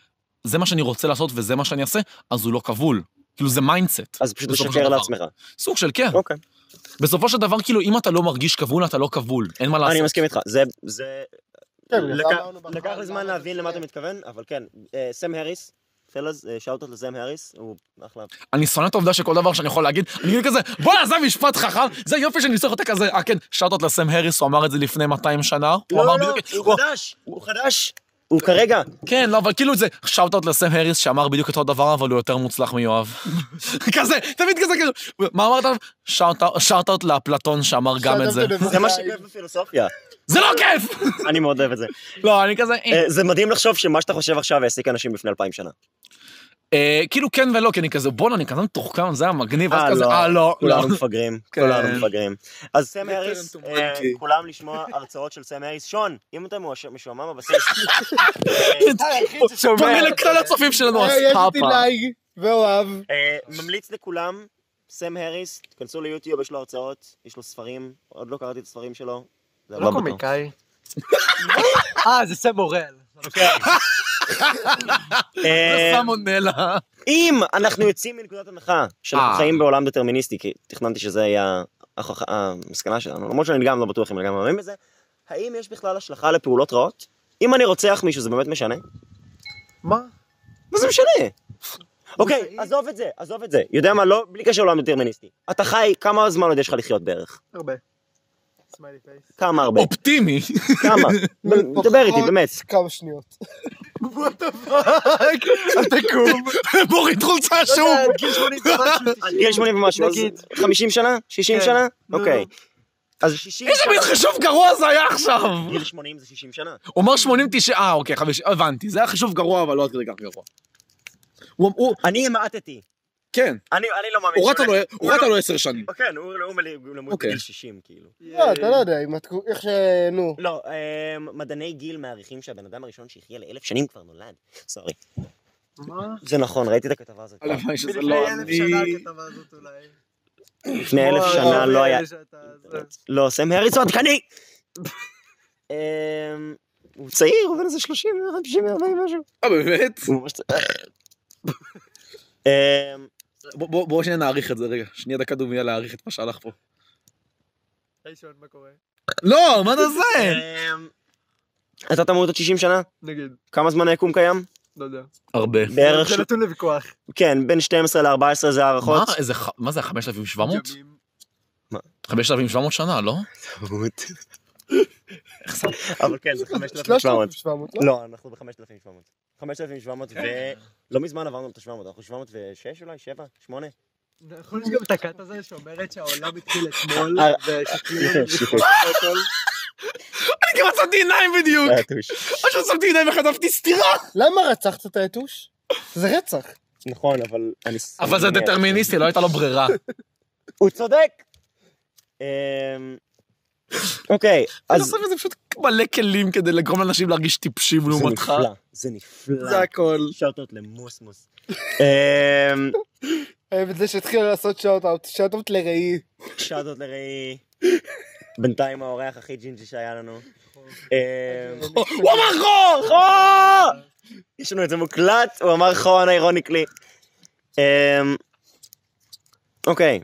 [SPEAKER 1] זה מה שאני רוצה לעשות וזה מה שאני אעשה, אז הוא לא כבול. כאילו, זה מיינדסט.
[SPEAKER 2] אז פשוט
[SPEAKER 1] בסופו של
[SPEAKER 2] לשקר
[SPEAKER 1] דבר.
[SPEAKER 2] לעצמך.
[SPEAKER 1] סוג של כן.
[SPEAKER 2] אוקיי.
[SPEAKER 1] בסופו של דבר, כאילו, אם אתה לא מרגיש כבול, אתה לא כבול. אין מה לעשות.
[SPEAKER 2] אני מסכים איתך, זה... זה...
[SPEAKER 4] כן,
[SPEAKER 2] לקח-
[SPEAKER 4] בגלל זה אמרנו בהתחלה,
[SPEAKER 2] לקח לי זמן
[SPEAKER 4] למה
[SPEAKER 2] להבין
[SPEAKER 4] זה
[SPEAKER 2] למה אתה
[SPEAKER 4] שונה?
[SPEAKER 2] מתכוון, אבל כן, אה, סם האריס, פלאז, שאוטות לסם האריס, הוא אחלה.
[SPEAKER 1] אני שונא את העובדה שכל דבר שאני יכול להגיד, אני כאילו כזה, בואנה, זה משפט חכם, זה יופי שאני צריך אותה כזה, אה כן, שאוטות לסם הריס, הוא אמר את זה לפני 200 שנה. הוא אמר בדיוק- הוא-
[SPEAKER 2] חדש, לא, הוא חדש. הוא כרגע,
[SPEAKER 1] כן, לא, אבל כאילו זה שאוט-אוט לסם הריס שאמר בדיוק אותו דבר, אבל הוא יותר מוצלח מיואב. כזה, תמיד כזה, כאילו, מה אמרת? שאוט-אוט לאפלטון שאמר גם את זה.
[SPEAKER 4] שאלת אותו
[SPEAKER 2] זה מה
[SPEAKER 4] לבוכה,
[SPEAKER 2] שכיף בפילוסופיה.
[SPEAKER 1] זה לא כיף!
[SPEAKER 2] אני מאוד אוהב את זה.
[SPEAKER 1] לא, אני כזה... אה.
[SPEAKER 2] אה, זה מדהים לחשוב שמה שאתה חושב עכשיו העסיק אנשים לפני אלפיים שנה.
[SPEAKER 1] אה, כאילו כן ולא, כי אני כזה, בואנה, אני כזה מתוחכם, זה היה מגניב, ואז
[SPEAKER 2] אה,
[SPEAKER 1] כזה,
[SPEAKER 2] לא.
[SPEAKER 1] אה, לא, לא.
[SPEAKER 2] כולנו מפגרים,
[SPEAKER 1] כן.
[SPEAKER 2] כולנו מפגרים. אז סם
[SPEAKER 4] יותר
[SPEAKER 2] האריס,
[SPEAKER 4] הם
[SPEAKER 2] אה,
[SPEAKER 4] טומטומטי.
[SPEAKER 2] כולם לשמוע הרצאות של סם האריס. שון, אם אתה מואש- משועמם בבסיס,
[SPEAKER 1] פונה לכלל הצופים שלנו, אז
[SPEAKER 4] אה, יש לי
[SPEAKER 1] פאפה.
[SPEAKER 4] לייק ואוהב.
[SPEAKER 2] אה, ממליץ לכולם, סם האריס, תכנסו ליוטיוב, יש לו הרצאות, יש לו ספרים, עוד לא קראתי את הספרים שלו. זה
[SPEAKER 5] לא
[SPEAKER 2] הבא בתור.
[SPEAKER 5] קומיקאי. אה, זה סם אורל.
[SPEAKER 1] זה
[SPEAKER 2] אוקיי. אה,
[SPEAKER 1] סלמונלה.
[SPEAKER 2] אם אנחנו יוצאים מנקודת הנחה
[SPEAKER 1] אה.
[SPEAKER 2] שאנחנו חיים בעולם דטרמיניסטי, כי תכננתי שזה יהיה ההוכחה- המסקנה שלנו, למרות שאני גם לא בטוח אם לגמרי מאמין בזה, האם יש בכלל השלכה לפעולות רעות? אם אני רוצח מישהו זה באמת משנה?
[SPEAKER 5] מה?
[SPEAKER 2] מה זה משנה? אוקיי, עזוב את זה, עזוב את זה. יודע מה, לא, בלי קשר לעולם דטרמיניסטי. אתה חי, כמה זמן עוד יש לך לחיות בערך?
[SPEAKER 5] הרבה. סמיילי פייס.
[SPEAKER 2] כמה הרבה?
[SPEAKER 1] אופטימי.
[SPEAKER 2] כמה? ב- דבר איתי,
[SPEAKER 4] פחות
[SPEAKER 2] באמת.
[SPEAKER 4] כמה שניות.
[SPEAKER 5] אתה קום.
[SPEAKER 1] מוריד חולצה שוב.
[SPEAKER 5] לא גיל 80 ומשהו, 90.
[SPEAKER 2] עד גיל 80 ומשהו, אז
[SPEAKER 5] נגיד.
[SPEAKER 2] 50 שנה? 60
[SPEAKER 5] כן.
[SPEAKER 2] שנה?
[SPEAKER 5] נו.
[SPEAKER 2] אוקיי. אז 60
[SPEAKER 1] לא, איזה מין
[SPEAKER 2] שנה.
[SPEAKER 1] חישוב גרוע זה היה עכשיו?
[SPEAKER 2] גיל 80 זה 60 שנה.
[SPEAKER 1] הוא אומר 89, אה, אוקיי, חמיש... הבנתי. זה היה חישוב גרוע, אבל לא עד כדי כך גרוע. הוא, אמ, הוא,
[SPEAKER 2] אני המעטתי.
[SPEAKER 1] כן,
[SPEAKER 2] אני אני לא מאמין.
[SPEAKER 1] הוא רצה לו-
[SPEAKER 2] שהוא-
[SPEAKER 1] הוא רצה לו עשר שנים.
[SPEAKER 2] כן, הוא הוא מל- למות
[SPEAKER 1] אוקיי.
[SPEAKER 2] בגיל 60, כאילו.
[SPEAKER 5] אה,
[SPEAKER 4] לא, אתה לא יודע, אם התקו- איך ש... נו.
[SPEAKER 2] לא, אה, מדעני גיל מעריכים שהבן אדם הראשון שהחיה לאלף שנים כבר נולד. סורי.
[SPEAKER 5] מה?
[SPEAKER 2] זה נכון, ראיתי את הכתבה הזאת.
[SPEAKER 1] הלוואי שזה
[SPEAKER 5] מלפני
[SPEAKER 1] לא
[SPEAKER 5] אלף שנה
[SPEAKER 1] אני.
[SPEAKER 5] הכתבה הזאת אולי.
[SPEAKER 2] לפני אלף שנה לא היה... לא, סם האריס הוא עדכני! אמ, הוא צעיר, הוא בן איזה 30, 50, 40 משהו.
[SPEAKER 1] אה, באמת?
[SPEAKER 2] הוא ממש צעיר. אמ,
[SPEAKER 1] בוא- בוא- בואו שניה נעריך את זה רגע. שנייה דקה דומייה להעריך את מה שהלך פה.
[SPEAKER 5] היי שון, מה קורה?
[SPEAKER 1] לא, מה אתה זה?
[SPEAKER 2] אמ, אתה תמות עוד 60 שנה?
[SPEAKER 5] נגיד,
[SPEAKER 2] כמה זמן היקום קיים?
[SPEAKER 5] לא יודע.
[SPEAKER 1] הרבה.
[SPEAKER 2] בערך...
[SPEAKER 5] זה
[SPEAKER 2] של-
[SPEAKER 5] נתון לוויכוח.
[SPEAKER 2] כן, בין 12 ל-14 זה
[SPEAKER 1] מה?
[SPEAKER 2] הערכות.
[SPEAKER 1] איזה ח- מה זה, 5,700?
[SPEAKER 5] ימים.
[SPEAKER 1] 5,700 שנה, לא?
[SPEAKER 2] אבל כן, זה 5,700.
[SPEAKER 4] 3,700, לא?
[SPEAKER 2] לא, אנחנו ב-5,700. 5,700 ו... לא מזמן עברנו את ה-700, אנחנו 706 אולי? 7? 8?
[SPEAKER 5] נכון, יש גם את הקאט הזה שאומרת שהעולם התחיל אתמול,
[SPEAKER 2] אה,
[SPEAKER 5] ושכאילו... לא
[SPEAKER 2] שיחוש.
[SPEAKER 1] אני גם עצמתי עיניים בדיוק! או שעצמתי עיניים וחטפתי סטירה!
[SPEAKER 4] למה רצחת את היתוש? זה רצח.
[SPEAKER 2] נכון, אבל... אני-
[SPEAKER 1] אבל זה
[SPEAKER 2] אני-
[SPEAKER 1] דטרמיניסטי, לא הייתה לו ברירה.
[SPEAKER 2] הוא צודק! אמ, אוקיי, אז...
[SPEAKER 1] אז זה לא פשוט מלא כלים כדי לגרום לאנשים להרגיש טיפשים
[SPEAKER 2] זה
[SPEAKER 1] לעומתך.
[SPEAKER 2] נפלא, זה נפלא.
[SPEAKER 1] זה הכל.
[SPEAKER 2] שאוטות למוסמוס. אמ,
[SPEAKER 4] אוהב את זה שהתחילו לעשות שאוט-אאוט, שאוט-אאוט לראי.
[SPEAKER 2] שאוטות לראי. בינתיים האורח הכי ג'ינג'י שהיה לנו. אמ,
[SPEAKER 1] הוא אמר חור!
[SPEAKER 2] חור! יש לנו את זה מוקלט, הוא אמר חור איירוניקלי. אמ, אוקיי,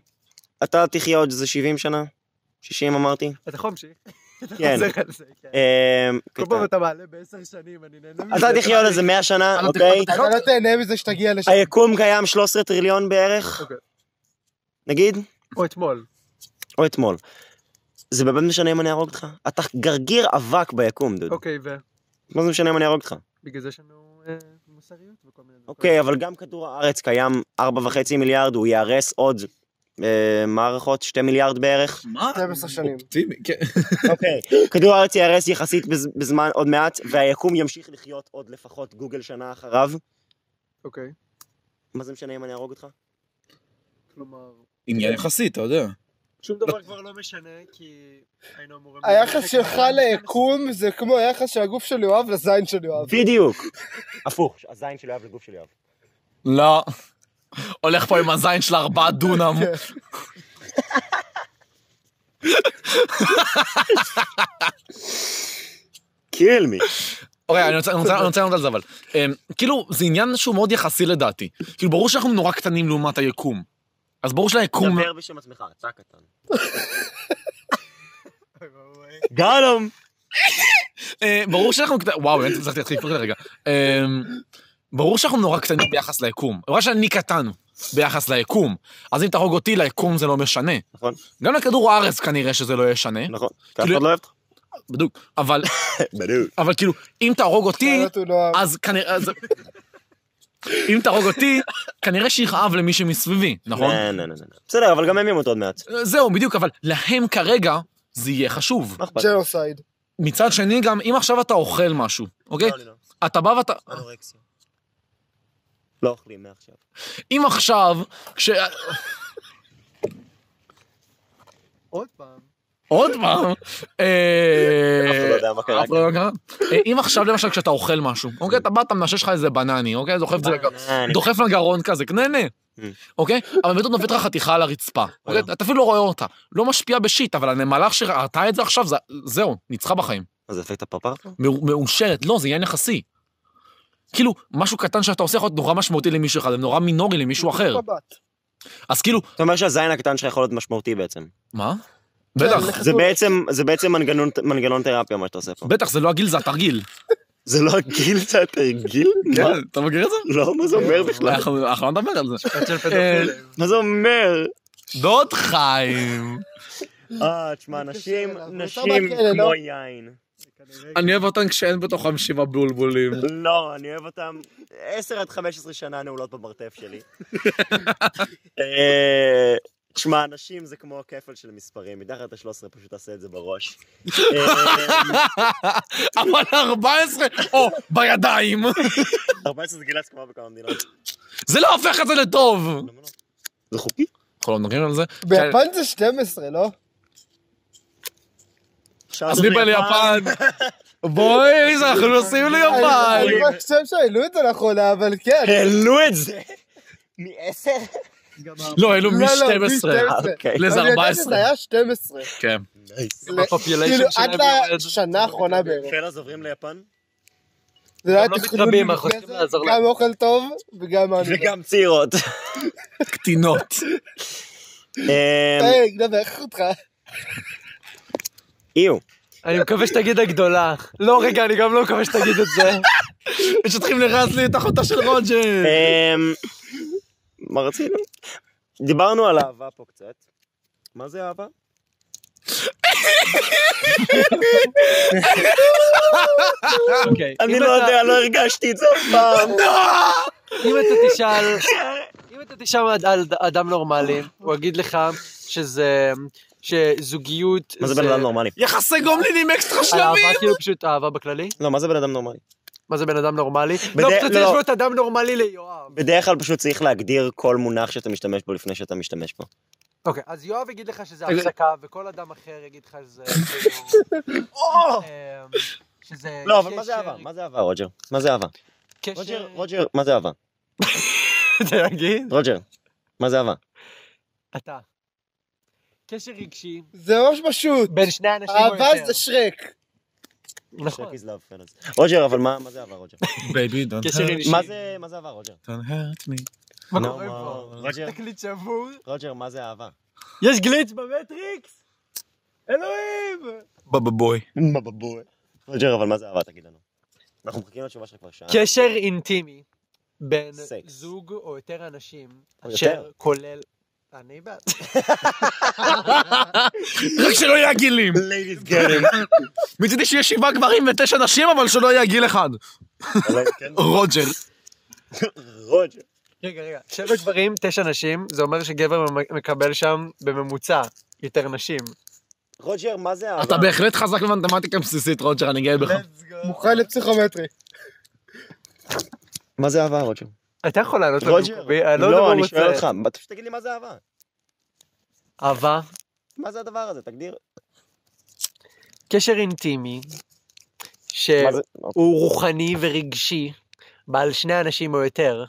[SPEAKER 2] אתה תחיה עוד איזה 70 שנה? 60 אמרתי?
[SPEAKER 5] אתה יכול להמשיך?
[SPEAKER 2] כן.
[SPEAKER 5] חוזר על זה, כן.
[SPEAKER 2] אמ,
[SPEAKER 5] כל פעם אתה מעלה בעשר שנים, אני נהנה מזה.
[SPEAKER 2] אתה תחיה עוד איזה 100 שנה, אוקיי?
[SPEAKER 4] אתה לא תהנה מזה שתגיע לשם.
[SPEAKER 2] היקום קיים 13 טריליון בערך,
[SPEAKER 5] אוקיי.
[SPEAKER 2] נגיד,
[SPEAKER 5] או אתמול.
[SPEAKER 2] או אתמול. זה באמת משנה אם אני אהרוג אותך? אתה גרגיר אבק ביקום, דוד.
[SPEAKER 5] אוקיי, ובגלל
[SPEAKER 2] מה זה משנה אם אני אהרוג אותך?
[SPEAKER 5] זה יש לנו אה, מוסריות וכל מיני דברים.
[SPEAKER 2] אוקיי, אבל גם כדור הארץ קיים 4.5 מיליארד, הוא ייהרס עוד אה, מערכות 2 מיליארד בערך.
[SPEAKER 1] מה?
[SPEAKER 4] 12 שנים.
[SPEAKER 1] אופטימי, כן.
[SPEAKER 2] אוקיי, כדור הארץ ייהרס יחסית בז- בזמן עוד מעט, והיקום ימשיך לחיות עוד לפחות גוגל שנה אחריו.
[SPEAKER 5] אוקיי.
[SPEAKER 2] מה זה משנה אם אני אהרוג אותך?
[SPEAKER 5] כלומר,
[SPEAKER 1] עניין יחסי, אתה יודע.
[SPEAKER 5] שום דבר כבר לא משנה, כי היינו אמורים...
[SPEAKER 4] היחס שלך ליקום זה כמו היחס של הגוף של יואב לזין של יואב.
[SPEAKER 2] בדיוק. הפוך, הזין של יואב לגוף של יואב.
[SPEAKER 1] לא. הולך פה עם הזין של ארבעה דונם.
[SPEAKER 2] קיל מי.
[SPEAKER 1] אוקיי, אני רוצה- אני רוצה אני רוצה לענות על זה אבל. אמ, כאילו, זה עניין שהוא מאוד יחסי לדעתי. כאילו, ברור שאנחנו נורא קטנים לעומת היקום. אז ברור שהיקום...
[SPEAKER 2] דבר בשם עצמך, אתה קטן. גלום!
[SPEAKER 1] אה, ברור שאנחנו קטנים, וואו, באמת הצלחתי להתחיל לפרק לרגע. אה, ברור שאנחנו נורא קטנים ביחס ליקום. בגלל שאני קטן ביחס ליקום, אז אם תהרוג אותי, ליקום זה לא משנה.
[SPEAKER 2] נכון.
[SPEAKER 1] גם לכדור הארץ כנראה שזה לא ישנה,
[SPEAKER 2] נכון. אתה אף
[SPEAKER 1] כאילו-
[SPEAKER 2] אחד לא אוהב אותך?
[SPEAKER 1] בדיוק. אבל,
[SPEAKER 2] בדיוק.
[SPEAKER 1] אבל כאילו, אם תהרוג אותי,
[SPEAKER 4] רעיונות הוא נועם.
[SPEAKER 1] אז כנראה... אז... אם תהרוג אותי, כנראה שיכאב למי שמסביבי, נכון?
[SPEAKER 2] לא, לא, לא, לא. בסדר, אבל גם הם ימות עוד מעט.
[SPEAKER 1] זהו, בדיוק, אבל להם כרגע זה יהיה חשוב.
[SPEAKER 2] מה אכפת?
[SPEAKER 4] ג'נוסייד.
[SPEAKER 1] מצד שני, גם אם עכשיו אתה אוכל משהו, אוקיי?
[SPEAKER 2] לא, אני לא.
[SPEAKER 1] אתה בא ואתה...
[SPEAKER 2] אנורקסיה. לא אוכלים מעכשיו.
[SPEAKER 1] אם עכשיו, כש...
[SPEAKER 6] עוד פעם.
[SPEAKER 1] עוד פעם, אה,
[SPEAKER 2] אף אחד לא יודע מה קרה.
[SPEAKER 1] אף אחד לא יודע מה קרה. אה, אם עכשיו למשל כשאתה אוכל משהו, אוקיי, אתה בא, אתה מנשש לך איזה בנני, אוקיי, דוחף את זה, לג-
[SPEAKER 2] אה, אני-
[SPEAKER 1] דוחף לגרון כזה, נהנה,
[SPEAKER 2] Mm.
[SPEAKER 1] אוקיי, אבל באמת הוא נופלת לך חתיכה על הרצפה, אוקיי, אתה אפילו לא רואה אותה, לא משפיע בשיט, אבל הנמלה שראתה את זה עכשיו, זה- זהו, ניצחה בחיים.
[SPEAKER 2] מה זה אפקט הפרפר? פה?
[SPEAKER 1] מאו- מאושרת, לא, זה עניין יחסי. כאילו, משהו קטן שאתה עושה יכול להיות נורא משמעותי למישהו אחד, ונורא מינורי למישהו אחר.
[SPEAKER 4] מבט.
[SPEAKER 1] אז כאילו,
[SPEAKER 2] אתה אומר שהזין הקטן שלך יכול להיות משמעותי בעצם.
[SPEAKER 1] מה? בטח,
[SPEAKER 2] זה בעצם- זה בעצם מנגנון- מנגנון תרפיה מה שאתה עושה פה.
[SPEAKER 1] בטח, זה לא הגיל, זה התרגיל.
[SPEAKER 2] זה לא הגיל, זה התרגיל? מה?
[SPEAKER 1] כן, אתה מכיר את זה?
[SPEAKER 2] לא, מה זה אומר בכלל?
[SPEAKER 1] אנחנו אנחנו לא נדבר על זה.
[SPEAKER 2] מה זה אומר?
[SPEAKER 1] דוד חיים.
[SPEAKER 2] אה, תשמע, נשים,
[SPEAKER 4] אנחנו
[SPEAKER 2] נשים
[SPEAKER 4] יותר בכלא,
[SPEAKER 2] כמו
[SPEAKER 4] לא?
[SPEAKER 2] יין.
[SPEAKER 1] אני אוהב אותן כשאין בתוכם שבעה בולבולים.
[SPEAKER 2] לא, אני אוהב אותם 10 עד 15 שנה נעולות במרתף שלי. אה, תשמע, נשים זה כמו כפל של מספרים, מתחת ל-13 פשוט תעשה את זה בראש. אה,
[SPEAKER 1] אבל 14, או, בידיים.
[SPEAKER 2] 14 זה גילץ כמו בכמה מדינות.
[SPEAKER 1] זה לא הופך את זה לטוב.
[SPEAKER 2] למה לא? זה חוקי?
[SPEAKER 1] אנחנו לא מדברים על זה?
[SPEAKER 4] ביפן זה 12, לא?
[SPEAKER 1] אז מי בא ליפן? בואי, ליזה, אנחנו נוסעים ליפן.
[SPEAKER 4] אני אני חושב שהעלו את זה לאחרונה, אבל כן.
[SPEAKER 2] העלו את זה! מ-10?
[SPEAKER 6] גם
[SPEAKER 1] לא, אלו
[SPEAKER 4] לא, לא,
[SPEAKER 1] מ-12.
[SPEAKER 2] אוקיי.
[SPEAKER 1] לזה
[SPEAKER 4] אני יודע
[SPEAKER 1] 14.
[SPEAKER 4] שזה היה 12.
[SPEAKER 1] כן.
[SPEAKER 2] נייס.
[SPEAKER 1] ה-population
[SPEAKER 4] כאילו,
[SPEAKER 1] שלהם
[SPEAKER 4] עד
[SPEAKER 1] יורד.
[SPEAKER 4] לשנה האחרונה בערך.
[SPEAKER 2] פלאז עוברים ליפן?
[SPEAKER 4] זה לא היה
[SPEAKER 5] לא
[SPEAKER 4] תכנון
[SPEAKER 5] מתרבים, אנחנו
[SPEAKER 4] לפני
[SPEAKER 5] צריכים
[SPEAKER 4] זה,
[SPEAKER 5] לעזור
[SPEAKER 4] גם
[SPEAKER 5] להם.
[SPEAKER 4] אוכל טוב וגם...
[SPEAKER 1] לא.
[SPEAKER 4] אני-
[SPEAKER 2] וגם צעירות.
[SPEAKER 1] קטינות.
[SPEAKER 2] אמ,
[SPEAKER 4] היי, גדול, איך אותך?
[SPEAKER 2] איו.
[SPEAKER 1] אה.
[SPEAKER 5] אני מקווה שתגיד הגדולה. לא, רגע, אני גם לא מקווה שתגיד את זה.
[SPEAKER 1] שצריכים לרז לי את אחותה של רוג'ר.
[SPEAKER 2] אמ, מה רצינו? דיברנו על אהבה פה קצת. מה זה אהבה?
[SPEAKER 5] אוקיי. אם
[SPEAKER 2] אני לא
[SPEAKER 5] אתה-
[SPEAKER 2] יודע, לא הרגשתי את זה אף פעם.
[SPEAKER 1] לא!
[SPEAKER 5] אם אתה תשאל... אם אתה תשאל אד- על אדם נורמלי, הוא יגיד לך שזה... שזוגיות...
[SPEAKER 2] מה זה בן אדם נורמלי?
[SPEAKER 1] יחסי גומלין עם אקסטרה שלבים.
[SPEAKER 5] אהבה כאילו פשוט אהבה בכללי?
[SPEAKER 2] לא, מה זה בן אדם נורמלי?
[SPEAKER 5] מה זה בן אדם נורמלי? לא, פשוט
[SPEAKER 2] לא.
[SPEAKER 5] יש לו את אדם נורמלי ליואב.
[SPEAKER 2] בדרך כלל פשוט צריך להגדיר כל מונח שאתה משתמש בו לפני שאתה משתמש בו.
[SPEAKER 5] אוקיי, אז יואב יגיד לך
[SPEAKER 2] אה,
[SPEAKER 5] שזה
[SPEAKER 1] רגע.
[SPEAKER 5] הפסקה, וכל אדם אחר יגיד לך שזה... כאילו, אמ, שזה...
[SPEAKER 2] אה! לא, אבל מה
[SPEAKER 5] קשר-
[SPEAKER 2] זה אהבה? מה זה אהבה, רוג'ר? מה זה אהבה?
[SPEAKER 5] קשר-
[SPEAKER 2] רוג'ר, רוג'ר, מה זה אהבה?
[SPEAKER 5] תגיד.
[SPEAKER 2] רוג'ר, מה זה אהבה?
[SPEAKER 5] אתה. קשר רגשי
[SPEAKER 4] זה ממש פשוט.
[SPEAKER 5] בין שני אנשים או יותר.
[SPEAKER 4] אהבה זה שרק.
[SPEAKER 5] נכון.
[SPEAKER 2] Check is love, fellas. רוג'ר, אבל מה מה זה אהבה, רוג'ר?
[SPEAKER 1] בייבי, don't
[SPEAKER 5] קשר
[SPEAKER 1] hurt-
[SPEAKER 5] רגשי.
[SPEAKER 2] מה זה- מה זה אהבה, רוג'ר?
[SPEAKER 1] don't hurt me.
[SPEAKER 5] מה
[SPEAKER 2] No
[SPEAKER 5] קורה
[SPEAKER 2] more.
[SPEAKER 5] פה?
[SPEAKER 2] רוג'ר,
[SPEAKER 5] תקליט שבור.
[SPEAKER 2] רוג'ר, מה זה אהבה?
[SPEAKER 5] יש גליץ' במטריקס? אלוהים!
[SPEAKER 1] בבא בוי.
[SPEAKER 2] מבבוי. רוג'ר, אבל מה זה אהבה, תגיד לנו. אנחנו מחכים לתשובה שלך כבר שעה.
[SPEAKER 5] קשר אינטימי בין
[SPEAKER 2] סקס.
[SPEAKER 5] זוג או יותר אנשים,
[SPEAKER 2] או
[SPEAKER 5] אשר
[SPEAKER 2] יותר.
[SPEAKER 5] כולל... אני בעד.
[SPEAKER 1] רק שלא יהיה הגילים.
[SPEAKER 2] Ladies get him.
[SPEAKER 1] מצידי שיהיה שבעה גברים ותשע נשים, אבל שלא יהיה גיל אחד.
[SPEAKER 2] אבל כן,
[SPEAKER 1] רוג'ר.
[SPEAKER 2] רוג'ר.
[SPEAKER 5] רגע, רגע. שבע גברים, תשע נשים, זה אומר שגבר ממ- מקבל שם בממוצע יותר נשים.
[SPEAKER 2] רוג'ר, מה זה אהבה?
[SPEAKER 1] אתה בהחלט חזק במתמטיקה בסיסית, רוג'ר, אני גאה בך.
[SPEAKER 4] מוכן לפסיכומטרי.
[SPEAKER 2] מה זה אהבה, רוג'ר?
[SPEAKER 5] אתה יכול לענות לנו,
[SPEAKER 2] רוג'ר.
[SPEAKER 5] קובי? אני לא יודע
[SPEAKER 2] לא,
[SPEAKER 5] מה הוא
[SPEAKER 2] אני שואל אותך,
[SPEAKER 5] רוצה.
[SPEAKER 2] אתה פשוט תגיד לי מה זה אהבה.
[SPEAKER 5] אהבה,
[SPEAKER 2] מה זה הדבר הזה, תגדיר.
[SPEAKER 5] קשר אינטימי,
[SPEAKER 2] מה זה?
[SPEAKER 5] שהוא רוחני ורגשי, בעל שני אנשים או יותר,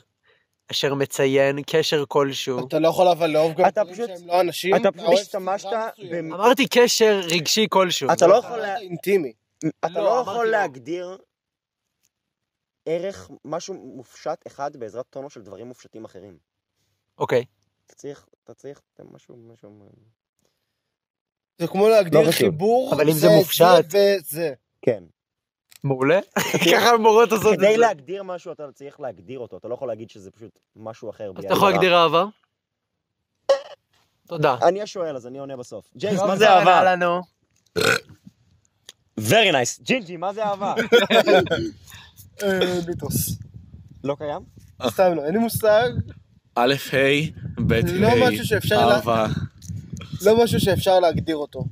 [SPEAKER 5] אשר מציין קשר כלשהו.
[SPEAKER 4] אתה לא יכול אבל לאהוב גם
[SPEAKER 2] אתה
[SPEAKER 4] דברים
[SPEAKER 2] פשוט-
[SPEAKER 4] שהם לא אנשים.
[SPEAKER 2] אתה פשוט
[SPEAKER 4] אוהב
[SPEAKER 2] השתמשת
[SPEAKER 4] סדרה מסוימת.
[SPEAKER 2] במ-
[SPEAKER 5] אמרתי קשר רגשי כלשהו.
[SPEAKER 2] אתה לא יכול
[SPEAKER 4] אבל
[SPEAKER 2] לה-
[SPEAKER 4] אתה אינטימי.
[SPEAKER 2] אתה
[SPEAKER 5] לא,
[SPEAKER 2] לא
[SPEAKER 5] אמרתי
[SPEAKER 2] יכול
[SPEAKER 5] לא.
[SPEAKER 2] להגדיר ערך, משהו מופשט אחד בעזרת טונו של דברים מופשטים אחרים.
[SPEAKER 5] אוקיי.
[SPEAKER 2] אתה צריך, אתה צריך משהו, משהו...
[SPEAKER 4] זה כמו להגדיר
[SPEAKER 2] לא חשוב.
[SPEAKER 4] חיבור.
[SPEAKER 5] אבל אם זה מופשט.
[SPEAKER 4] וזה.
[SPEAKER 2] כן.
[SPEAKER 5] מעולה. ככה המורות עושות את
[SPEAKER 2] כדי
[SPEAKER 5] זה.
[SPEAKER 2] להגדיר משהו, אתה צריך להגדיר אותו. אתה לא יכול להגיד שזה פשוט משהו אחר.
[SPEAKER 5] אז
[SPEAKER 2] בלי
[SPEAKER 5] אתה יכול
[SPEAKER 2] הגדרה.
[SPEAKER 5] להגדיר אהבה? תודה.
[SPEAKER 2] אני השואל, אז אני עונה בסוף. ג'יימס,
[SPEAKER 5] לא,
[SPEAKER 2] מה זה אהבה?
[SPEAKER 5] ענה לנו.
[SPEAKER 2] Very nice. ג'ינג'י, מה זה אהבה?
[SPEAKER 4] אה, ביטוס.
[SPEAKER 2] לא קיים?
[SPEAKER 4] סתם לא, אין לי מושג.
[SPEAKER 1] א', ה', ב', ה',
[SPEAKER 4] לא משהו שאפשר לה-
[SPEAKER 1] אהבה.
[SPEAKER 4] לא משהו שאפשר להגדיר אותו.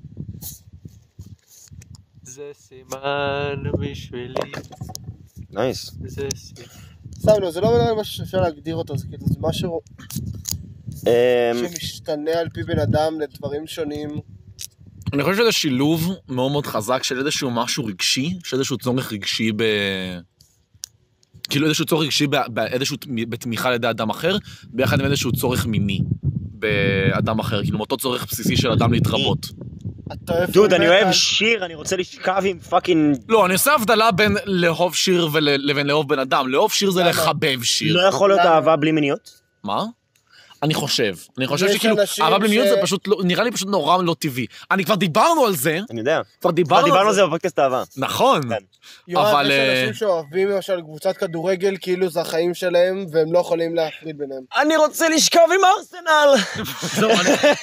[SPEAKER 5] זה סימן בשבילי,
[SPEAKER 2] נייס.
[SPEAKER 5] זה סימן.
[SPEAKER 4] סתם לא, זה לא נראה לי משהו שאפשר להגדיר אותו, זה כאילו, זה משהו
[SPEAKER 2] אמ,
[SPEAKER 4] שמשתנה על פי בן אדם לדברים שונים.
[SPEAKER 1] אני חושב שזה שילוב מאוד מאוד חזק של איזשהו משהו רגשי, של איזשהו צורך רגשי ב... כאילו איזשהו צורך רגשי ב... באיזשהו... תמ- בתמיכה על ידי אדם אחר, ביחד עם איזשהו צורך מיני באדם אחר, כאילו מאותו צורך בסיסי של אדם להתרבות.
[SPEAKER 4] אתה אוהב...
[SPEAKER 2] דוד, אני אוהב
[SPEAKER 4] מטאל,
[SPEAKER 2] שיר, אני רוצה לשכב עם פאקינג...
[SPEAKER 1] לא, אני עושה הבדלה בין לאהוב שיר ול... לבין לאהוב בן אדם. לאהוב שיר זה לחבב שיר.
[SPEAKER 2] לא יכול להיות
[SPEAKER 4] למה?
[SPEAKER 2] אהבה בלי מיניות?
[SPEAKER 1] מה? אני חושב. אני חושב
[SPEAKER 4] יש
[SPEAKER 1] שכאילו,
[SPEAKER 4] אנשים
[SPEAKER 1] אהבה במיניות
[SPEAKER 4] ש-
[SPEAKER 1] זה פשוט, לא- נראה לי פשוט נורא לא טבעי. אני כבר דיברנו על זה,
[SPEAKER 2] אני יודע.
[SPEAKER 1] כבר
[SPEAKER 2] כבר
[SPEAKER 1] דיברנו
[SPEAKER 2] דיברנו
[SPEAKER 1] על זה.
[SPEAKER 2] בפודקאסט אהבה.
[SPEAKER 1] נכון.
[SPEAKER 2] כן.
[SPEAKER 4] יואב,
[SPEAKER 1] אבל,
[SPEAKER 4] יש
[SPEAKER 1] אה,
[SPEAKER 4] אנשים שאוהבים למשל קבוצת כדורגל, כאילו זה החיים שלהם, והם לא יכולים להפריד ביניהם.
[SPEAKER 2] אני רוצה לשכב עם ארסנל!
[SPEAKER 1] זהו, אני-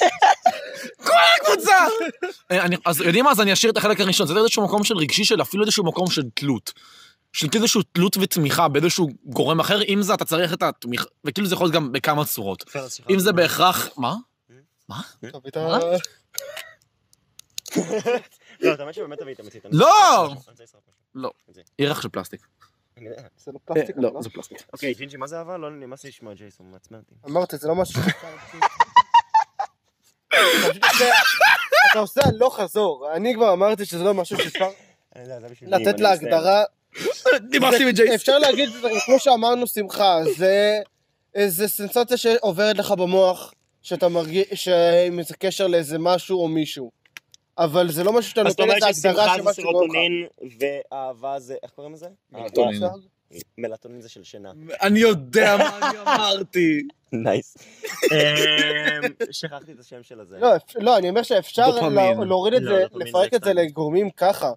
[SPEAKER 1] כל הקבוצה! אה, אני- אז יודעים מה, אז אני אשאיר את החלק הראשון. זה איזשהו מקום של רגשי, של אפילו איזשהו מקום של תלות. של כאילו איזשהו תלות ותמיכה באיזשהו גורם אחר, אם זה אתה צריך את התמיכה, וכאילו זה יכול להיות גם בכמה צורות. אם זה בהכרח, מה?
[SPEAKER 4] טוב, איתה-
[SPEAKER 1] מה?
[SPEAKER 2] לא, אתה באמת שבאמת תביא את המצית.
[SPEAKER 1] לא! לא. ירח של פלסטיק.
[SPEAKER 4] זה לא פלסטיק, לא?
[SPEAKER 1] זה פלסטיק.
[SPEAKER 2] אוקיי, ג'ינג'י, מה זה אהבה? לא נמאס לי לשמוע את ג'ייסון, מעצבן אותי.
[SPEAKER 4] אמרת, זה לא משהו שאפשר להפסיק. אתה פשוט עושה- אתה עושה הלוך חזור, אני כבר אמרתי שזה לא משהו שאפשר
[SPEAKER 2] אני יודע, זה בשביל...
[SPEAKER 4] לתת להגדרה.
[SPEAKER 1] דיברתי עם ג'ייסון.
[SPEAKER 4] אפשר להגיד, זה כמו שאמרנו, שמחה, זה איזה סנסציה שעוברת לך במוח, שאתה מרגיש, שעם איזה קשר לאיזה משהו או מישהו. אבל זה לא משהו שאתה
[SPEAKER 2] אז אתה
[SPEAKER 4] נותן
[SPEAKER 2] אומר
[SPEAKER 4] את ההגדרה
[SPEAKER 2] ששמחה
[SPEAKER 4] של
[SPEAKER 2] זה
[SPEAKER 4] משהו לא לך.
[SPEAKER 2] סרוטונין, ואהבה זה... איך קוראים לזה?
[SPEAKER 1] מלטונין.
[SPEAKER 2] אהבה. מלטונין זה של שינה.
[SPEAKER 1] אני יודע מה אמרתי.
[SPEAKER 2] נייס. אמ, שכחתי את השם של הזה.
[SPEAKER 4] לא, אפ- לא, אני אומר שאפשר
[SPEAKER 1] דופמין.
[SPEAKER 4] לה- להוריד את
[SPEAKER 2] לא,
[SPEAKER 4] זה,
[SPEAKER 2] דופמין זה
[SPEAKER 4] לפרק את זה
[SPEAKER 2] אקסטנט.
[SPEAKER 4] לגורמים ככה.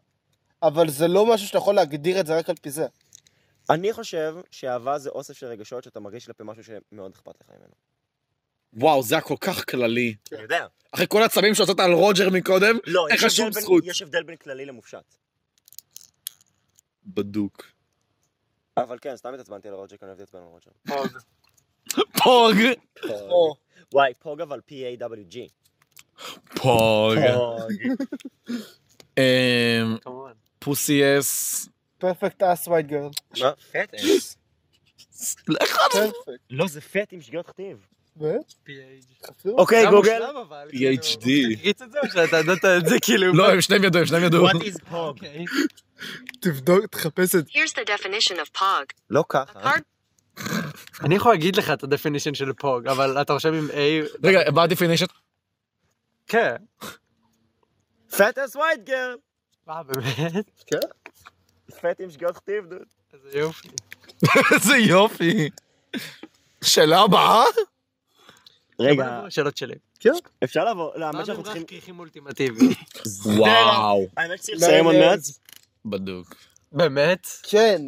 [SPEAKER 4] אבל זה לא משהו שאתה יכול להגדיר את זה רק על פי זה.
[SPEAKER 2] אני חושב שאהבה זה אוסף של רגשות שאתה מרגיש כלפי משהו שמאוד אכפת לך ממנו.
[SPEAKER 1] וואו, זה היה כל כך כללי.
[SPEAKER 2] אני יודע.
[SPEAKER 1] אחרי כל הצבים שעשית על רוג'ר מקודם,
[SPEAKER 2] לא,
[SPEAKER 1] אין
[SPEAKER 2] יש
[SPEAKER 1] לך
[SPEAKER 2] הבדל
[SPEAKER 1] שום
[SPEAKER 2] בין-
[SPEAKER 1] זכות.
[SPEAKER 2] יש הבדל בין כללי למופשט.
[SPEAKER 1] בדוק.
[SPEAKER 2] אבל כן, סתם התעצבנתי על רוג'ר, כי אני אוהב להתעצבן על רוג'ר.
[SPEAKER 1] פוג.
[SPEAKER 2] פוג. וואי, פוג אבל P-A-W-G.
[SPEAKER 1] פוג.
[SPEAKER 2] פוג.
[SPEAKER 1] אמ,
[SPEAKER 7] כמובן.
[SPEAKER 1] פוסי אס.
[SPEAKER 4] פרפקט אס ווייד גרל.
[SPEAKER 2] מה? פט אה. אס.
[SPEAKER 1] איך
[SPEAKER 4] פרפקט.
[SPEAKER 2] לא, זה פט עם שגיאות כתיב.
[SPEAKER 4] באמת?
[SPEAKER 7] PH.
[SPEAKER 4] חסום?
[SPEAKER 2] אוקיי,
[SPEAKER 7] גם
[SPEAKER 2] גוגל.
[SPEAKER 7] מושלם, אבל, כאילו,
[SPEAKER 1] PhD.
[SPEAKER 7] תקריץ את זה או שאתה ידעת את זה כאילו...
[SPEAKER 1] לא, הם שניהם ידעו, הם שניהם ידעו.
[SPEAKER 2] What is פוג?
[SPEAKER 7] אוקיי.
[SPEAKER 4] תבדוק, תחפש את
[SPEAKER 8] Here's the definition of POG.
[SPEAKER 2] לא
[SPEAKER 8] A
[SPEAKER 7] אוקיי.
[SPEAKER 2] ככה.
[SPEAKER 8] card
[SPEAKER 7] אני יכול להגיד לך את הדפינישן של פוג, אבל אתה רושם עם A...
[SPEAKER 1] רגע, מה הדפינישן?
[SPEAKER 7] כן.
[SPEAKER 2] פט אס ווייד גר.
[SPEAKER 7] מה, באמת?
[SPEAKER 2] פט עם שגיאות כתיב, דוד.
[SPEAKER 7] איזה יופי.
[SPEAKER 1] איזה יופי. שאלה הבאה?
[SPEAKER 2] רגע,
[SPEAKER 7] שאלות שלי.
[SPEAKER 2] אפשר לעבור? לא,
[SPEAKER 7] מה
[SPEAKER 2] האמת שאנחנו
[SPEAKER 7] מברח
[SPEAKER 2] צריכים...
[SPEAKER 7] כריכים אולטימטיביים?
[SPEAKER 1] וואו.
[SPEAKER 2] האמת שצריך לסיים עוד מעט.
[SPEAKER 1] בדוק.
[SPEAKER 7] באמת?
[SPEAKER 4] כן.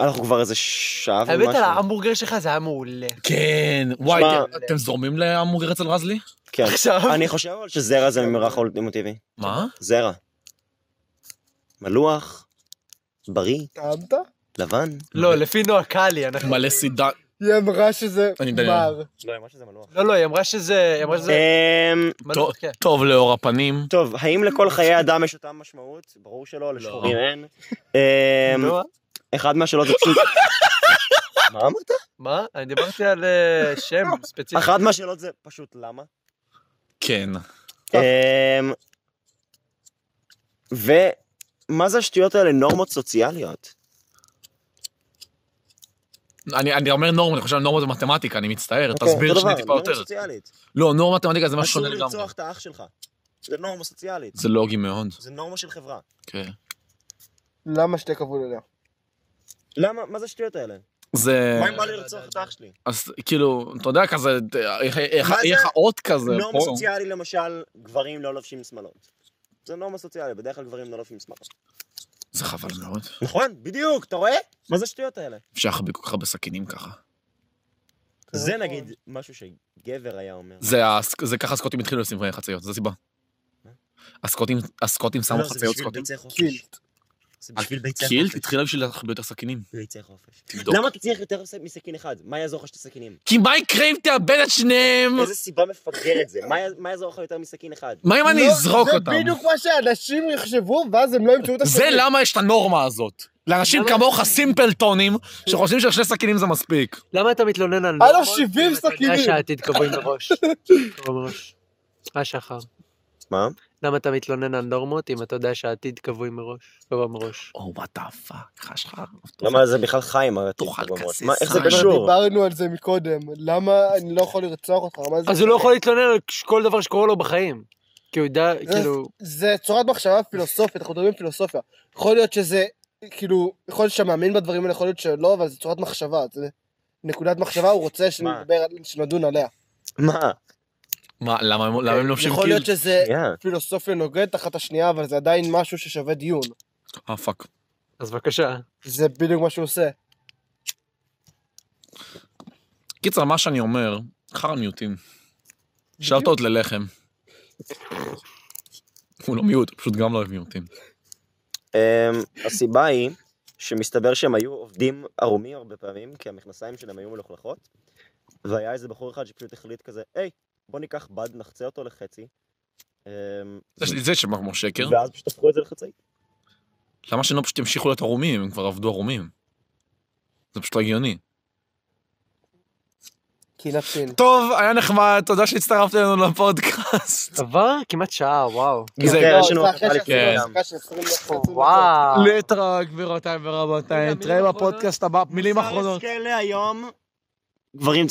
[SPEAKER 2] אנחנו כבר איזה שעה ומשהו.
[SPEAKER 7] האמת על ההמבורגר שלך זה היה מעולה.
[SPEAKER 1] כן, וואי,
[SPEAKER 2] שמע-
[SPEAKER 1] אתם זורמים להמבורגר אצל רזלי?
[SPEAKER 2] כן.
[SPEAKER 7] עכשיו?
[SPEAKER 2] אני חושב אבל שזרע זה ממרח אולטימוטיבי.
[SPEAKER 1] מה?
[SPEAKER 2] זרע. מלוח, בריא,
[SPEAKER 4] טעמת?
[SPEAKER 2] לבן.
[SPEAKER 7] לא, לפי נועה קאלי אנחנו...
[SPEAKER 1] מלא סידה.
[SPEAKER 4] היא אמרה שזה
[SPEAKER 1] אני מדמיין.
[SPEAKER 4] מר.
[SPEAKER 2] לא, היא אמרה שזה מלוח.
[SPEAKER 7] לא, לא, היא אמרה שזה... היא אמרה
[SPEAKER 2] אה,
[SPEAKER 7] שזה... מה, לא,
[SPEAKER 1] טוב.
[SPEAKER 7] כן.
[SPEAKER 1] טוב לאור הפנים.
[SPEAKER 2] אמ, טוב, האם לכל חיי אדם יש אותה משמעות? ברור שלא, לשחורים אין. אמ,
[SPEAKER 5] לא.
[SPEAKER 7] נועה?
[SPEAKER 2] אחד מהשאלות זה פשוט... מה אמרת?
[SPEAKER 7] מה? אני דיברתי על אה, שם ספציפי.
[SPEAKER 2] אחת מהשאלות זה פשוט למה.
[SPEAKER 1] כן.
[SPEAKER 2] אמ, ומה זה השטויות האלה? נורמות סוציאליות.
[SPEAKER 1] אני, אני אומר נורמה, אני חושב על נורמה זה מתמטיקה, אני מצטער,
[SPEAKER 2] אוקיי,
[SPEAKER 1] תסביר
[SPEAKER 2] אותו
[SPEAKER 1] שני
[SPEAKER 2] דבר,
[SPEAKER 1] טיפה יותר.
[SPEAKER 2] נורמה סוציאלית.
[SPEAKER 1] לא, נורמה מתמטיקה זה משהו
[SPEAKER 2] אסור
[SPEAKER 1] שונה לגמרי.
[SPEAKER 2] לרצוח את האח שלך. זה נורמה סוציאלית.
[SPEAKER 1] זה לוגי מאוד.
[SPEAKER 2] זה נורמה של חברה.
[SPEAKER 1] כן.
[SPEAKER 4] למה שתי כבוד אליה?
[SPEAKER 2] למה? מה זה השטויות האלה?
[SPEAKER 1] זה,
[SPEAKER 2] מה אם בא לי לרצוח את אח שלי?
[SPEAKER 1] אז כאילו, אתה יודע, כזה,
[SPEAKER 2] מה
[SPEAKER 1] יהיה
[SPEAKER 2] זה?
[SPEAKER 1] לך אות כזה
[SPEAKER 2] נורמה
[SPEAKER 1] פה.
[SPEAKER 2] סוציאלי למשל, גברים לא לובשים שמלות. זה נורמה סוציאלית, בדרך כלל גברים לא לובשים שמלות.
[SPEAKER 1] זה חבל מאוד.
[SPEAKER 2] נכון, בדיוק, אתה רואה? מה זה השטויות האלה?
[SPEAKER 1] אפשר לחבק אותך בסכינים ככה.
[SPEAKER 2] זה נכון. נגיד משהו שגבר היה אומר.
[SPEAKER 1] זה, הס- זה ככה הסקוטים התחילו לשים חציות, זו הסיבה. הסקוטים, הסקוטים שמו
[SPEAKER 2] לא, זה
[SPEAKER 1] חציות
[SPEAKER 2] בשביל
[SPEAKER 1] סקוטים.
[SPEAKER 2] ביצי חופש.
[SPEAKER 4] קילט.
[SPEAKER 2] זה בשביל ביצי
[SPEAKER 1] קיל,
[SPEAKER 2] חופש.
[SPEAKER 1] תתחיל בשביל להחביא יותר סכינים.
[SPEAKER 2] ביצי חופש.
[SPEAKER 1] תבדוק.
[SPEAKER 2] למה אתה צריך יותר מסכין אחד? מה יעזור לך שתי סכינים?
[SPEAKER 1] כי מה יקרה אם תאבד את שניהם?
[SPEAKER 2] איזה סיבה מפגרת זה? מה יע- מה יעזור לך יותר מסכין אחד?
[SPEAKER 1] מה אם אני
[SPEAKER 4] לא,
[SPEAKER 1] אזרוק אותם?
[SPEAKER 4] זה בדיוק מה שאנשים יחשבו, ואז הם לא ימצאו את
[SPEAKER 1] זה
[SPEAKER 4] הסרטים.
[SPEAKER 1] למה יש את הנורמה הזאת. לאנשים
[SPEAKER 2] לא,
[SPEAKER 1] כמוך סימפלטונים, שחושבים ששני סכינים זה מספיק.
[SPEAKER 5] למה אתה מתלונן על...
[SPEAKER 4] היה לו
[SPEAKER 5] נורמות
[SPEAKER 4] 70
[SPEAKER 5] אם אתה יודע
[SPEAKER 4] סכינים.
[SPEAKER 5] שהעתיד קבוע מראש. קבוע מראש. מה שחר?
[SPEAKER 2] מה?
[SPEAKER 5] למה אתה מתלונן על נורמות אם אתה יודע שהעתיד קבוי מראש? קבוע מראש.
[SPEAKER 1] או, וואט דה פאק, חש לך?
[SPEAKER 2] למה זה בכלל חי עם העתיד?
[SPEAKER 1] תאכל
[SPEAKER 2] בגמרות?
[SPEAKER 1] כזה
[SPEAKER 2] מה, איך זה
[SPEAKER 1] סל.
[SPEAKER 2] קשור?
[SPEAKER 4] דיברנו על זה מקודם, למה אני לא יכול לרצוח אותך? מה זה-
[SPEAKER 5] אז הוא לא יכול להתלונן על כל דבר שקורה לו בחיים. כי הוא יודע, כאילו...
[SPEAKER 4] זה צורת מחשבה פילוסופית, אנחנו מדברים פילוסופיה. יכול להיות שזה, כאילו, יכול להיות שאתה מאמין בדברים האלה, יכול להיות שלא, אבל זה צורת מחשבה, זה נקודת מחשבה, הוא רוצה שנדבר, על- שנדון עליה.
[SPEAKER 2] מה?
[SPEAKER 1] מה, למה הם- למה הם לא לובשים
[SPEAKER 4] יכול
[SPEAKER 1] קיל?
[SPEAKER 4] להיות שזה
[SPEAKER 2] שנייה.
[SPEAKER 4] פילוסופיה נוגדת אחת השנייה, אבל זה עדיין משהו ששווה דיון.
[SPEAKER 1] אה, פאק.
[SPEAKER 5] אז בבקשה.
[SPEAKER 4] זה בדיוק מה שהוא עושה.
[SPEAKER 1] קיצר, מה שאני אומר, חרא מיעוטים. שאלת עוד ללחם. הוא לא מיעוט, הוא פשוט גם לא אוהב מיעוטים.
[SPEAKER 2] אמ, הסיבה היא שמסתבר שהם היו עובדים ערומים הרבה פעמים, כי המכנסיים שלהם היו מלוכלכות, והיה איזה בחור אחד שפשוט החליט כזה, היי, בוא ניקח בד, נחצה אותו לחצי. אמ,
[SPEAKER 1] זה- זה שמר כמו
[SPEAKER 4] כן.
[SPEAKER 1] שקר.
[SPEAKER 2] ואז פשוט הפכו את זה לחצי.
[SPEAKER 1] למה שהם לא פשוט ימשיכו להיות ערומים, הם כבר עבדו ערומים. זה פשוט לא הגיוני.
[SPEAKER 4] קהילת סין.
[SPEAKER 5] כן,
[SPEAKER 1] טוב, היה נחמד, תודה שהצטרפת אלינו לפודקאסט.
[SPEAKER 5] עבר כמעט שעה, וואו.
[SPEAKER 1] זה-
[SPEAKER 2] אוקיי, יש
[SPEAKER 4] לא,
[SPEAKER 2] לנו
[SPEAKER 4] זה אחרי
[SPEAKER 2] הפתעה לפני
[SPEAKER 4] שעשינו
[SPEAKER 1] כן.
[SPEAKER 2] העולם.
[SPEAKER 4] הפסקה של 20 דקות.
[SPEAKER 5] וואו.
[SPEAKER 1] להתראה, גבירותיי ורבותיי,
[SPEAKER 5] רגע, מילים
[SPEAKER 1] נתראה
[SPEAKER 4] כן.
[SPEAKER 5] אחרונות?
[SPEAKER 1] בפודקאסט הבא, מילים אחרונות.
[SPEAKER 2] כאלה היום. גברים